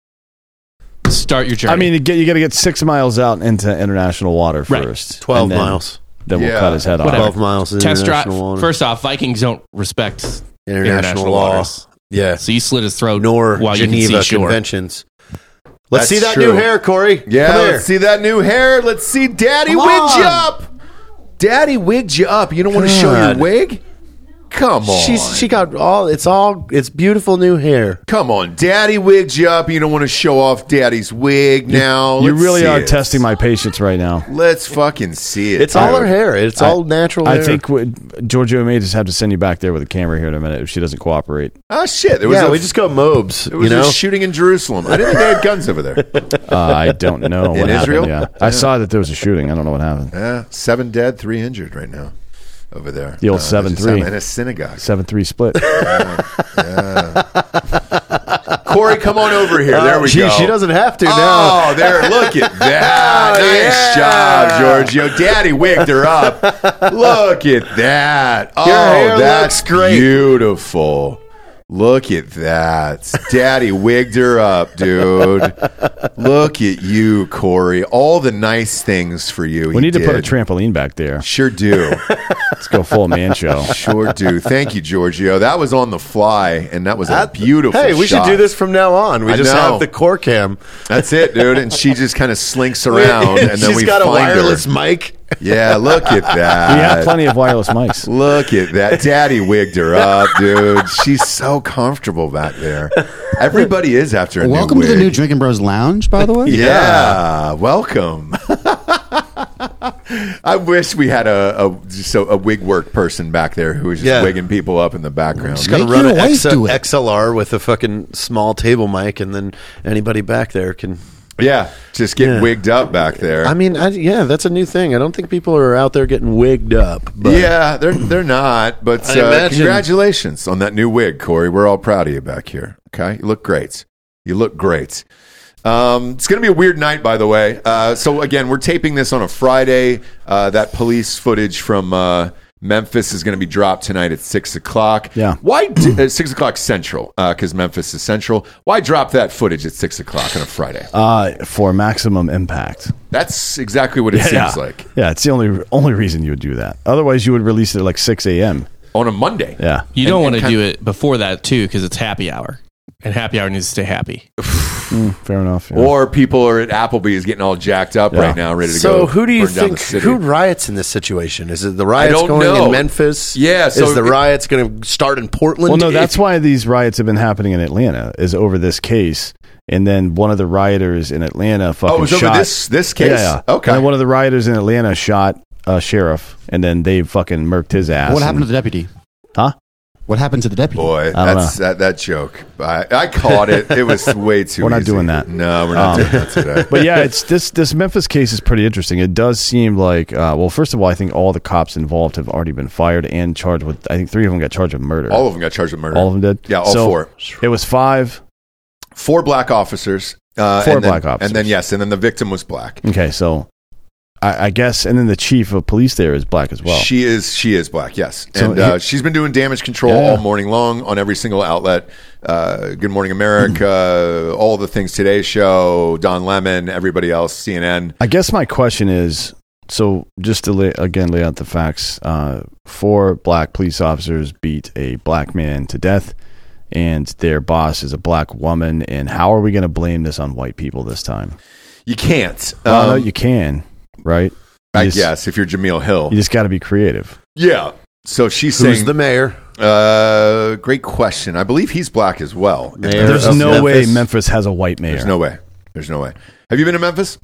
[SPEAKER 9] start your journey.
[SPEAKER 3] I mean, you, get- you got to get six miles out into international water
[SPEAKER 9] Right.
[SPEAKER 3] first.
[SPEAKER 4] 12
[SPEAKER 3] and then-
[SPEAKER 4] miles.
[SPEAKER 3] Then we'll
[SPEAKER 2] Yeah.
[SPEAKER 3] cut his head
[SPEAKER 9] Whatever.
[SPEAKER 3] off.
[SPEAKER 4] 12 miles in
[SPEAKER 9] test drive.
[SPEAKER 4] international water.
[SPEAKER 9] First off, Vikings don't respect
[SPEAKER 4] international,
[SPEAKER 9] international
[SPEAKER 4] law.
[SPEAKER 9] waters.
[SPEAKER 4] Yeah.
[SPEAKER 9] So you slit his throat.
[SPEAKER 4] Nor
[SPEAKER 9] while you
[SPEAKER 4] Geneva
[SPEAKER 9] can see shore.
[SPEAKER 4] conventions.
[SPEAKER 2] That's
[SPEAKER 4] Let's see that
[SPEAKER 2] true.
[SPEAKER 4] new hair, Corey.
[SPEAKER 2] Yeah,
[SPEAKER 4] Come here.
[SPEAKER 2] let's see that new hair. Let's see Daddy
[SPEAKER 4] Come
[SPEAKER 2] wigged you
[SPEAKER 4] on.
[SPEAKER 2] up. Daddy wigged you up. You don't want to show your
[SPEAKER 4] God.
[SPEAKER 2] wig? Come on.
[SPEAKER 4] She's she got all it's all it's beautiful new hair.
[SPEAKER 2] Come on, Daddy wigged you up. You don't want to show off Daddy's wig now.
[SPEAKER 3] you
[SPEAKER 2] Let's
[SPEAKER 3] really
[SPEAKER 2] see
[SPEAKER 3] are
[SPEAKER 2] it.
[SPEAKER 3] testing my patience right now.
[SPEAKER 2] Let's fucking see it.
[SPEAKER 4] It's all
[SPEAKER 2] dude.
[SPEAKER 4] her hair. It's all natural.
[SPEAKER 3] I
[SPEAKER 4] hair.
[SPEAKER 3] think what, Giorgio may just have to send you back there with a camera here in a minute if she doesn't cooperate.
[SPEAKER 2] Oh shit! There was
[SPEAKER 4] yeah,
[SPEAKER 2] a,
[SPEAKER 4] we just got mobes.
[SPEAKER 2] there was
[SPEAKER 4] You know,
[SPEAKER 2] a shooting in Jerusalem. I didn't think they had guns over there.
[SPEAKER 3] Uh, I don't know
[SPEAKER 2] In
[SPEAKER 3] what happened.
[SPEAKER 2] Israel?
[SPEAKER 3] Yeah. I saw that there was a shooting. I don't know what happened.
[SPEAKER 2] Yeah, seven dead, three injured right now over there.
[SPEAKER 3] The old
[SPEAKER 2] Uh,
[SPEAKER 3] seven
[SPEAKER 2] there's some
[SPEAKER 3] three
[SPEAKER 2] in a synagogue.
[SPEAKER 3] Seven three split.
[SPEAKER 2] Corey, come on over here.
[SPEAKER 4] Oh,
[SPEAKER 2] there we
[SPEAKER 4] gee,
[SPEAKER 2] go.
[SPEAKER 4] she doesn't have to
[SPEAKER 2] oh,
[SPEAKER 4] now.
[SPEAKER 2] there! Look at that.
[SPEAKER 4] Oh,
[SPEAKER 2] nice job, Giorgio. Daddy wigged her up. Look at that. Oh,
[SPEAKER 4] hair
[SPEAKER 2] that's
[SPEAKER 4] looks great.
[SPEAKER 2] beautiful. Look at that. Daddy wigged her up, dude. Look at you, Corey. All the nice things for you.
[SPEAKER 3] we need to put a trampoline back there.
[SPEAKER 2] Sure do.
[SPEAKER 3] Let's go full man show.
[SPEAKER 2] Sure do. Thank you, Giorgio. That was on the fly, and that was a
[SPEAKER 4] That-
[SPEAKER 2] beautiful.
[SPEAKER 4] Hey, we
[SPEAKER 2] shot.
[SPEAKER 4] should do this from now on. We
[SPEAKER 2] I
[SPEAKER 4] just
[SPEAKER 2] know.
[SPEAKER 4] have the core cam.
[SPEAKER 2] That's it, dude. And she just kind of slinks around, and then
[SPEAKER 4] She's
[SPEAKER 2] we
[SPEAKER 4] got a
[SPEAKER 2] find her.
[SPEAKER 4] wireless mic.
[SPEAKER 2] Yeah, look at that.
[SPEAKER 3] We have plenty of wireless mics.
[SPEAKER 2] Look at that. Daddy wigged her up, dude. She's so comfortable back there. Everybody is after a
[SPEAKER 5] Welcome
[SPEAKER 2] new
[SPEAKER 5] to the
[SPEAKER 2] wig.
[SPEAKER 5] new Drinking Bros Lounge, by the way.
[SPEAKER 2] Yeah, welcome. I wish we had a, a just a, a wig work person back there who was just
[SPEAKER 4] Yeah.
[SPEAKER 2] wigging people up in the background.
[SPEAKER 4] She's got to
[SPEAKER 5] Make
[SPEAKER 4] run
[SPEAKER 5] your
[SPEAKER 4] an
[SPEAKER 5] wife
[SPEAKER 4] X-
[SPEAKER 5] do it.
[SPEAKER 4] XLR with a fucking small table mic, and then anybody back there can.
[SPEAKER 2] Yeah, just get
[SPEAKER 4] Yeah.
[SPEAKER 2] wigged up back there.
[SPEAKER 4] I mean, I, yeah, that's a new thing. I don't think people are out there getting wigged up. But
[SPEAKER 2] yeah, they're they're not. But
[SPEAKER 4] I
[SPEAKER 2] uh,
[SPEAKER 4] imagine-
[SPEAKER 2] congratulations on that new wig, Corey. We're all proud of you back here. Okay, you look great. You look great. Um, it's going to be a weird night, by the way. Uh, so again, we're taping this on a Friday. Uh, that police footage from uh, Memphis is going to be dropped tonight at six o'clock.
[SPEAKER 3] Yeah.
[SPEAKER 2] Why d- uh, six o'clock Central? Because Memphis is Central. Why drop that footage at six o'clock on a Friday?
[SPEAKER 3] Uh, for maximum impact.
[SPEAKER 2] That's exactly what it seems
[SPEAKER 3] yeah.
[SPEAKER 2] like
[SPEAKER 3] Yeah, it's the only only reason you would do that. Otherwise, you would release it at like six a.m.
[SPEAKER 2] on a Monday.
[SPEAKER 3] Yeah.
[SPEAKER 9] You don't want to
[SPEAKER 2] kind-
[SPEAKER 9] do it before that too, because it's happy hour, and happy hour needs to stay happy.
[SPEAKER 3] Mm, fair enough. yeah.
[SPEAKER 2] Hmm. Or people are at Applebee's getting all jacked up
[SPEAKER 3] Yeah.
[SPEAKER 2] right now, ready to go.
[SPEAKER 4] So who do you
[SPEAKER 2] burn down the
[SPEAKER 4] think
[SPEAKER 2] city.
[SPEAKER 4] who riots in this situation? Is it the riots
[SPEAKER 2] don't
[SPEAKER 4] going
[SPEAKER 2] know.
[SPEAKER 4] in Memphis?
[SPEAKER 2] Yeah, so
[SPEAKER 4] is the
[SPEAKER 2] it-
[SPEAKER 4] riots going to start in Portland?
[SPEAKER 3] well, no,
[SPEAKER 4] If-
[SPEAKER 3] that's why these riots have been happening in Atlanta is over this case, and then one of the rioters in Atlanta fucking
[SPEAKER 2] Oh, it was over
[SPEAKER 3] shot
[SPEAKER 2] this- this case?
[SPEAKER 3] Yeah, yeah.
[SPEAKER 2] Okay.
[SPEAKER 3] And then one of the rioters in Atlanta shot a sheriff, and then they fucking murked his ass.
[SPEAKER 5] What happened to
[SPEAKER 3] and-
[SPEAKER 5] the deputy?
[SPEAKER 3] Huh?
[SPEAKER 5] What happened to the deputy?
[SPEAKER 2] Boy,
[SPEAKER 3] I don't
[SPEAKER 2] that's that, that joke. I, I caught it. It was way too.
[SPEAKER 3] We're not
[SPEAKER 2] easy.
[SPEAKER 3] doing that.
[SPEAKER 2] No, we're not
[SPEAKER 3] Um,
[SPEAKER 2] doing that today.
[SPEAKER 3] but yeah, it's this this Memphis case is pretty interesting. It does seem like uh, well, first of all, I think all the cops involved have already been fired and charged with. I think three of them got charged with murder.
[SPEAKER 2] all of them got charged with murder.
[SPEAKER 3] All of them did.
[SPEAKER 2] Yeah, all
[SPEAKER 3] So,
[SPEAKER 2] four.
[SPEAKER 3] It was five.
[SPEAKER 2] Four black officers. Uh,
[SPEAKER 3] Four
[SPEAKER 2] and then-
[SPEAKER 3] black officers.
[SPEAKER 2] And then yes, and then the victim was black.
[SPEAKER 3] Okay, so I, I guess, and then the chief of police there is black as well.
[SPEAKER 2] She is she is black, yes,
[SPEAKER 3] So
[SPEAKER 2] and uh,
[SPEAKER 3] he-
[SPEAKER 2] she's been doing damage control
[SPEAKER 3] Yeah.
[SPEAKER 2] all morning long on every single outlet. Uh, Good Morning
[SPEAKER 3] Mm.
[SPEAKER 2] America, all the things Today Show, Don Lemon, everybody else, CNN.
[SPEAKER 3] I guess my question is so just to lay, again lay out the facts uh, four black police officers beat a black man to death and their boss is a black woman and how are we going to blame this on white people this time
[SPEAKER 2] You can't.
[SPEAKER 3] well, Uh, no,
[SPEAKER 2] Um,
[SPEAKER 3] you can right
[SPEAKER 2] I
[SPEAKER 3] You just-
[SPEAKER 2] guess if you're Jameel Hill,
[SPEAKER 3] you just got to be creative
[SPEAKER 2] yeah. So she's
[SPEAKER 4] who's
[SPEAKER 2] saying
[SPEAKER 4] the mayor?
[SPEAKER 2] Uh, great question. I believe he's black as well.
[SPEAKER 4] Mayor
[SPEAKER 3] there's
[SPEAKER 4] of
[SPEAKER 3] no way
[SPEAKER 4] Memphis.
[SPEAKER 3] memphis has a white mayor
[SPEAKER 2] There's no way. There's no way. Have you been to Memphis?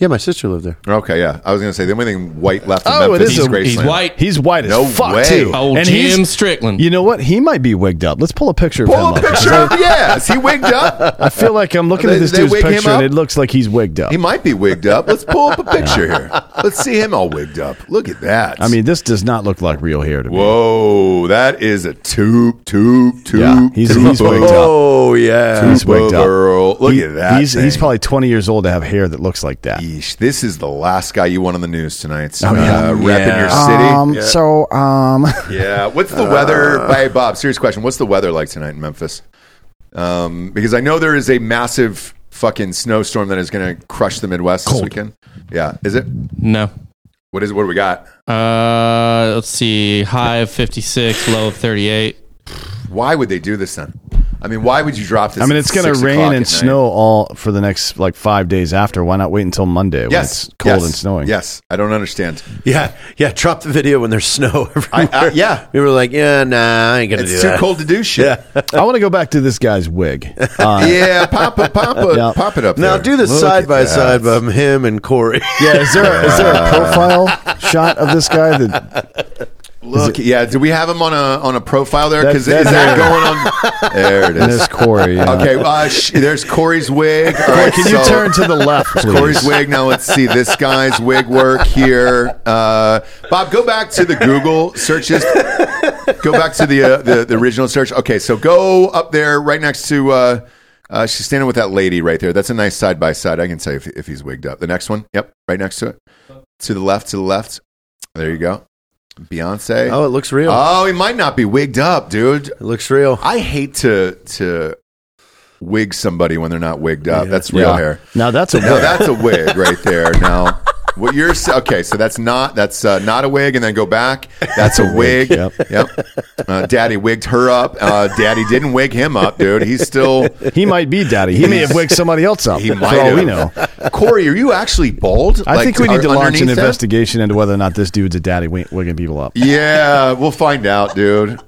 [SPEAKER 4] Yeah, my sister lived there.
[SPEAKER 2] Okay, yeah. I was gonna say the only thing white left in
[SPEAKER 3] Oh, it
[SPEAKER 2] Memphis
[SPEAKER 3] is
[SPEAKER 2] is
[SPEAKER 3] a-
[SPEAKER 2] Graceland.
[SPEAKER 9] He's white.
[SPEAKER 3] he's white as
[SPEAKER 2] No
[SPEAKER 3] fuck
[SPEAKER 2] way.
[SPEAKER 3] too
[SPEAKER 9] Oh,
[SPEAKER 3] And he's-
[SPEAKER 9] Jim Strickland.
[SPEAKER 3] you know what he might be wigged up let's pull a picture of him
[SPEAKER 2] Pull a
[SPEAKER 3] up, 'cause
[SPEAKER 2] picture.
[SPEAKER 3] I-
[SPEAKER 2] up. yeah, is he wigged up?
[SPEAKER 3] I feel like I'm looking
[SPEAKER 2] They-
[SPEAKER 3] at this
[SPEAKER 2] they
[SPEAKER 3] dude's
[SPEAKER 2] wig him
[SPEAKER 3] picture and
[SPEAKER 2] up?
[SPEAKER 3] it looks like he's wigged up.
[SPEAKER 2] He might be wigged up. Let's pull up a picture here. Let's see him all wigged up. Look at that.
[SPEAKER 3] I mean, this does not look like real hair to me.
[SPEAKER 2] whoa, that is a tube, tube, tube.
[SPEAKER 3] Yeah, he's-
[SPEAKER 2] tube
[SPEAKER 3] he's wigged
[SPEAKER 2] of-
[SPEAKER 3] up.
[SPEAKER 4] Oh yeah,
[SPEAKER 3] He's wigged up.
[SPEAKER 2] Girl, Look
[SPEAKER 3] He-
[SPEAKER 2] at that.
[SPEAKER 3] He's he's
[SPEAKER 2] thing.
[SPEAKER 3] probably 20 years old to have hair that looks like that.
[SPEAKER 2] Yeesh, this is the last guy you want on the news tonight.
[SPEAKER 3] Oh, yeah.
[SPEAKER 2] uh, repping
[SPEAKER 4] Yeah.
[SPEAKER 2] your city.
[SPEAKER 3] Um, uh, So, um,
[SPEAKER 2] Yeah. What's the weather? Hey, Bob, serious question. What's the weather like tonight in Memphis? Um, because I know there is a massive fucking snowstorm that is going to crush the Midwest this weekend. Yeah. Is it?
[SPEAKER 9] No.
[SPEAKER 2] What is it? What do we got?
[SPEAKER 9] Uh, let's see. High of fifty six, low of thirty eight.
[SPEAKER 2] Why would they do this then? I mean, why would you drop this?
[SPEAKER 3] I mean,
[SPEAKER 2] at
[SPEAKER 3] it's going
[SPEAKER 2] six
[SPEAKER 3] to rain
[SPEAKER 2] o'clock
[SPEAKER 3] and
[SPEAKER 2] at night?
[SPEAKER 3] snow all for the next like five days after. Why not wait until Monday when
[SPEAKER 2] Yes,
[SPEAKER 3] it's cold
[SPEAKER 2] yes,
[SPEAKER 3] and snowing?
[SPEAKER 2] Yes, I don't understand.
[SPEAKER 4] Yeah, yeah. Drop the video when there's snow everywhere.
[SPEAKER 2] I- yeah.
[SPEAKER 4] we were like, yeah, nah, I ain't gonna do
[SPEAKER 2] It's too
[SPEAKER 4] that.
[SPEAKER 2] cold to do shit.
[SPEAKER 3] I want to go back to this guy's wig. Uh,
[SPEAKER 2] yeah, pop it, pop it,
[SPEAKER 3] Yeah.
[SPEAKER 2] pop it up.
[SPEAKER 4] Now
[SPEAKER 2] there.
[SPEAKER 4] do the
[SPEAKER 2] Look
[SPEAKER 4] side
[SPEAKER 2] at
[SPEAKER 4] by
[SPEAKER 2] that.
[SPEAKER 4] side of him and Corey.
[SPEAKER 3] Yeah, is there a, is there
[SPEAKER 2] Uh,
[SPEAKER 3] a profile shot of this guy that
[SPEAKER 2] Look, yeah. Do we have him on a on a profile there?
[SPEAKER 3] That-
[SPEAKER 2] Because
[SPEAKER 3] that
[SPEAKER 2] is that
[SPEAKER 3] hair.
[SPEAKER 2] going on? There it
[SPEAKER 3] And
[SPEAKER 2] is.
[SPEAKER 3] there's Corey, yeah.
[SPEAKER 2] Okay. well, Uh, sh- there's Corey's wig. All right,
[SPEAKER 3] can you
[SPEAKER 2] so-
[SPEAKER 3] turn to the left,
[SPEAKER 2] It's
[SPEAKER 3] please?
[SPEAKER 2] Corey's wig. Now let's see this guy's wig work here. Uh, Bob, go back to the Google searches. Go back to the, uh, the the original search. Okay, so go up there right next to. Uh, uh, she's standing with that lady right there. That's a nice side by side. I can say if, if he's wigged up. The next one, yep, right next to it. To the left, to the left. There you go. Beyonce.
[SPEAKER 4] Oh, it looks real.
[SPEAKER 2] Oh, he might not be wigged up, dude. It
[SPEAKER 4] looks real.
[SPEAKER 2] I hate to to wig somebody when they're not wigged up. That's real
[SPEAKER 3] Yeah.
[SPEAKER 2] hair.
[SPEAKER 3] Now that's a
[SPEAKER 2] Now
[SPEAKER 3] wig.
[SPEAKER 2] that's a wig right there. Now, what you're s- okay? So that's not that's uh, not a wig, and then go back. That's a wig. Yep. Uh, Daddy wigged her up. Uh, Daddy didn't wig him up, dude. He's still.
[SPEAKER 3] he might be daddy? He may have wigged somebody else up.
[SPEAKER 2] He
[SPEAKER 3] for
[SPEAKER 2] might
[SPEAKER 3] all
[SPEAKER 2] have.
[SPEAKER 3] we know.
[SPEAKER 2] Corey, are you actually bald?
[SPEAKER 3] I
[SPEAKER 2] Like,
[SPEAKER 3] think we need
[SPEAKER 2] are-
[SPEAKER 3] to launch an
[SPEAKER 2] underneath that?
[SPEAKER 3] investigation into whether or not this dude's a daddy wi- wigging people up.
[SPEAKER 2] Yeah, we'll find out, dude.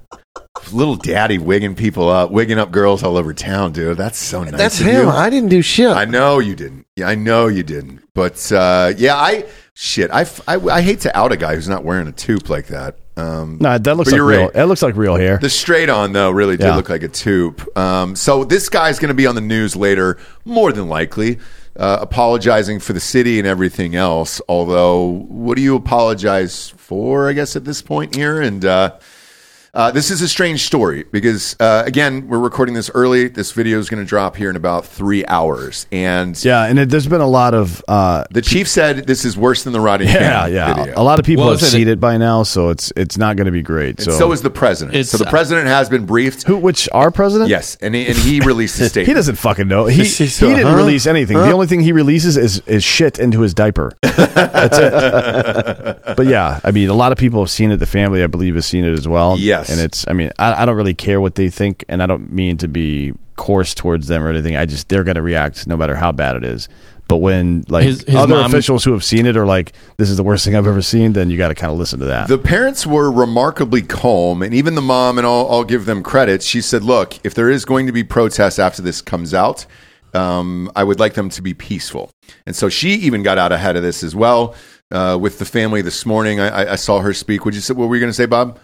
[SPEAKER 2] Little daddy wigging people up, wigging up girls all over town, dude. That's so nice.
[SPEAKER 4] That's
[SPEAKER 2] of
[SPEAKER 4] him.
[SPEAKER 2] you.
[SPEAKER 4] I didn't do shit.
[SPEAKER 2] I know you didn't. Yeah, I know you didn't. But uh, yeah, I shit. I, f- I- I hate to out a guy who's not wearing a tube like that. Um,
[SPEAKER 3] No, that looks
[SPEAKER 2] but
[SPEAKER 3] like
[SPEAKER 2] you're
[SPEAKER 3] real.
[SPEAKER 2] right.
[SPEAKER 3] That looks like real hair.
[SPEAKER 2] The straight on though really did
[SPEAKER 3] Yeah.
[SPEAKER 2] look like a tube. Um, so this guy's going to be on the news later, more than likely, uh, apologizing for the city and everything else. Although, what do you apologize for? I guess at this point here, and uh, uh, this is a strange story because uh, again, we're recording this early. This video is going to drop here in about three hours, and
[SPEAKER 3] Yeah, and it, there's been a lot of uh,
[SPEAKER 2] the chief said this is worse than the Rodney.
[SPEAKER 3] yeah,
[SPEAKER 2] King
[SPEAKER 3] yeah.
[SPEAKER 2] video.
[SPEAKER 3] A lot of people
[SPEAKER 2] Well,
[SPEAKER 3] have
[SPEAKER 2] it's an-
[SPEAKER 3] seen it by now, so it's it's not going to be great. So,
[SPEAKER 2] And so, is the president.
[SPEAKER 3] It's-
[SPEAKER 2] So the president has been briefed.
[SPEAKER 3] Who? Which our president?
[SPEAKER 2] Yes, and he, and he released a statement.
[SPEAKER 3] He doesn't fucking know. He, he
[SPEAKER 2] He's so,
[SPEAKER 3] didn't
[SPEAKER 2] huh?
[SPEAKER 3] release anything. The
[SPEAKER 2] Huh?
[SPEAKER 3] only thing he releases is, is shit into his diaper. That's it. but yeah, I mean, a lot of people have seen it. The family, I believe, has seen it as well.
[SPEAKER 2] Yes.
[SPEAKER 3] And it's, I mean, I, I don't really care what they think, and I don't mean to be coarse towards them or anything. I just, they're going to react no matter how bad it is. But when like
[SPEAKER 9] His- his
[SPEAKER 3] other
[SPEAKER 9] mom-
[SPEAKER 3] officials who have seen it are like, this is the worst thing I've ever seen, then you got to kind of listen to that.
[SPEAKER 2] The parents were remarkably calm, and even the mom, and I'll, I'll give them credit. She said, "Look, if there is going to be protests after this comes out, um, I would like them to be peaceful." And so she even got out ahead of this as well uh, with the family this morning. I, I, I saw her speak. Would you say what were you going to say, Bob?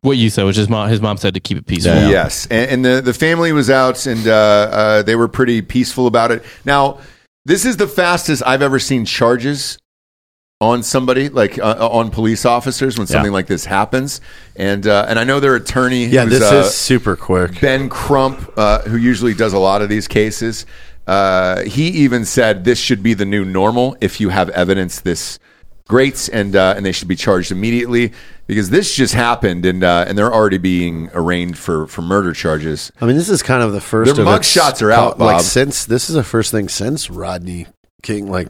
[SPEAKER 9] What you said, which is mom, his mom said to keep it peaceful.
[SPEAKER 2] Yes, and, and the the family was out, and uh, uh, they were pretty peaceful about it. Now, this is the fastest I've ever seen charges on somebody, like uh, on police officers, when something like this happens. And uh, and I know their attorney,
[SPEAKER 4] Yeah,
[SPEAKER 2] who's,
[SPEAKER 4] this
[SPEAKER 2] uh,
[SPEAKER 4] is super quick.
[SPEAKER 2] Ben Crump, uh, who usually does a lot of these cases. Uh, he even said this should be the new normal. If you have evidence, this greats and uh, and they should be charged immediately because this just happened and uh, and they're already being arraigned for for murder charges.
[SPEAKER 4] I mean, this is kind of the first.
[SPEAKER 2] Their
[SPEAKER 4] of its
[SPEAKER 2] mugshots are out,
[SPEAKER 4] Like
[SPEAKER 2] Bob.
[SPEAKER 4] since this is the first thing since Rodney King, like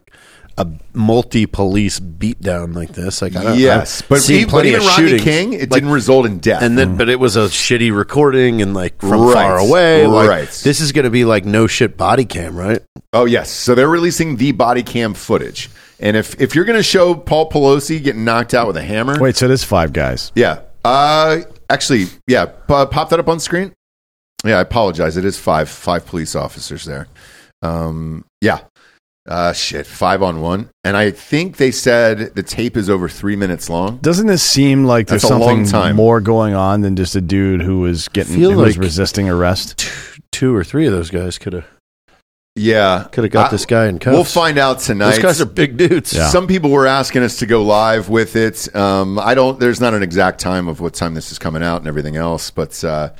[SPEAKER 4] a multi-police beatdown like this. Like I don't,
[SPEAKER 2] Yes,
[SPEAKER 4] I've
[SPEAKER 2] but
[SPEAKER 4] seen
[SPEAKER 2] e- but
[SPEAKER 4] plenty
[SPEAKER 2] even
[SPEAKER 4] of
[SPEAKER 2] Rodney
[SPEAKER 4] shootings.
[SPEAKER 2] King, it
[SPEAKER 4] Like,
[SPEAKER 2] didn't result in death.
[SPEAKER 4] And then, but it was a shitty recording and like from
[SPEAKER 2] Right,
[SPEAKER 4] far away. Like,
[SPEAKER 2] right.
[SPEAKER 4] This is going to be like no shit body cam, right?
[SPEAKER 2] Oh yes, so they're releasing the body cam footage, and if if you're going to show Paul Pelosi getting knocked out with a hammer,
[SPEAKER 3] Wait, so there's five guys.
[SPEAKER 2] Yeah. Uh, actually, yeah. P- pop that up on screen. Yeah, I apologize. It is five five police officers there. Um, yeah. Uh, shit, five on one, and I think they said the tape is over three minutes long.
[SPEAKER 3] Doesn't this seem like there's
[SPEAKER 2] That's a long
[SPEAKER 3] something
[SPEAKER 2] time.
[SPEAKER 3] more going on than just a dude who was getting
[SPEAKER 4] Feel
[SPEAKER 3] who was
[SPEAKER 4] like-
[SPEAKER 3] resisting arrest?
[SPEAKER 4] Two or three of those guys could have
[SPEAKER 2] Yeah,
[SPEAKER 4] could have got
[SPEAKER 2] I-
[SPEAKER 4] this guy in cuffs.
[SPEAKER 2] We'll find out tonight.
[SPEAKER 4] Those guys are big dudes.
[SPEAKER 3] Yeah.
[SPEAKER 2] Some people were asking us to go live with it. Um, I don't. There's not an exact time of what time this is coming out and everything else, but uh,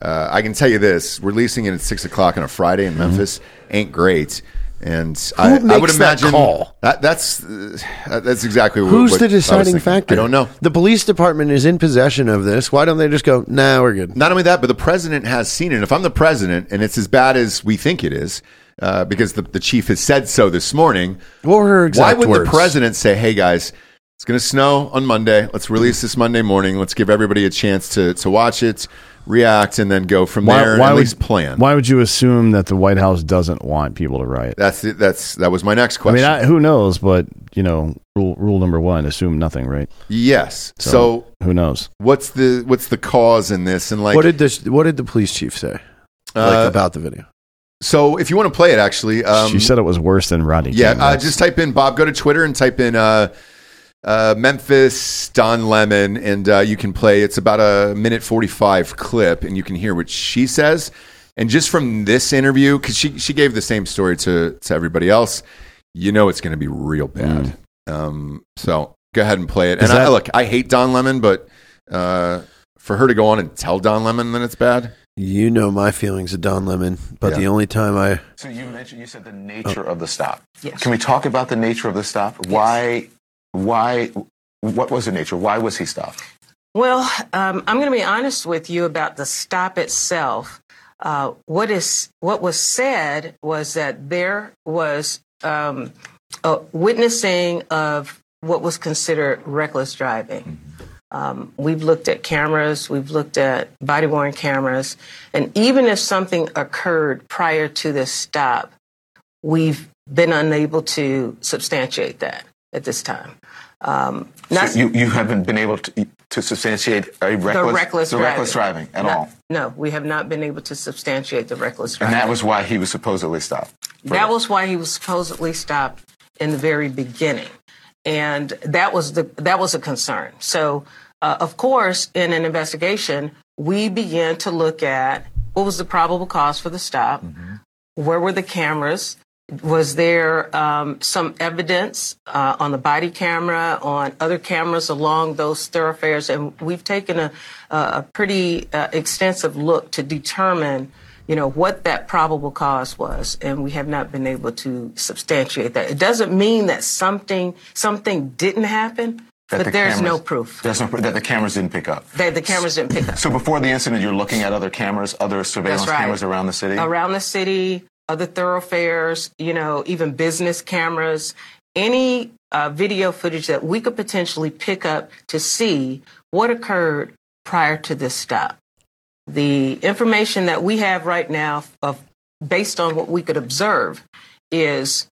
[SPEAKER 2] uh, I can tell you this: releasing it at six o'clock on a Friday in Memphis ain't great. And I, I would
[SPEAKER 4] Mm-hmm. makes that
[SPEAKER 2] imagine
[SPEAKER 4] call?
[SPEAKER 2] that- that's uh, that's exactly what,
[SPEAKER 4] Who's
[SPEAKER 2] what I
[SPEAKER 4] the
[SPEAKER 2] was
[SPEAKER 4] deciding
[SPEAKER 2] thinking.
[SPEAKER 4] factor?
[SPEAKER 2] I don't know.
[SPEAKER 4] The police department is in possession of this. Why don't they just go? Nah, we're good.
[SPEAKER 2] Not only that, but the president has seen it. And if I'm the president, and it's as bad as we think it is, uh, because the, the chief has said so this morning.
[SPEAKER 4] What were her
[SPEAKER 2] Why
[SPEAKER 4] exact
[SPEAKER 2] would
[SPEAKER 4] words?
[SPEAKER 2] the president say, "Hey guys, it's going to snow on Monday. Let's release this Monday morning. Let's give everybody a chance to to watch it. react, and then go from there. and at least plan?
[SPEAKER 3] Why would you assume that the White House doesn't want people to riot?
[SPEAKER 2] That's it. That's that was my next
[SPEAKER 3] I mean,
[SPEAKER 2] question.
[SPEAKER 3] I, who knows? But you know, rule rule number one: assume nothing, right?
[SPEAKER 2] yes. So,
[SPEAKER 3] who knows?
[SPEAKER 2] what's the what's the cause in this? And like,
[SPEAKER 4] what did the What did the police chief say
[SPEAKER 2] Uh,
[SPEAKER 4] like, about the video?
[SPEAKER 2] so if you want to play it, actually, um,
[SPEAKER 3] she said it was worse than Rodney.
[SPEAKER 2] Yeah,
[SPEAKER 3] King.
[SPEAKER 2] uh,
[SPEAKER 3] That's-
[SPEAKER 2] just type in Bob. Go to Twitter and type in uh, uh, Memphis Don Lemon, and uh, you can play. It's about a minute forty-five clip, and you can hear what she says. And just from this interview, because she she gave the same story to to everybody else, you know it's going to be real bad. Um, so go ahead and play it.
[SPEAKER 3] Mm. Is
[SPEAKER 2] And I,
[SPEAKER 3] that-
[SPEAKER 2] look, I hate Don Lemon, but uh, for her to go on and tell Don Lemon that it's bad,
[SPEAKER 4] You know my feelings of Don Lemon, but
[SPEAKER 2] Yeah.
[SPEAKER 4] the only time I
[SPEAKER 12] So you
[SPEAKER 15] Mm-hmm.
[SPEAKER 12] mentioned you said the
[SPEAKER 15] Oh.
[SPEAKER 12] nature of the stop. Yes. Can we talk about the nature of the stop? Why? Why? What was the nature? Why was he stopped?
[SPEAKER 15] Well, um, I'm going to be honest with you about the stop itself. Uh, what is what was said was that there was um, a witnessing of what was considered reckless driving. Um, we've looked at cameras, we've looked at body worn cameras, and even if something occurred prior to this stop, we've been unable to substantiate that at this time. Um, not-
[SPEAKER 12] So you you haven't been able to to substantiate a reckless
[SPEAKER 15] the reckless
[SPEAKER 12] the
[SPEAKER 15] driving.
[SPEAKER 12] reckless driving at
[SPEAKER 15] No-
[SPEAKER 12] all,
[SPEAKER 15] No, we have not been able to substantiate the reckless
[SPEAKER 12] and
[SPEAKER 15] driving.
[SPEAKER 12] that was why he was supposedly stopped.
[SPEAKER 15] That was why he was supposedly stopped in the very beginning, and that was the that was a concern. So, uh, of course, in an investigation, we began to look at what was the probable cause for the stop, where were the cameras. Was there um, some evidence uh, on the body camera, on other cameras along those thoroughfares? And we've taken a, a a pretty uh, extensive look to determine you know what that probable cause was and we have not been able to substantiate that it doesn't mean that something something didn't happen
[SPEAKER 12] That
[SPEAKER 15] but
[SPEAKER 12] the
[SPEAKER 15] there's no
[SPEAKER 12] cameras-
[SPEAKER 15] proof
[SPEAKER 12] There's no proof that the cameras didn't pick up.
[SPEAKER 15] that the cameras didn't pick up
[SPEAKER 12] So before the incident, you're looking at other cameras, other surveillance
[SPEAKER 15] That's right.
[SPEAKER 12] cameras around the city.
[SPEAKER 15] around the city other thoroughfares you know even business cameras any uh, video footage that we could potentially pick up to see what occurred prior to this stop the information that we have right now of based on what we could observe is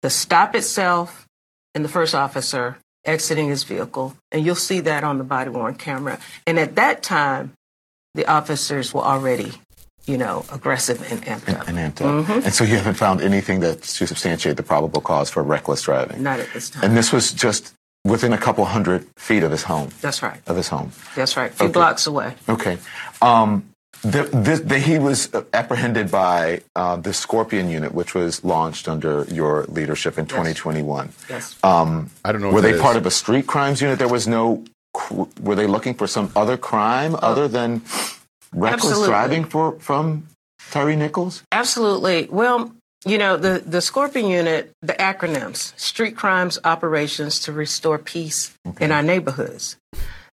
[SPEAKER 15] the stop itself and the first officer exiting his vehicle and you'll see that on the body worn camera and at that time the officers were already you know aggressive and amped up
[SPEAKER 12] And amped up.
[SPEAKER 15] Mhm.
[SPEAKER 12] And so you haven't found anything that's to substantiate the probable cause for reckless driving.
[SPEAKER 15] not at this time
[SPEAKER 12] And this was just within a couple hundred feet of his home.
[SPEAKER 15] that's right
[SPEAKER 12] Of his home.
[SPEAKER 15] that's right a few
[SPEAKER 12] Okay.
[SPEAKER 15] blocks away
[SPEAKER 12] Okay. Um, the, this, the, he was apprehended by uh, the Scorpion unit, which was launched under your leadership in 2021.
[SPEAKER 15] yes
[SPEAKER 12] Um, I don't
[SPEAKER 2] know
[SPEAKER 12] Were
[SPEAKER 2] what
[SPEAKER 12] they
[SPEAKER 2] that
[SPEAKER 12] part
[SPEAKER 2] is.
[SPEAKER 12] of a street crimes unit? There was no. cr- Were they looking for some other crime other than reckless
[SPEAKER 15] Absolutely.
[SPEAKER 12] driving for, from Tyree Nichols?
[SPEAKER 15] Absolutely. Well, you know, the, the Scorpion Unit, the acronyms Street Crimes Operations to Restore Peace in Our Neighborhoods.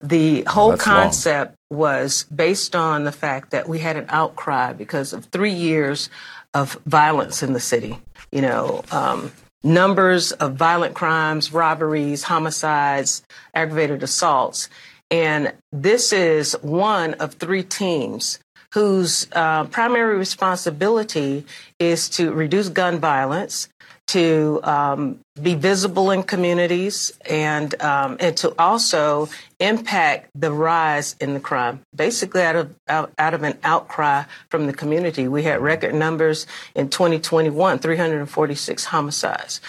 [SPEAKER 15] The whole
[SPEAKER 16] that's long.
[SPEAKER 15] concept was based on the fact that we had an outcry because of three years of violence in the city. You know, um, numbers of violent crimes, robberies, homicides, aggravated assaults. And this is one of three teams whose uh, primary responsibility is to reduce gun violence, to um, be visible in communities, and um, and to also impact the rise in the crime. Basically, out of out, out of an outcry from the community, we had record numbers in 2021: 346 homicides.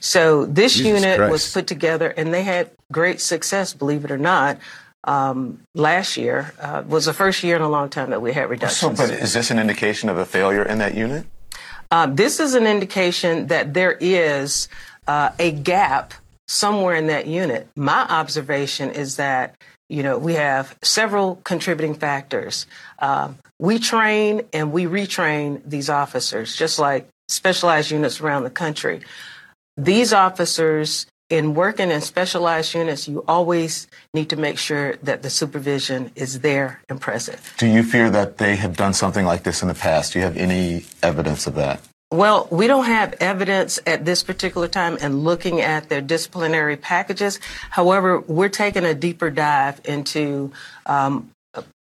[SPEAKER 15] So this
[SPEAKER 16] Jesus
[SPEAKER 15] unit was
[SPEAKER 16] Christ.
[SPEAKER 15] put together, and they had great success, believe it or not. Um, last year uh, was the first year in a long time that we had
[SPEAKER 12] So,
[SPEAKER 15] reductions.
[SPEAKER 12] but is this an indication of a failure in that unit?
[SPEAKER 15] Uh, this is an indication that there is uh, a gap somewhere in that unit. My observation is that you know we have several contributing factors. Um, we train and we retrain these officers, just like specialized units around the country these officers in working in specialized units, you always need to make sure that the supervision is there and present.
[SPEAKER 12] Do you fear that they have done something like this in the past? Do you have any evidence of that?
[SPEAKER 15] Well, we don't have evidence at this particular time and looking at their disciplinary packages. However, we're taking a deeper dive into um,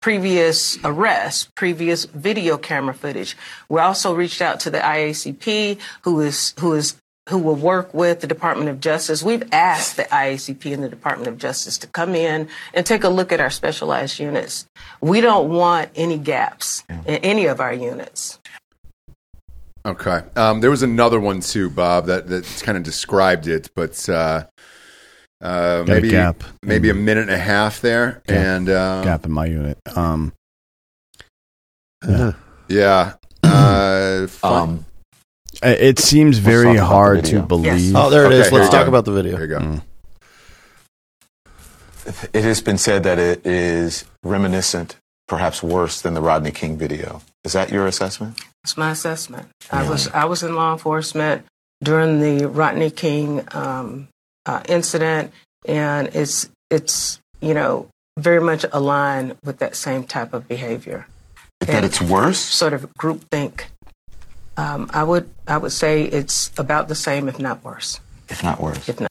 [SPEAKER 15] previous arrests, previous video camera footage. We also reached out to the IACP, who is who is who will work with the Department of Justice. We've asked the IACP and the Department of Justice to come in and take a look at our specialized units. We don't want any gaps in any of our units.
[SPEAKER 2] Okay. Um, there was another one too, Bob, that that kind of described it, but uh, uh,
[SPEAKER 3] Got a
[SPEAKER 2] maybe
[SPEAKER 3] gap.
[SPEAKER 2] maybe a minute and a half there,
[SPEAKER 3] Gap.
[SPEAKER 2] and uh,
[SPEAKER 3] gap in my unit. Um,
[SPEAKER 2] yeah. Uh,
[SPEAKER 3] Um, I- it seems very hard to believe.
[SPEAKER 4] Oh, there it is. Let's talk
[SPEAKER 12] go.
[SPEAKER 4] about the video.
[SPEAKER 2] There you go.
[SPEAKER 3] Mm.
[SPEAKER 12] It has been said that it is reminiscent, perhaps worse than the Rodney King video. Is that your assessment?
[SPEAKER 15] That's my assessment. I was I was in law enforcement during the Rodney King um, uh, incident, and it's it's you know very much aligned with that same type of behavior.
[SPEAKER 12] That it's worse?
[SPEAKER 15] Sort of groupthink. Um, I would I would say it's about the same, if not worse.
[SPEAKER 12] If not worse.
[SPEAKER 15] If not.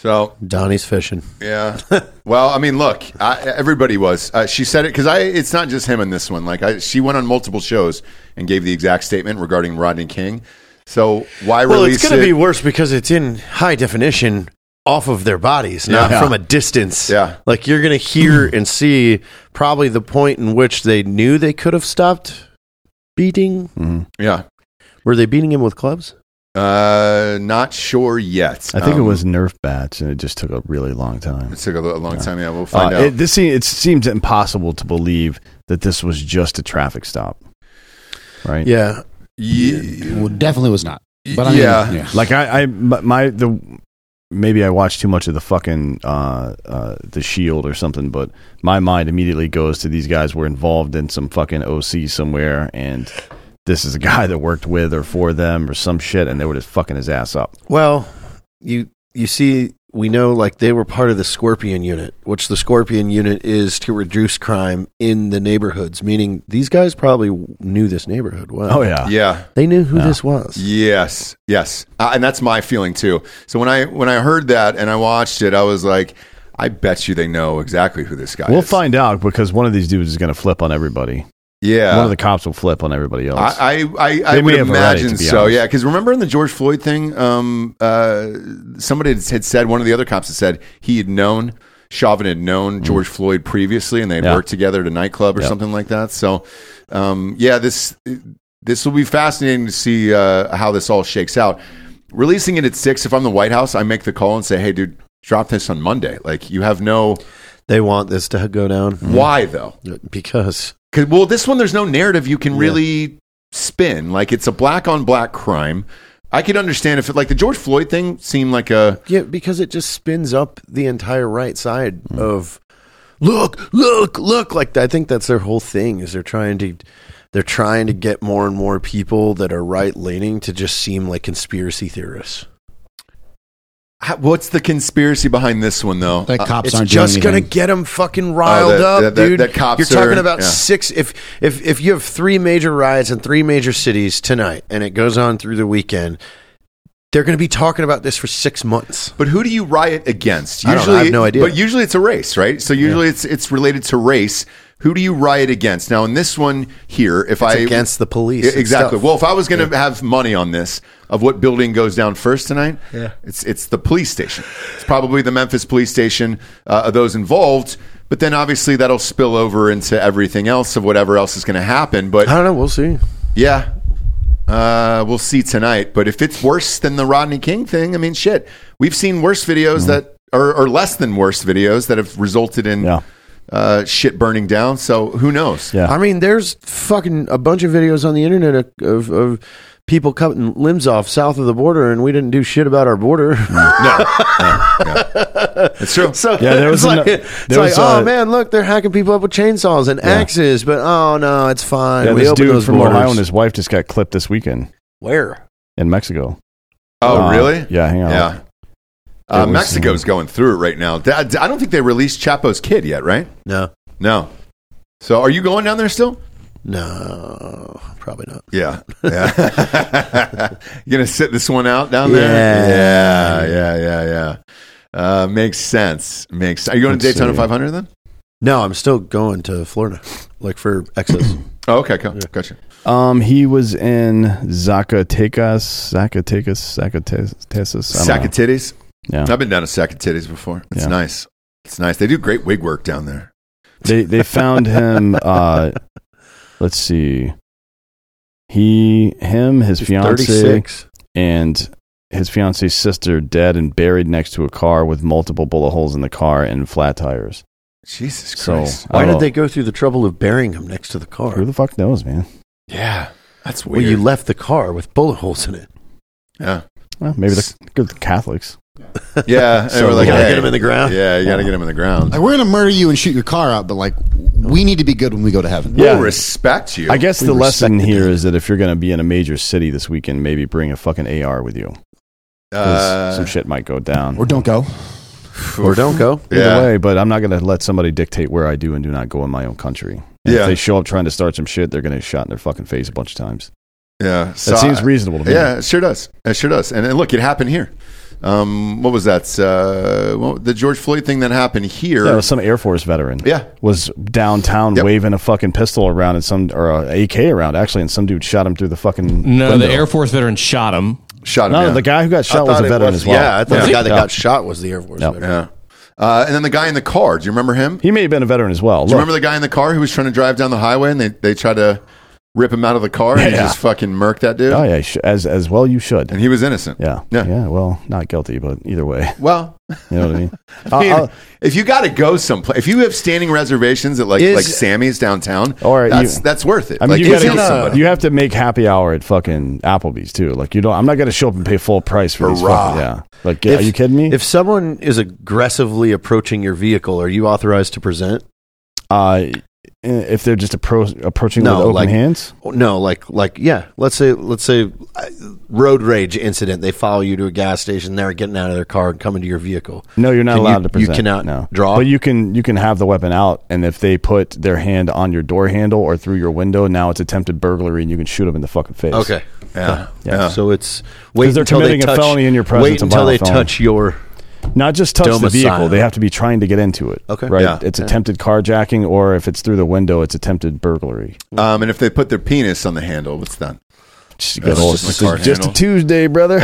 [SPEAKER 2] So
[SPEAKER 4] Donnie's fishing.
[SPEAKER 2] Yeah. well, I mean, look, I, everybody was. Uh, she said it because I. It's not just him in this one. Like I, she went on multiple shows and gave the exact statement regarding Rodney King. So why
[SPEAKER 4] well,
[SPEAKER 2] release
[SPEAKER 4] it's going
[SPEAKER 2] it?
[SPEAKER 4] to be worse because it's in high definition off of their bodies, not
[SPEAKER 2] Yeah.
[SPEAKER 4] from a distance.
[SPEAKER 2] Yeah.
[SPEAKER 4] Like you're going to hear and see probably the point in which they knew they could have stopped beating.
[SPEAKER 2] yeah.
[SPEAKER 4] Were they beating him with clubs?
[SPEAKER 2] Uh, not sure yet.
[SPEAKER 3] I think it
[SPEAKER 2] Um,
[SPEAKER 3] was Nerf bats, and it just took a really long time.
[SPEAKER 2] It took a, lo- a long time. Yeah, we'll find
[SPEAKER 3] Uh,
[SPEAKER 2] out.
[SPEAKER 3] It, this se- it seems impossible to believe that this was just a traffic stop, right?
[SPEAKER 4] Yeah.
[SPEAKER 5] Well, definitely was not. But I mean,
[SPEAKER 3] yeah. like I, I, my my- the maybe I watched too much of the fucking uh, uh, the Shield or something, but my mind immediately goes to these guys were involved in some fucking OC somewhere, and this is a guy that worked with or for them or some shit, and they were just fucking his ass up.
[SPEAKER 4] Well, you you see, we know like they were part of the Scorpion unit, which the Scorpion unit is to reduce crime in the neighborhoods. Meaning, these guys probably knew this neighborhood well.
[SPEAKER 2] Oh, yeah. Yeah.
[SPEAKER 4] they knew who this was.
[SPEAKER 2] Yes, yes, uh, and that's my feeling too. So when I when I heard that and I watched it, I was like, I bet you they know exactly who this guy
[SPEAKER 3] We'll
[SPEAKER 2] is.
[SPEAKER 3] find out because one of these dudes is going to flip on everybody.
[SPEAKER 2] Yeah.
[SPEAKER 3] one of the cops will flip on everybody else.
[SPEAKER 2] I I, I, I
[SPEAKER 3] They may
[SPEAKER 2] would
[SPEAKER 3] have
[SPEAKER 2] imagine
[SPEAKER 3] already, to be
[SPEAKER 2] so.
[SPEAKER 3] honest.
[SPEAKER 2] Yeah, because remember in the George Floyd thing, um, uh, somebody had had said one of the other cops had said he had known Chauvin had known George Floyd previously, and they had
[SPEAKER 3] Mm-hmm. Yeah.
[SPEAKER 2] worked together at a nightclub or
[SPEAKER 3] Yeah.
[SPEAKER 2] something like that. So, um, yeah, this this will be fascinating to see uh, how this all shakes out. Releasing it at six, if I'm the White House, I make the call and say, "Hey, dude, drop this on Monday." Like you have no.
[SPEAKER 4] They want this to go down.
[SPEAKER 3] Mm-hmm.
[SPEAKER 2] Why though?
[SPEAKER 4] Because
[SPEAKER 2] Cause, well, this one there's no narrative you can really spin. Like it's a black on black crime. I could understand if it like the George Floyd thing seemed like a
[SPEAKER 4] yeah, because it just spins up the entire right side
[SPEAKER 2] Mm.
[SPEAKER 4] of look, look, look. Like I think that's their whole thing is they're trying to they're trying to get more and more people that are right leaning to just seem like conspiracy theorists.
[SPEAKER 2] how- what's the conspiracy behind this one though?
[SPEAKER 5] That cops
[SPEAKER 4] it's just gonna get them fucking riled
[SPEAKER 2] Oh, that-
[SPEAKER 4] up,
[SPEAKER 2] that- that-
[SPEAKER 4] dude.
[SPEAKER 2] that cops
[SPEAKER 4] You're talking
[SPEAKER 2] are-
[SPEAKER 4] about
[SPEAKER 2] yeah.
[SPEAKER 4] six. If if if you have three major riots in three major cities tonight, and it goes on through the weekend, they're going to be talking about this for six months.
[SPEAKER 2] But who do you riot against?
[SPEAKER 4] I don't know. I have no idea.
[SPEAKER 2] But usually it's a race, right? So usually it's it's related to race. Who do you riot against? Now in this one here, if I
[SPEAKER 4] against the police
[SPEAKER 2] Yeah,
[SPEAKER 4] and
[SPEAKER 2] exactly.
[SPEAKER 4] stuff.
[SPEAKER 2] Well, if I was going to have money on this, of what building goes down first tonight,
[SPEAKER 4] Yeah.
[SPEAKER 2] it's it's the police station. It's probably the Memphis police station uh, of those involved. But then obviously that'll spill over into everything else of whatever else is going to happen. But
[SPEAKER 4] I don't know. We'll see.
[SPEAKER 2] yeah. Uh, we'll see tonight. But if it's worse than the Rodney King thing, I mean, shit, we've seen worse videos
[SPEAKER 3] Mm-hmm.
[SPEAKER 2] that are or less than worse videos that have resulted in uh, shit burning down. So who knows?
[SPEAKER 4] I mean, there's fucking a bunch of videos on the internet of, of, of people cutting limbs off south of the border, and we didn't do shit about our border.
[SPEAKER 2] No, it's true.
[SPEAKER 4] So
[SPEAKER 3] Yeah, there was
[SPEAKER 4] it's
[SPEAKER 3] an-
[SPEAKER 4] like,
[SPEAKER 3] there
[SPEAKER 4] it's
[SPEAKER 3] was,
[SPEAKER 4] like, oh
[SPEAKER 3] uh,
[SPEAKER 4] man, look, they're hacking people up with chainsaws and axes, but oh no, it's fine.
[SPEAKER 3] Yeah,
[SPEAKER 4] we
[SPEAKER 3] this
[SPEAKER 4] opened
[SPEAKER 3] dude
[SPEAKER 4] those
[SPEAKER 3] from
[SPEAKER 4] borders.
[SPEAKER 3] Ohio and his wife just got clipped this weekend
[SPEAKER 4] Where?
[SPEAKER 3] in Mexico.
[SPEAKER 2] Oh,
[SPEAKER 3] Uh,
[SPEAKER 2] really?
[SPEAKER 3] Yeah, hang on.
[SPEAKER 2] Yeah. Uh,
[SPEAKER 3] It was-
[SPEAKER 2] Mexico's going through it right now. Th- I don't think they released Chapo's kid yet, right?
[SPEAKER 4] No,
[SPEAKER 2] No. So are you going down there still?
[SPEAKER 4] no, probably not.
[SPEAKER 2] Yeah. yeah. you going to sit this one out down there? Yeah. Yeah. Yeah. Yeah. Uh, makes sense. Makes. Are you going
[SPEAKER 3] Let's
[SPEAKER 2] to Daytona
[SPEAKER 3] see.
[SPEAKER 2] 500 then?
[SPEAKER 4] No, I'm still going to Florida, like for exes.
[SPEAKER 2] oh, okay, cool. gotcha.
[SPEAKER 3] Um, he was in Zacatecas, Zacatecas, Zacatecas,
[SPEAKER 2] Sack of titties.
[SPEAKER 3] Yeah.
[SPEAKER 2] I've been down to sack of titties before. It's
[SPEAKER 3] Yeah.
[SPEAKER 2] nice. It's nice. They do great wig work down there.
[SPEAKER 3] They they found him. Uh, let's see. He, him, his fiance,
[SPEAKER 4] 36.
[SPEAKER 3] and his fiance's sister dead and buried next to a car with multiple bullet holes in the car and flat tires.
[SPEAKER 2] Jesus
[SPEAKER 3] So,
[SPEAKER 2] Christ.
[SPEAKER 3] I
[SPEAKER 4] Why
[SPEAKER 3] don't
[SPEAKER 4] did
[SPEAKER 3] know.
[SPEAKER 4] they go through the trouble of burying him next to the car?
[SPEAKER 3] Who the fuck knows, man?
[SPEAKER 2] Yeah, that's
[SPEAKER 4] Well, you left the car with bullet holes in it.
[SPEAKER 2] Yeah.
[SPEAKER 3] Well, maybe the, good Catholics.
[SPEAKER 2] Yeah, and
[SPEAKER 4] So
[SPEAKER 2] we're like,
[SPEAKER 4] you gotta
[SPEAKER 2] hey,
[SPEAKER 4] get him in the ground?
[SPEAKER 2] Yeah, you got to get him in the ground.
[SPEAKER 5] Like, we're gonna murder you and shoot your car out, but like we need to be good when we go to heaven.
[SPEAKER 2] We'll respect you.
[SPEAKER 3] I guess
[SPEAKER 5] We
[SPEAKER 3] the
[SPEAKER 5] respect
[SPEAKER 3] lesson here is that if you're going to be in a major city this weekend, maybe bring a fucking AR with you. 'Cause
[SPEAKER 2] Uh,
[SPEAKER 3] some shit might go down.
[SPEAKER 5] Or don't go.
[SPEAKER 4] Or don't go.
[SPEAKER 3] Either
[SPEAKER 4] Yeah.
[SPEAKER 3] way, but I'm not going to let somebody dictate where I do and do not go in my own country. And
[SPEAKER 2] Yeah.
[SPEAKER 3] If they show up trying to start some shit, they're going to get shot in their fucking face a bunch of times.
[SPEAKER 2] Yeah,
[SPEAKER 3] That seems reasonable to me.
[SPEAKER 2] Yeah, it sure does. It sure does. And, and look, it happened here. Um, what was that? Uh, well, the George Floyd thing that happened here.
[SPEAKER 3] Yeah, it was some Air Force veteran.
[SPEAKER 2] Yeah.
[SPEAKER 3] was downtown waving a fucking pistol around and some or a AK around actually, and some dude shot him through the fucking.
[SPEAKER 9] No,
[SPEAKER 3] window.
[SPEAKER 9] the Air Force veteran shot him.
[SPEAKER 2] Shot
[SPEAKER 3] No, the guy who got shot was a veteran as well.
[SPEAKER 2] Yeah, I thought the guy that got
[SPEAKER 4] shot was the Air Force
[SPEAKER 2] veteran. Yeah. Uh, and then the guy in the car. Do you remember him?
[SPEAKER 3] He may have been a veteran as well.
[SPEAKER 2] Do you remember the guy in the car who was trying to drive down the highway and they, they tried to rip him out of the car and he
[SPEAKER 3] Yeah.
[SPEAKER 2] just fucking murked that dude?
[SPEAKER 3] Oh yeah, sh- as as well you should. And
[SPEAKER 2] he was innocent.
[SPEAKER 3] Yeah, yeah, yeah. Well, not guilty, but either way,
[SPEAKER 2] Well,
[SPEAKER 3] you know what I mean.
[SPEAKER 2] I mean,
[SPEAKER 3] I'll- I'll-
[SPEAKER 2] if you got to go someplace, if you have standing reservations at like
[SPEAKER 3] Is-
[SPEAKER 2] like Sammy's downtown,
[SPEAKER 3] All right,
[SPEAKER 2] that's
[SPEAKER 3] you-
[SPEAKER 2] that's worth it.
[SPEAKER 3] I mean,
[SPEAKER 2] like,
[SPEAKER 3] you,
[SPEAKER 2] go
[SPEAKER 3] gotta
[SPEAKER 2] see
[SPEAKER 3] get-
[SPEAKER 2] somebody.
[SPEAKER 3] you have to make happy hour at fucking Applebee's too. Like you don't. I'm not going to show up and pay full price for these.
[SPEAKER 4] Hurrah.
[SPEAKER 3] Fucking, yeah. Like, are you kidding me?
[SPEAKER 4] If someone is aggressively approaching your vehicle, are you authorized to present?
[SPEAKER 3] Uh, if they're just appro- approaching with open hands?
[SPEAKER 4] No, like like yeah. Let's say let's say uh, road rage incident. They follow you to a gas station. They're getting out of their car and coming to your vehicle.
[SPEAKER 3] No, you're not
[SPEAKER 4] Can you-
[SPEAKER 3] allowed to present.
[SPEAKER 4] You cannot
[SPEAKER 3] no.
[SPEAKER 4] draw.
[SPEAKER 3] But you can you can have the weapon out, and if they put their hand on your door handle or through your window, now it's attempted burglary, and you can shoot them in the fucking face.
[SPEAKER 4] Okay. Yeah.
[SPEAKER 3] Yeah.
[SPEAKER 4] Yeah. So it's wait
[SPEAKER 3] because they're
[SPEAKER 4] until they
[SPEAKER 3] committing
[SPEAKER 4] touch-
[SPEAKER 3] a felony in your
[SPEAKER 4] wait
[SPEAKER 3] presence. a
[SPEAKER 4] until
[SPEAKER 3] violent
[SPEAKER 4] they
[SPEAKER 3] felony.
[SPEAKER 4] touch your
[SPEAKER 3] not just touch the
[SPEAKER 4] domicile.
[SPEAKER 3] vehicle. They have to be trying to get into it.
[SPEAKER 4] Okay.
[SPEAKER 3] right?
[SPEAKER 4] Yeah.
[SPEAKER 3] It's
[SPEAKER 4] Yeah.
[SPEAKER 3] attempted carjacking, or if it's through the window, it's attempted burglary.
[SPEAKER 2] Um, and if they put their penis on the handle, what's done?
[SPEAKER 3] Just,
[SPEAKER 2] That's
[SPEAKER 3] old-
[SPEAKER 2] just
[SPEAKER 3] just
[SPEAKER 2] the car
[SPEAKER 3] a, just a
[SPEAKER 2] handle.
[SPEAKER 3] Tuesday, brother.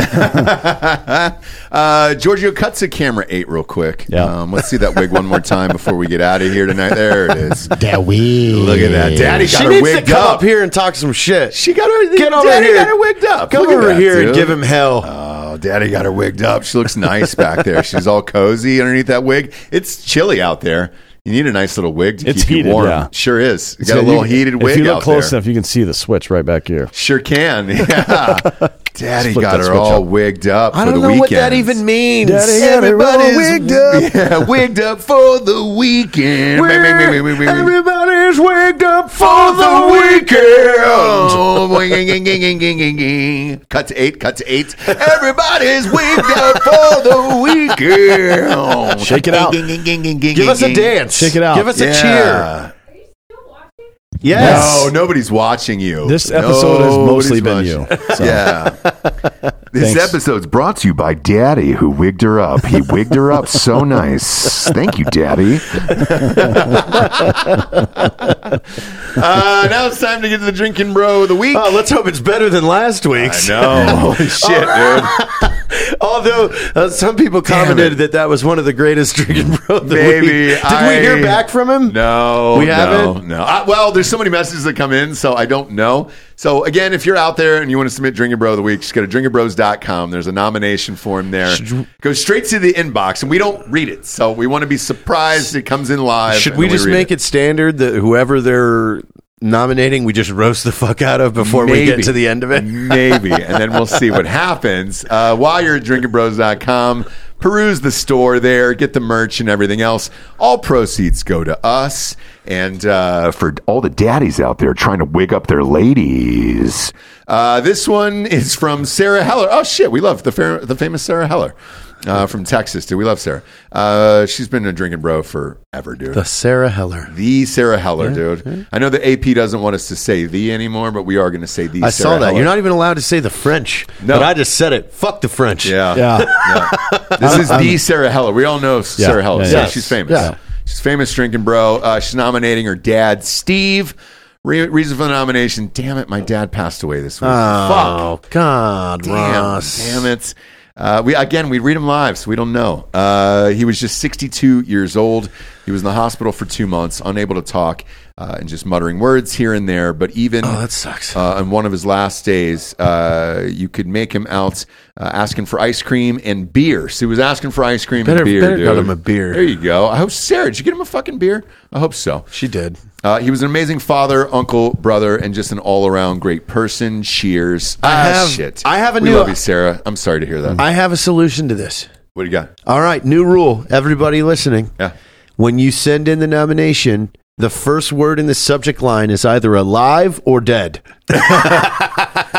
[SPEAKER 2] uh, Giorgio cuts a camera eight real quick.
[SPEAKER 3] Yeah.
[SPEAKER 2] Um, let's see that wig one more time before we get out of here tonight. There it is.
[SPEAKER 5] That wig.
[SPEAKER 2] Look at that. Daddy got
[SPEAKER 4] she
[SPEAKER 2] her
[SPEAKER 4] needs to
[SPEAKER 2] wigged
[SPEAKER 4] come
[SPEAKER 2] up.
[SPEAKER 4] up here and talk some shit.
[SPEAKER 2] She got her.
[SPEAKER 4] Get over
[SPEAKER 2] Daddy
[SPEAKER 4] here.
[SPEAKER 2] got her wigged up.
[SPEAKER 4] Come
[SPEAKER 2] Look at
[SPEAKER 4] over
[SPEAKER 2] that,
[SPEAKER 4] here
[SPEAKER 2] dude.
[SPEAKER 4] and give him hell.
[SPEAKER 2] Oh, Daddy got her wigged up. She looks nice back there. She's all cozy underneath that wig. It's chilly out there. You need a nice little wig to
[SPEAKER 3] It's
[SPEAKER 2] keep
[SPEAKER 3] heated,
[SPEAKER 2] you warm.
[SPEAKER 3] yeah.
[SPEAKER 2] Sure is. You got
[SPEAKER 3] So
[SPEAKER 2] a little
[SPEAKER 3] you-
[SPEAKER 2] heated wig
[SPEAKER 3] If you
[SPEAKER 2] out
[SPEAKER 3] look close
[SPEAKER 2] there.
[SPEAKER 3] enough, you can see the switch right back here.
[SPEAKER 2] Sure can. Yeah. Daddy
[SPEAKER 3] Flip
[SPEAKER 2] got
[SPEAKER 3] that
[SPEAKER 2] her
[SPEAKER 3] switch
[SPEAKER 2] all
[SPEAKER 3] up.
[SPEAKER 2] wigged up for
[SPEAKER 4] I don't
[SPEAKER 2] the
[SPEAKER 4] know
[SPEAKER 2] weekend.
[SPEAKER 4] what that even means.
[SPEAKER 2] Daddy got her all wigged up.
[SPEAKER 4] Yeah,
[SPEAKER 2] wigged up for the weekend.
[SPEAKER 4] We're- Everybody's wigged up for the
[SPEAKER 2] weekend. cut to eight. Cut to eight. Everybody's wigged up for the weekend.
[SPEAKER 3] Shake it out.
[SPEAKER 2] Give
[SPEAKER 4] us a dance. Shake it out. Give us a cheer. Yes.
[SPEAKER 2] No, nobody's watching you.
[SPEAKER 3] This episode has mostly been
[SPEAKER 2] watching-
[SPEAKER 3] you, so.
[SPEAKER 2] Yeah. This episode's brought to you by Daddy, who wigged her up. He wigged her up so nice. Thank you, Daddy. uh, now it's time to get to the drinking bro of the week.
[SPEAKER 4] Oh, let's hope it's better than last week's.
[SPEAKER 2] know. Holy shit, dude.
[SPEAKER 4] Although uh, some people commented that that was one of the greatest drinking bro of the
[SPEAKER 2] Maybe
[SPEAKER 4] week. Did
[SPEAKER 2] I-
[SPEAKER 4] we hear back from him?
[SPEAKER 2] No,
[SPEAKER 4] We
[SPEAKER 2] no,
[SPEAKER 4] haven't?
[SPEAKER 2] No. I, well, there's so many messages that come in, so I don't know. So again, if you're out there and you want to submit Drinking Bro of the Week, just go to drinkingbros.com. There's a nomination form there. Go straight to the inbox, and we don't read it, so we want to be surprised it comes in live.
[SPEAKER 4] Should
[SPEAKER 2] and
[SPEAKER 4] we
[SPEAKER 2] then
[SPEAKER 4] just
[SPEAKER 2] read
[SPEAKER 4] make it. standard that whoever they're nominating, we just roast the fuck out of before we
[SPEAKER 2] Maybe.
[SPEAKER 4] get to the end of it?
[SPEAKER 2] maybe, and then we'll see what happens. Uh, while you're at drinkingbros.com, peruse the store there, get the merch and everything else. All proceeds go to us. And uh, for all the daddies out there trying to wig up their ladies, uh, this one is from Sarah Heller. Oh shit, we love the fa- the famous Sarah Heller. Uh, from Texas, dude. We love Sarah. Uh, she's been a drinking bro forever, dude.
[SPEAKER 4] The Sarah Heller.
[SPEAKER 2] The Sarah Heller, dude. I know the AP doesn't want us to say the anymore, but we are going to say the.
[SPEAKER 4] I
[SPEAKER 2] Sarah
[SPEAKER 4] saw that.
[SPEAKER 2] Heller.
[SPEAKER 4] You're not even allowed to say the French.
[SPEAKER 2] No.
[SPEAKER 4] But I just said it. Fuck the French.
[SPEAKER 2] Yeah.
[SPEAKER 3] Yeah.
[SPEAKER 2] This is the Sarah Heller. We all know Sarah Heller.
[SPEAKER 3] yeah,
[SPEAKER 2] So
[SPEAKER 3] yeah.
[SPEAKER 2] She's famous.
[SPEAKER 3] Yeah.
[SPEAKER 2] She's a famous drinking bro. Uh, she's nominating her dad, Steve. Re- reason for the nomination. Damn it, my dad passed away this week.
[SPEAKER 4] Oh,
[SPEAKER 2] Fuck.
[SPEAKER 4] God,
[SPEAKER 2] Damn,
[SPEAKER 4] Ross.
[SPEAKER 2] Damn it. Uh, we again, we read him live, so we don't know. Uh, he was just 62 years old. He was in the hospital for two months, unable to talk, uh, and just muttering words here and there. But even
[SPEAKER 4] Oh, that sucks.
[SPEAKER 2] Uh, on one of his last days, uh, you could make him out uh, asking for ice cream and beer. So he was asking for ice cream
[SPEAKER 4] Better-
[SPEAKER 2] and beer.
[SPEAKER 4] better
[SPEAKER 2] dude.
[SPEAKER 4] got him a beer.
[SPEAKER 2] There you go. I hope Sarah. Did you get him a fucking beer? I hope so.
[SPEAKER 4] She did.
[SPEAKER 2] Uh, he was an amazing father, uncle, brother, and just an all-around great person. Cheers.
[SPEAKER 4] I
[SPEAKER 2] ah,
[SPEAKER 4] have-
[SPEAKER 2] shit.
[SPEAKER 4] I have a
[SPEAKER 2] we
[SPEAKER 4] new-
[SPEAKER 2] love you, Sarah. I'm sorry to hear that.
[SPEAKER 4] I have a solution to this.
[SPEAKER 2] What do you got?
[SPEAKER 4] All right, new rule. Everybody listening.
[SPEAKER 2] Yeah.
[SPEAKER 4] When you send in the nomination, the first word in the subject line is either alive or dead.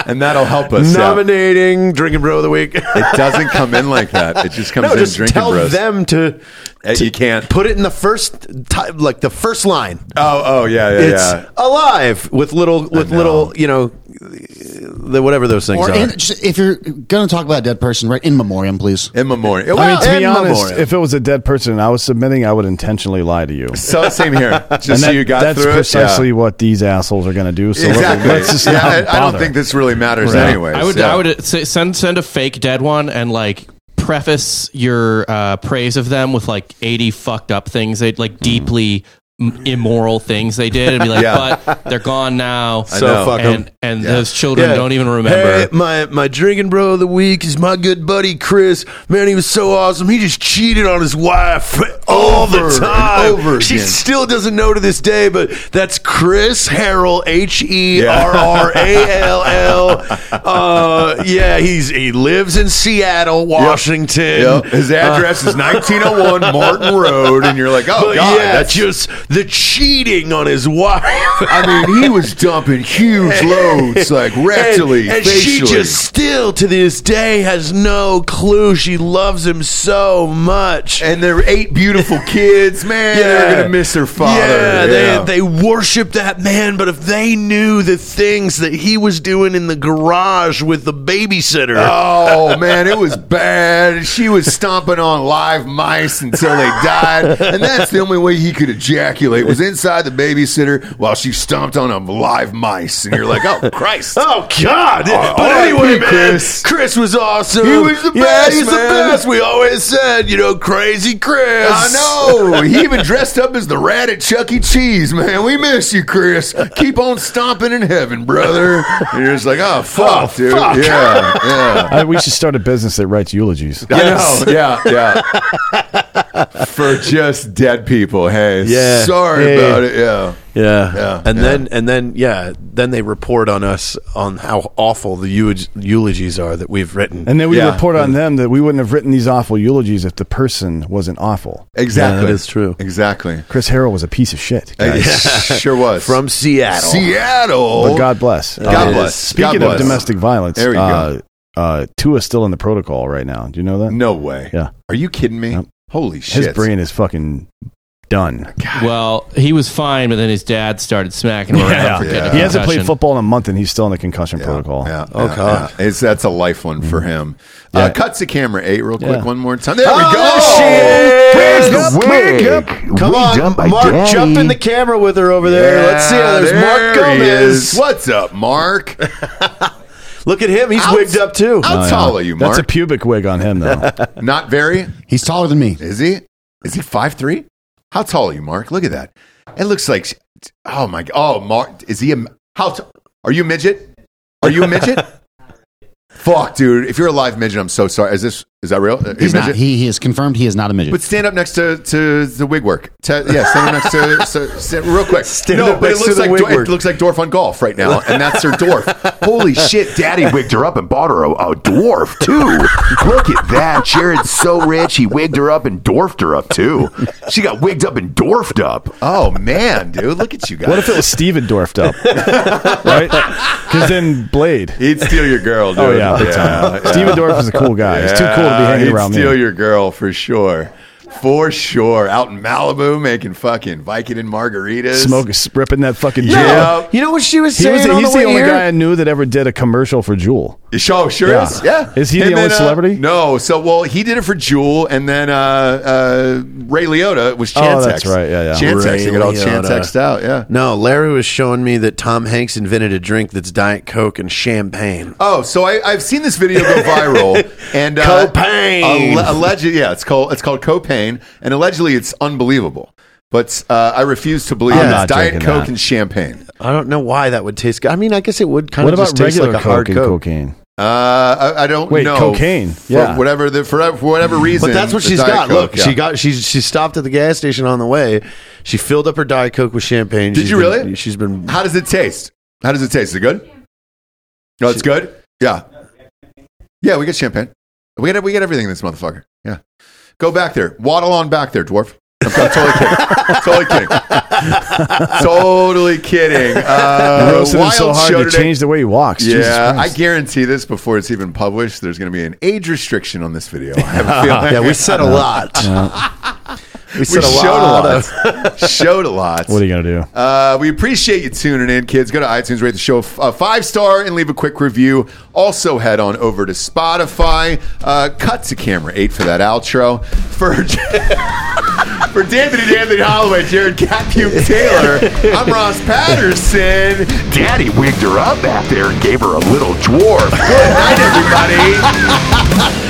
[SPEAKER 2] and that'll help us out.
[SPEAKER 4] Nominating drinking bro of the week.
[SPEAKER 2] It doesn't come in like that. It just comes
[SPEAKER 4] no,
[SPEAKER 2] in
[SPEAKER 4] just
[SPEAKER 2] drinking
[SPEAKER 4] tell
[SPEAKER 2] bros.
[SPEAKER 4] them to,
[SPEAKER 2] Eh,
[SPEAKER 4] to
[SPEAKER 2] you can't.
[SPEAKER 4] put it in the first ti- like the first line.
[SPEAKER 2] Oh, oh, yeah, yeah,
[SPEAKER 4] it's
[SPEAKER 2] yeah.
[SPEAKER 4] alive with little with little you know the whatever those things
[SPEAKER 5] Or
[SPEAKER 4] are.
[SPEAKER 5] in, just- if you're going to talk about a dead person, right in memoriam, please.
[SPEAKER 2] In memoriam.
[SPEAKER 3] I mean, to be honest, if it was a dead person and I was submitting, I would intentionally lie to you.
[SPEAKER 2] So same here. Just
[SPEAKER 3] And
[SPEAKER 2] so
[SPEAKER 3] that-
[SPEAKER 2] you got
[SPEAKER 3] that's
[SPEAKER 2] through it.
[SPEAKER 3] precisely
[SPEAKER 2] yeah.
[SPEAKER 3] what these assholes are going to do. So let-
[SPEAKER 2] exactly.
[SPEAKER 3] let's just
[SPEAKER 2] yeah,
[SPEAKER 3] not
[SPEAKER 2] I- I,
[SPEAKER 3] bother.
[SPEAKER 2] don't think this really matters
[SPEAKER 3] Right.
[SPEAKER 2] anyway.
[SPEAKER 9] I would
[SPEAKER 2] Yeah.
[SPEAKER 9] I would uh, say, send send a fake dead one and like preface your uh, praise of them with like eighty fucked up things they like deeply m immoral things they did and be like
[SPEAKER 4] Yeah.
[SPEAKER 9] but they're gone now
[SPEAKER 4] I So know. fuck 'em.
[SPEAKER 9] and, and
[SPEAKER 4] Yeah.
[SPEAKER 9] those children
[SPEAKER 4] Yeah.
[SPEAKER 9] don't even remember
[SPEAKER 4] Hey, my my drinking bro of the week is my good buddy Chris. Man, he was so awesome. He just cheated on his wife all
[SPEAKER 2] Over
[SPEAKER 4] the
[SPEAKER 2] and
[SPEAKER 4] time.
[SPEAKER 2] over
[SPEAKER 4] she
[SPEAKER 2] again.
[SPEAKER 4] still doesn't know to this day, but that's Chris Harrell, H E R R A L L. Uh, Yeah, he's he lives in Seattle, Washington.
[SPEAKER 2] Yep. His
[SPEAKER 3] Uh,
[SPEAKER 2] address is 1901 Martin Road, and you're like, oh
[SPEAKER 4] But
[SPEAKER 2] god,
[SPEAKER 4] yeah,
[SPEAKER 2] that's
[SPEAKER 4] just the cheating on his wife.
[SPEAKER 2] I mean, he was dumping huge loads, like rectally,
[SPEAKER 4] And, and she
[SPEAKER 2] facially.
[SPEAKER 4] just still to this day has no clue. She loves him so much.
[SPEAKER 2] And they're eight beautiful kids, man. They're gonna miss their father.
[SPEAKER 4] Yeah,
[SPEAKER 2] Yeah.
[SPEAKER 4] They, they worship that man, but if they knew the things that he was doing in the garage with the babysitter.
[SPEAKER 2] Oh man, it was bad. She was stomping on live mice until they died, and that's the only way he could ejaculate was inside the babysitter while she stomped on a live mice. And you're like, oh Christ,
[SPEAKER 4] Oh God!
[SPEAKER 2] Oh,
[SPEAKER 4] but
[SPEAKER 2] R.I.P.,
[SPEAKER 4] anyway, man, Chris.
[SPEAKER 2] Chris.
[SPEAKER 4] was awesome.
[SPEAKER 2] He was the
[SPEAKER 4] Yeah,
[SPEAKER 2] best,
[SPEAKER 4] he's
[SPEAKER 2] man.
[SPEAKER 4] the best. We always said, you know, crazy Chris.
[SPEAKER 2] I know. He even dressed up as the rat at Chuck E. Cheese, man. We miss you, Chris. Keep on stomping in heaven, brother. And you're just like, oh fuck, dude.
[SPEAKER 4] fuck.
[SPEAKER 2] Yeah, yeah.
[SPEAKER 3] I- we should start a business that writes eulogies.
[SPEAKER 2] I know. Yeah, yeah. For just dead people. Hey,
[SPEAKER 4] Yeah.
[SPEAKER 2] sorry
[SPEAKER 4] Hey.
[SPEAKER 2] about it. Yeah.
[SPEAKER 4] Yeah.
[SPEAKER 2] Yeah,
[SPEAKER 4] And
[SPEAKER 2] yeah.
[SPEAKER 4] then and then yeah, then they report on us on how awful the eulogi- eulogies are that we've written.
[SPEAKER 3] And then we
[SPEAKER 4] Yeah.
[SPEAKER 3] report on them that we wouldn't have written these awful eulogies if the person wasn't awful.
[SPEAKER 2] Exactly.
[SPEAKER 4] Yeah, that is true.
[SPEAKER 2] Exactly.
[SPEAKER 3] Chris Harrell was a piece of shit.
[SPEAKER 2] It
[SPEAKER 3] guys.
[SPEAKER 2] sure was.
[SPEAKER 4] from Seattle.
[SPEAKER 2] Seattle.
[SPEAKER 3] But God bless.
[SPEAKER 2] oh. God
[SPEAKER 3] Uh,
[SPEAKER 2] bless.
[SPEAKER 3] Speaking
[SPEAKER 2] God
[SPEAKER 3] of
[SPEAKER 2] bless.
[SPEAKER 3] domestic violence,
[SPEAKER 2] There we
[SPEAKER 3] uh, uh, Tua's still in the protocol right now. Do you know that?
[SPEAKER 2] No way.
[SPEAKER 3] Yeah.
[SPEAKER 2] Are you kidding me?
[SPEAKER 3] Yep.
[SPEAKER 2] Holy
[SPEAKER 3] His
[SPEAKER 2] shit.
[SPEAKER 3] brain is fucking done.
[SPEAKER 9] well he was fine but then his dad started smacking him around for getting a
[SPEAKER 3] He hasn't played
[SPEAKER 9] concussion.
[SPEAKER 3] football in a month and he's still in the concussion protocol.
[SPEAKER 2] Yeah,
[SPEAKER 4] Oh,
[SPEAKER 2] yeah,
[SPEAKER 4] God. Mm-hmm.
[SPEAKER 2] yeah. It's, that's a life one for him.
[SPEAKER 3] Yeah.
[SPEAKER 2] Uh, cut to camera eight real quick
[SPEAKER 3] Yeah.
[SPEAKER 2] one more time. There we go.
[SPEAKER 4] Oh, shit.
[SPEAKER 2] Where's
[SPEAKER 4] Wake
[SPEAKER 2] the
[SPEAKER 4] up, wake up. Come on, Mark, jump in the camera with her over there. Let's see.
[SPEAKER 2] Yeah,
[SPEAKER 4] There's Mark
[SPEAKER 2] there he
[SPEAKER 4] Gomez.
[SPEAKER 2] is. What's up, Mark?
[SPEAKER 4] Look at him. He's
[SPEAKER 2] Out-
[SPEAKER 4] wigged up too.
[SPEAKER 2] How tall are you,
[SPEAKER 3] Oh, That's a
[SPEAKER 2] Mark?
[SPEAKER 3] pubic wig on him, though.
[SPEAKER 2] Not very.
[SPEAKER 5] He's taller than me.
[SPEAKER 2] Is he? Is he five three? How tall are you, Mark? Look at that. It looks like. Oh my. Oh, Mark. Is he a? How? T- are you a midget? Are you a midget? Fuck, dude. If you're a live midget, I'm so sorry. Is this? Is that real? Are you
[SPEAKER 5] He's
[SPEAKER 2] a
[SPEAKER 5] not.
[SPEAKER 2] midget?
[SPEAKER 5] He, he is confirmed. He is not a midget.
[SPEAKER 2] But stand up next to to the wig work. To, yeah, stand up next to so, stand, real quick.
[SPEAKER 4] Stand
[SPEAKER 2] no,
[SPEAKER 4] up
[SPEAKER 2] but
[SPEAKER 4] next
[SPEAKER 2] it
[SPEAKER 4] to
[SPEAKER 2] looks
[SPEAKER 4] the
[SPEAKER 2] like
[SPEAKER 4] wig
[SPEAKER 2] Dor-
[SPEAKER 4] work.
[SPEAKER 2] it looks like dwarf on golf right now, and that's her dwarf. Holy shit, Daddy wigged her up and bought her a, a dwarf too. Look at that, Jared's so rich he wigged her up and dwarfed her up too. She got wigged up and dwarfed up. Oh man, dude, look at you guys.
[SPEAKER 3] What if it was Steven dwarfed up? right? Because then Blade.
[SPEAKER 2] He'd steal your girl, dude.
[SPEAKER 3] Oh, yeah, big time. Steven Dorff is a cool guy. Uh, He's too cool to be hanging
[SPEAKER 2] he'd
[SPEAKER 3] around me.
[SPEAKER 2] steal your girl for sure. for sure. Out in Malibu, making fucking Viking and margaritas.
[SPEAKER 3] Smoke is ripping that fucking
[SPEAKER 2] Yeah.
[SPEAKER 3] Juul.
[SPEAKER 4] You know what she was
[SPEAKER 3] He was
[SPEAKER 4] saying on
[SPEAKER 3] he's
[SPEAKER 4] the
[SPEAKER 3] the
[SPEAKER 4] way
[SPEAKER 3] only
[SPEAKER 4] here?
[SPEAKER 3] guy I knew that ever did a commercial for Jewel.
[SPEAKER 2] Show sure
[SPEAKER 3] Yeah.
[SPEAKER 2] is. Yeah.
[SPEAKER 3] Is he the
[SPEAKER 2] Him
[SPEAKER 3] only
[SPEAKER 2] and, uh,
[SPEAKER 3] celebrity?
[SPEAKER 2] no. So well, he did it for Jewel, and then uh, uh, Ray Liotta was Chantex.
[SPEAKER 4] Oh, that's right. Yeah, yeah.
[SPEAKER 2] Chantex. They got all Chantexed out. Yeah.
[SPEAKER 4] No, Larry was showing me that Tom Hanks invented a drink that's Diet Coke and champagne.
[SPEAKER 2] Oh, so I, I've seen this video go viral, and uh,
[SPEAKER 4] Copain.
[SPEAKER 2] alle- alleged, yeah, it's called it's called copain, and allegedly it's unbelievable. But uh, I refuse to believe
[SPEAKER 4] I'm
[SPEAKER 2] it.
[SPEAKER 4] not
[SPEAKER 2] it's Diet
[SPEAKER 4] drinking
[SPEAKER 2] Coke
[SPEAKER 4] that.
[SPEAKER 2] and champagne.
[SPEAKER 4] I don't know why that would taste good. I mean, I guess it would kind
[SPEAKER 3] What
[SPEAKER 4] of
[SPEAKER 3] about
[SPEAKER 4] just taste
[SPEAKER 3] regular
[SPEAKER 4] like a
[SPEAKER 3] Coke
[SPEAKER 4] hard
[SPEAKER 3] and
[SPEAKER 4] Coke.
[SPEAKER 3] cocaine?
[SPEAKER 2] Uh, I, I don't
[SPEAKER 3] Wait,
[SPEAKER 2] know.
[SPEAKER 3] cocaine, yeah.
[SPEAKER 2] for whatever the for, for whatever reason.
[SPEAKER 4] But that's what
[SPEAKER 2] the
[SPEAKER 4] she's
[SPEAKER 2] Diet
[SPEAKER 4] got.
[SPEAKER 2] Coke,
[SPEAKER 4] Look,
[SPEAKER 2] yeah.
[SPEAKER 4] she got she she stopped at the gas station on the way. She filled up her Diet Coke with champagne.
[SPEAKER 2] Did
[SPEAKER 4] She's
[SPEAKER 2] you
[SPEAKER 4] been-
[SPEAKER 2] really?
[SPEAKER 4] She's been.
[SPEAKER 2] How does it taste? How does it taste? Is it good? No, it's good. Yeah, yeah. We get champagne. We get we get everything in this motherfucker. Yeah. Go back there. Waddle on back there, dwarf. I'm, I'm totally kidding. totally kidding. totally kidding. Uh,
[SPEAKER 3] Roasted him so
[SPEAKER 2] Wild
[SPEAKER 3] hard
[SPEAKER 2] show
[SPEAKER 3] to
[SPEAKER 2] today.
[SPEAKER 3] change the way he walks. Jesus
[SPEAKER 2] Yeah, I
[SPEAKER 3] Christ.
[SPEAKER 2] guarantee this before it's even published. There's going to be an age restriction on this video. I have a feeling.
[SPEAKER 4] yeah, we said a lot.
[SPEAKER 2] We,
[SPEAKER 4] said a
[SPEAKER 2] showed
[SPEAKER 4] lot
[SPEAKER 2] a lot. showed a lot.
[SPEAKER 3] What are you gonna do?
[SPEAKER 2] Uh, we appreciate you tuning in, kids. Go to iTunes, rate the show f- uh, five star, and leave a quick review. Also, head on over to Spotify. Uh, cut to camera eight for that outro. For for D'Anthony, Anthony Holloway, Jared Capume Taylor, I'm Ross Patterson.
[SPEAKER 1] Daddy wigged her up out there and gave her a little dwarf.
[SPEAKER 2] Good night, everybody.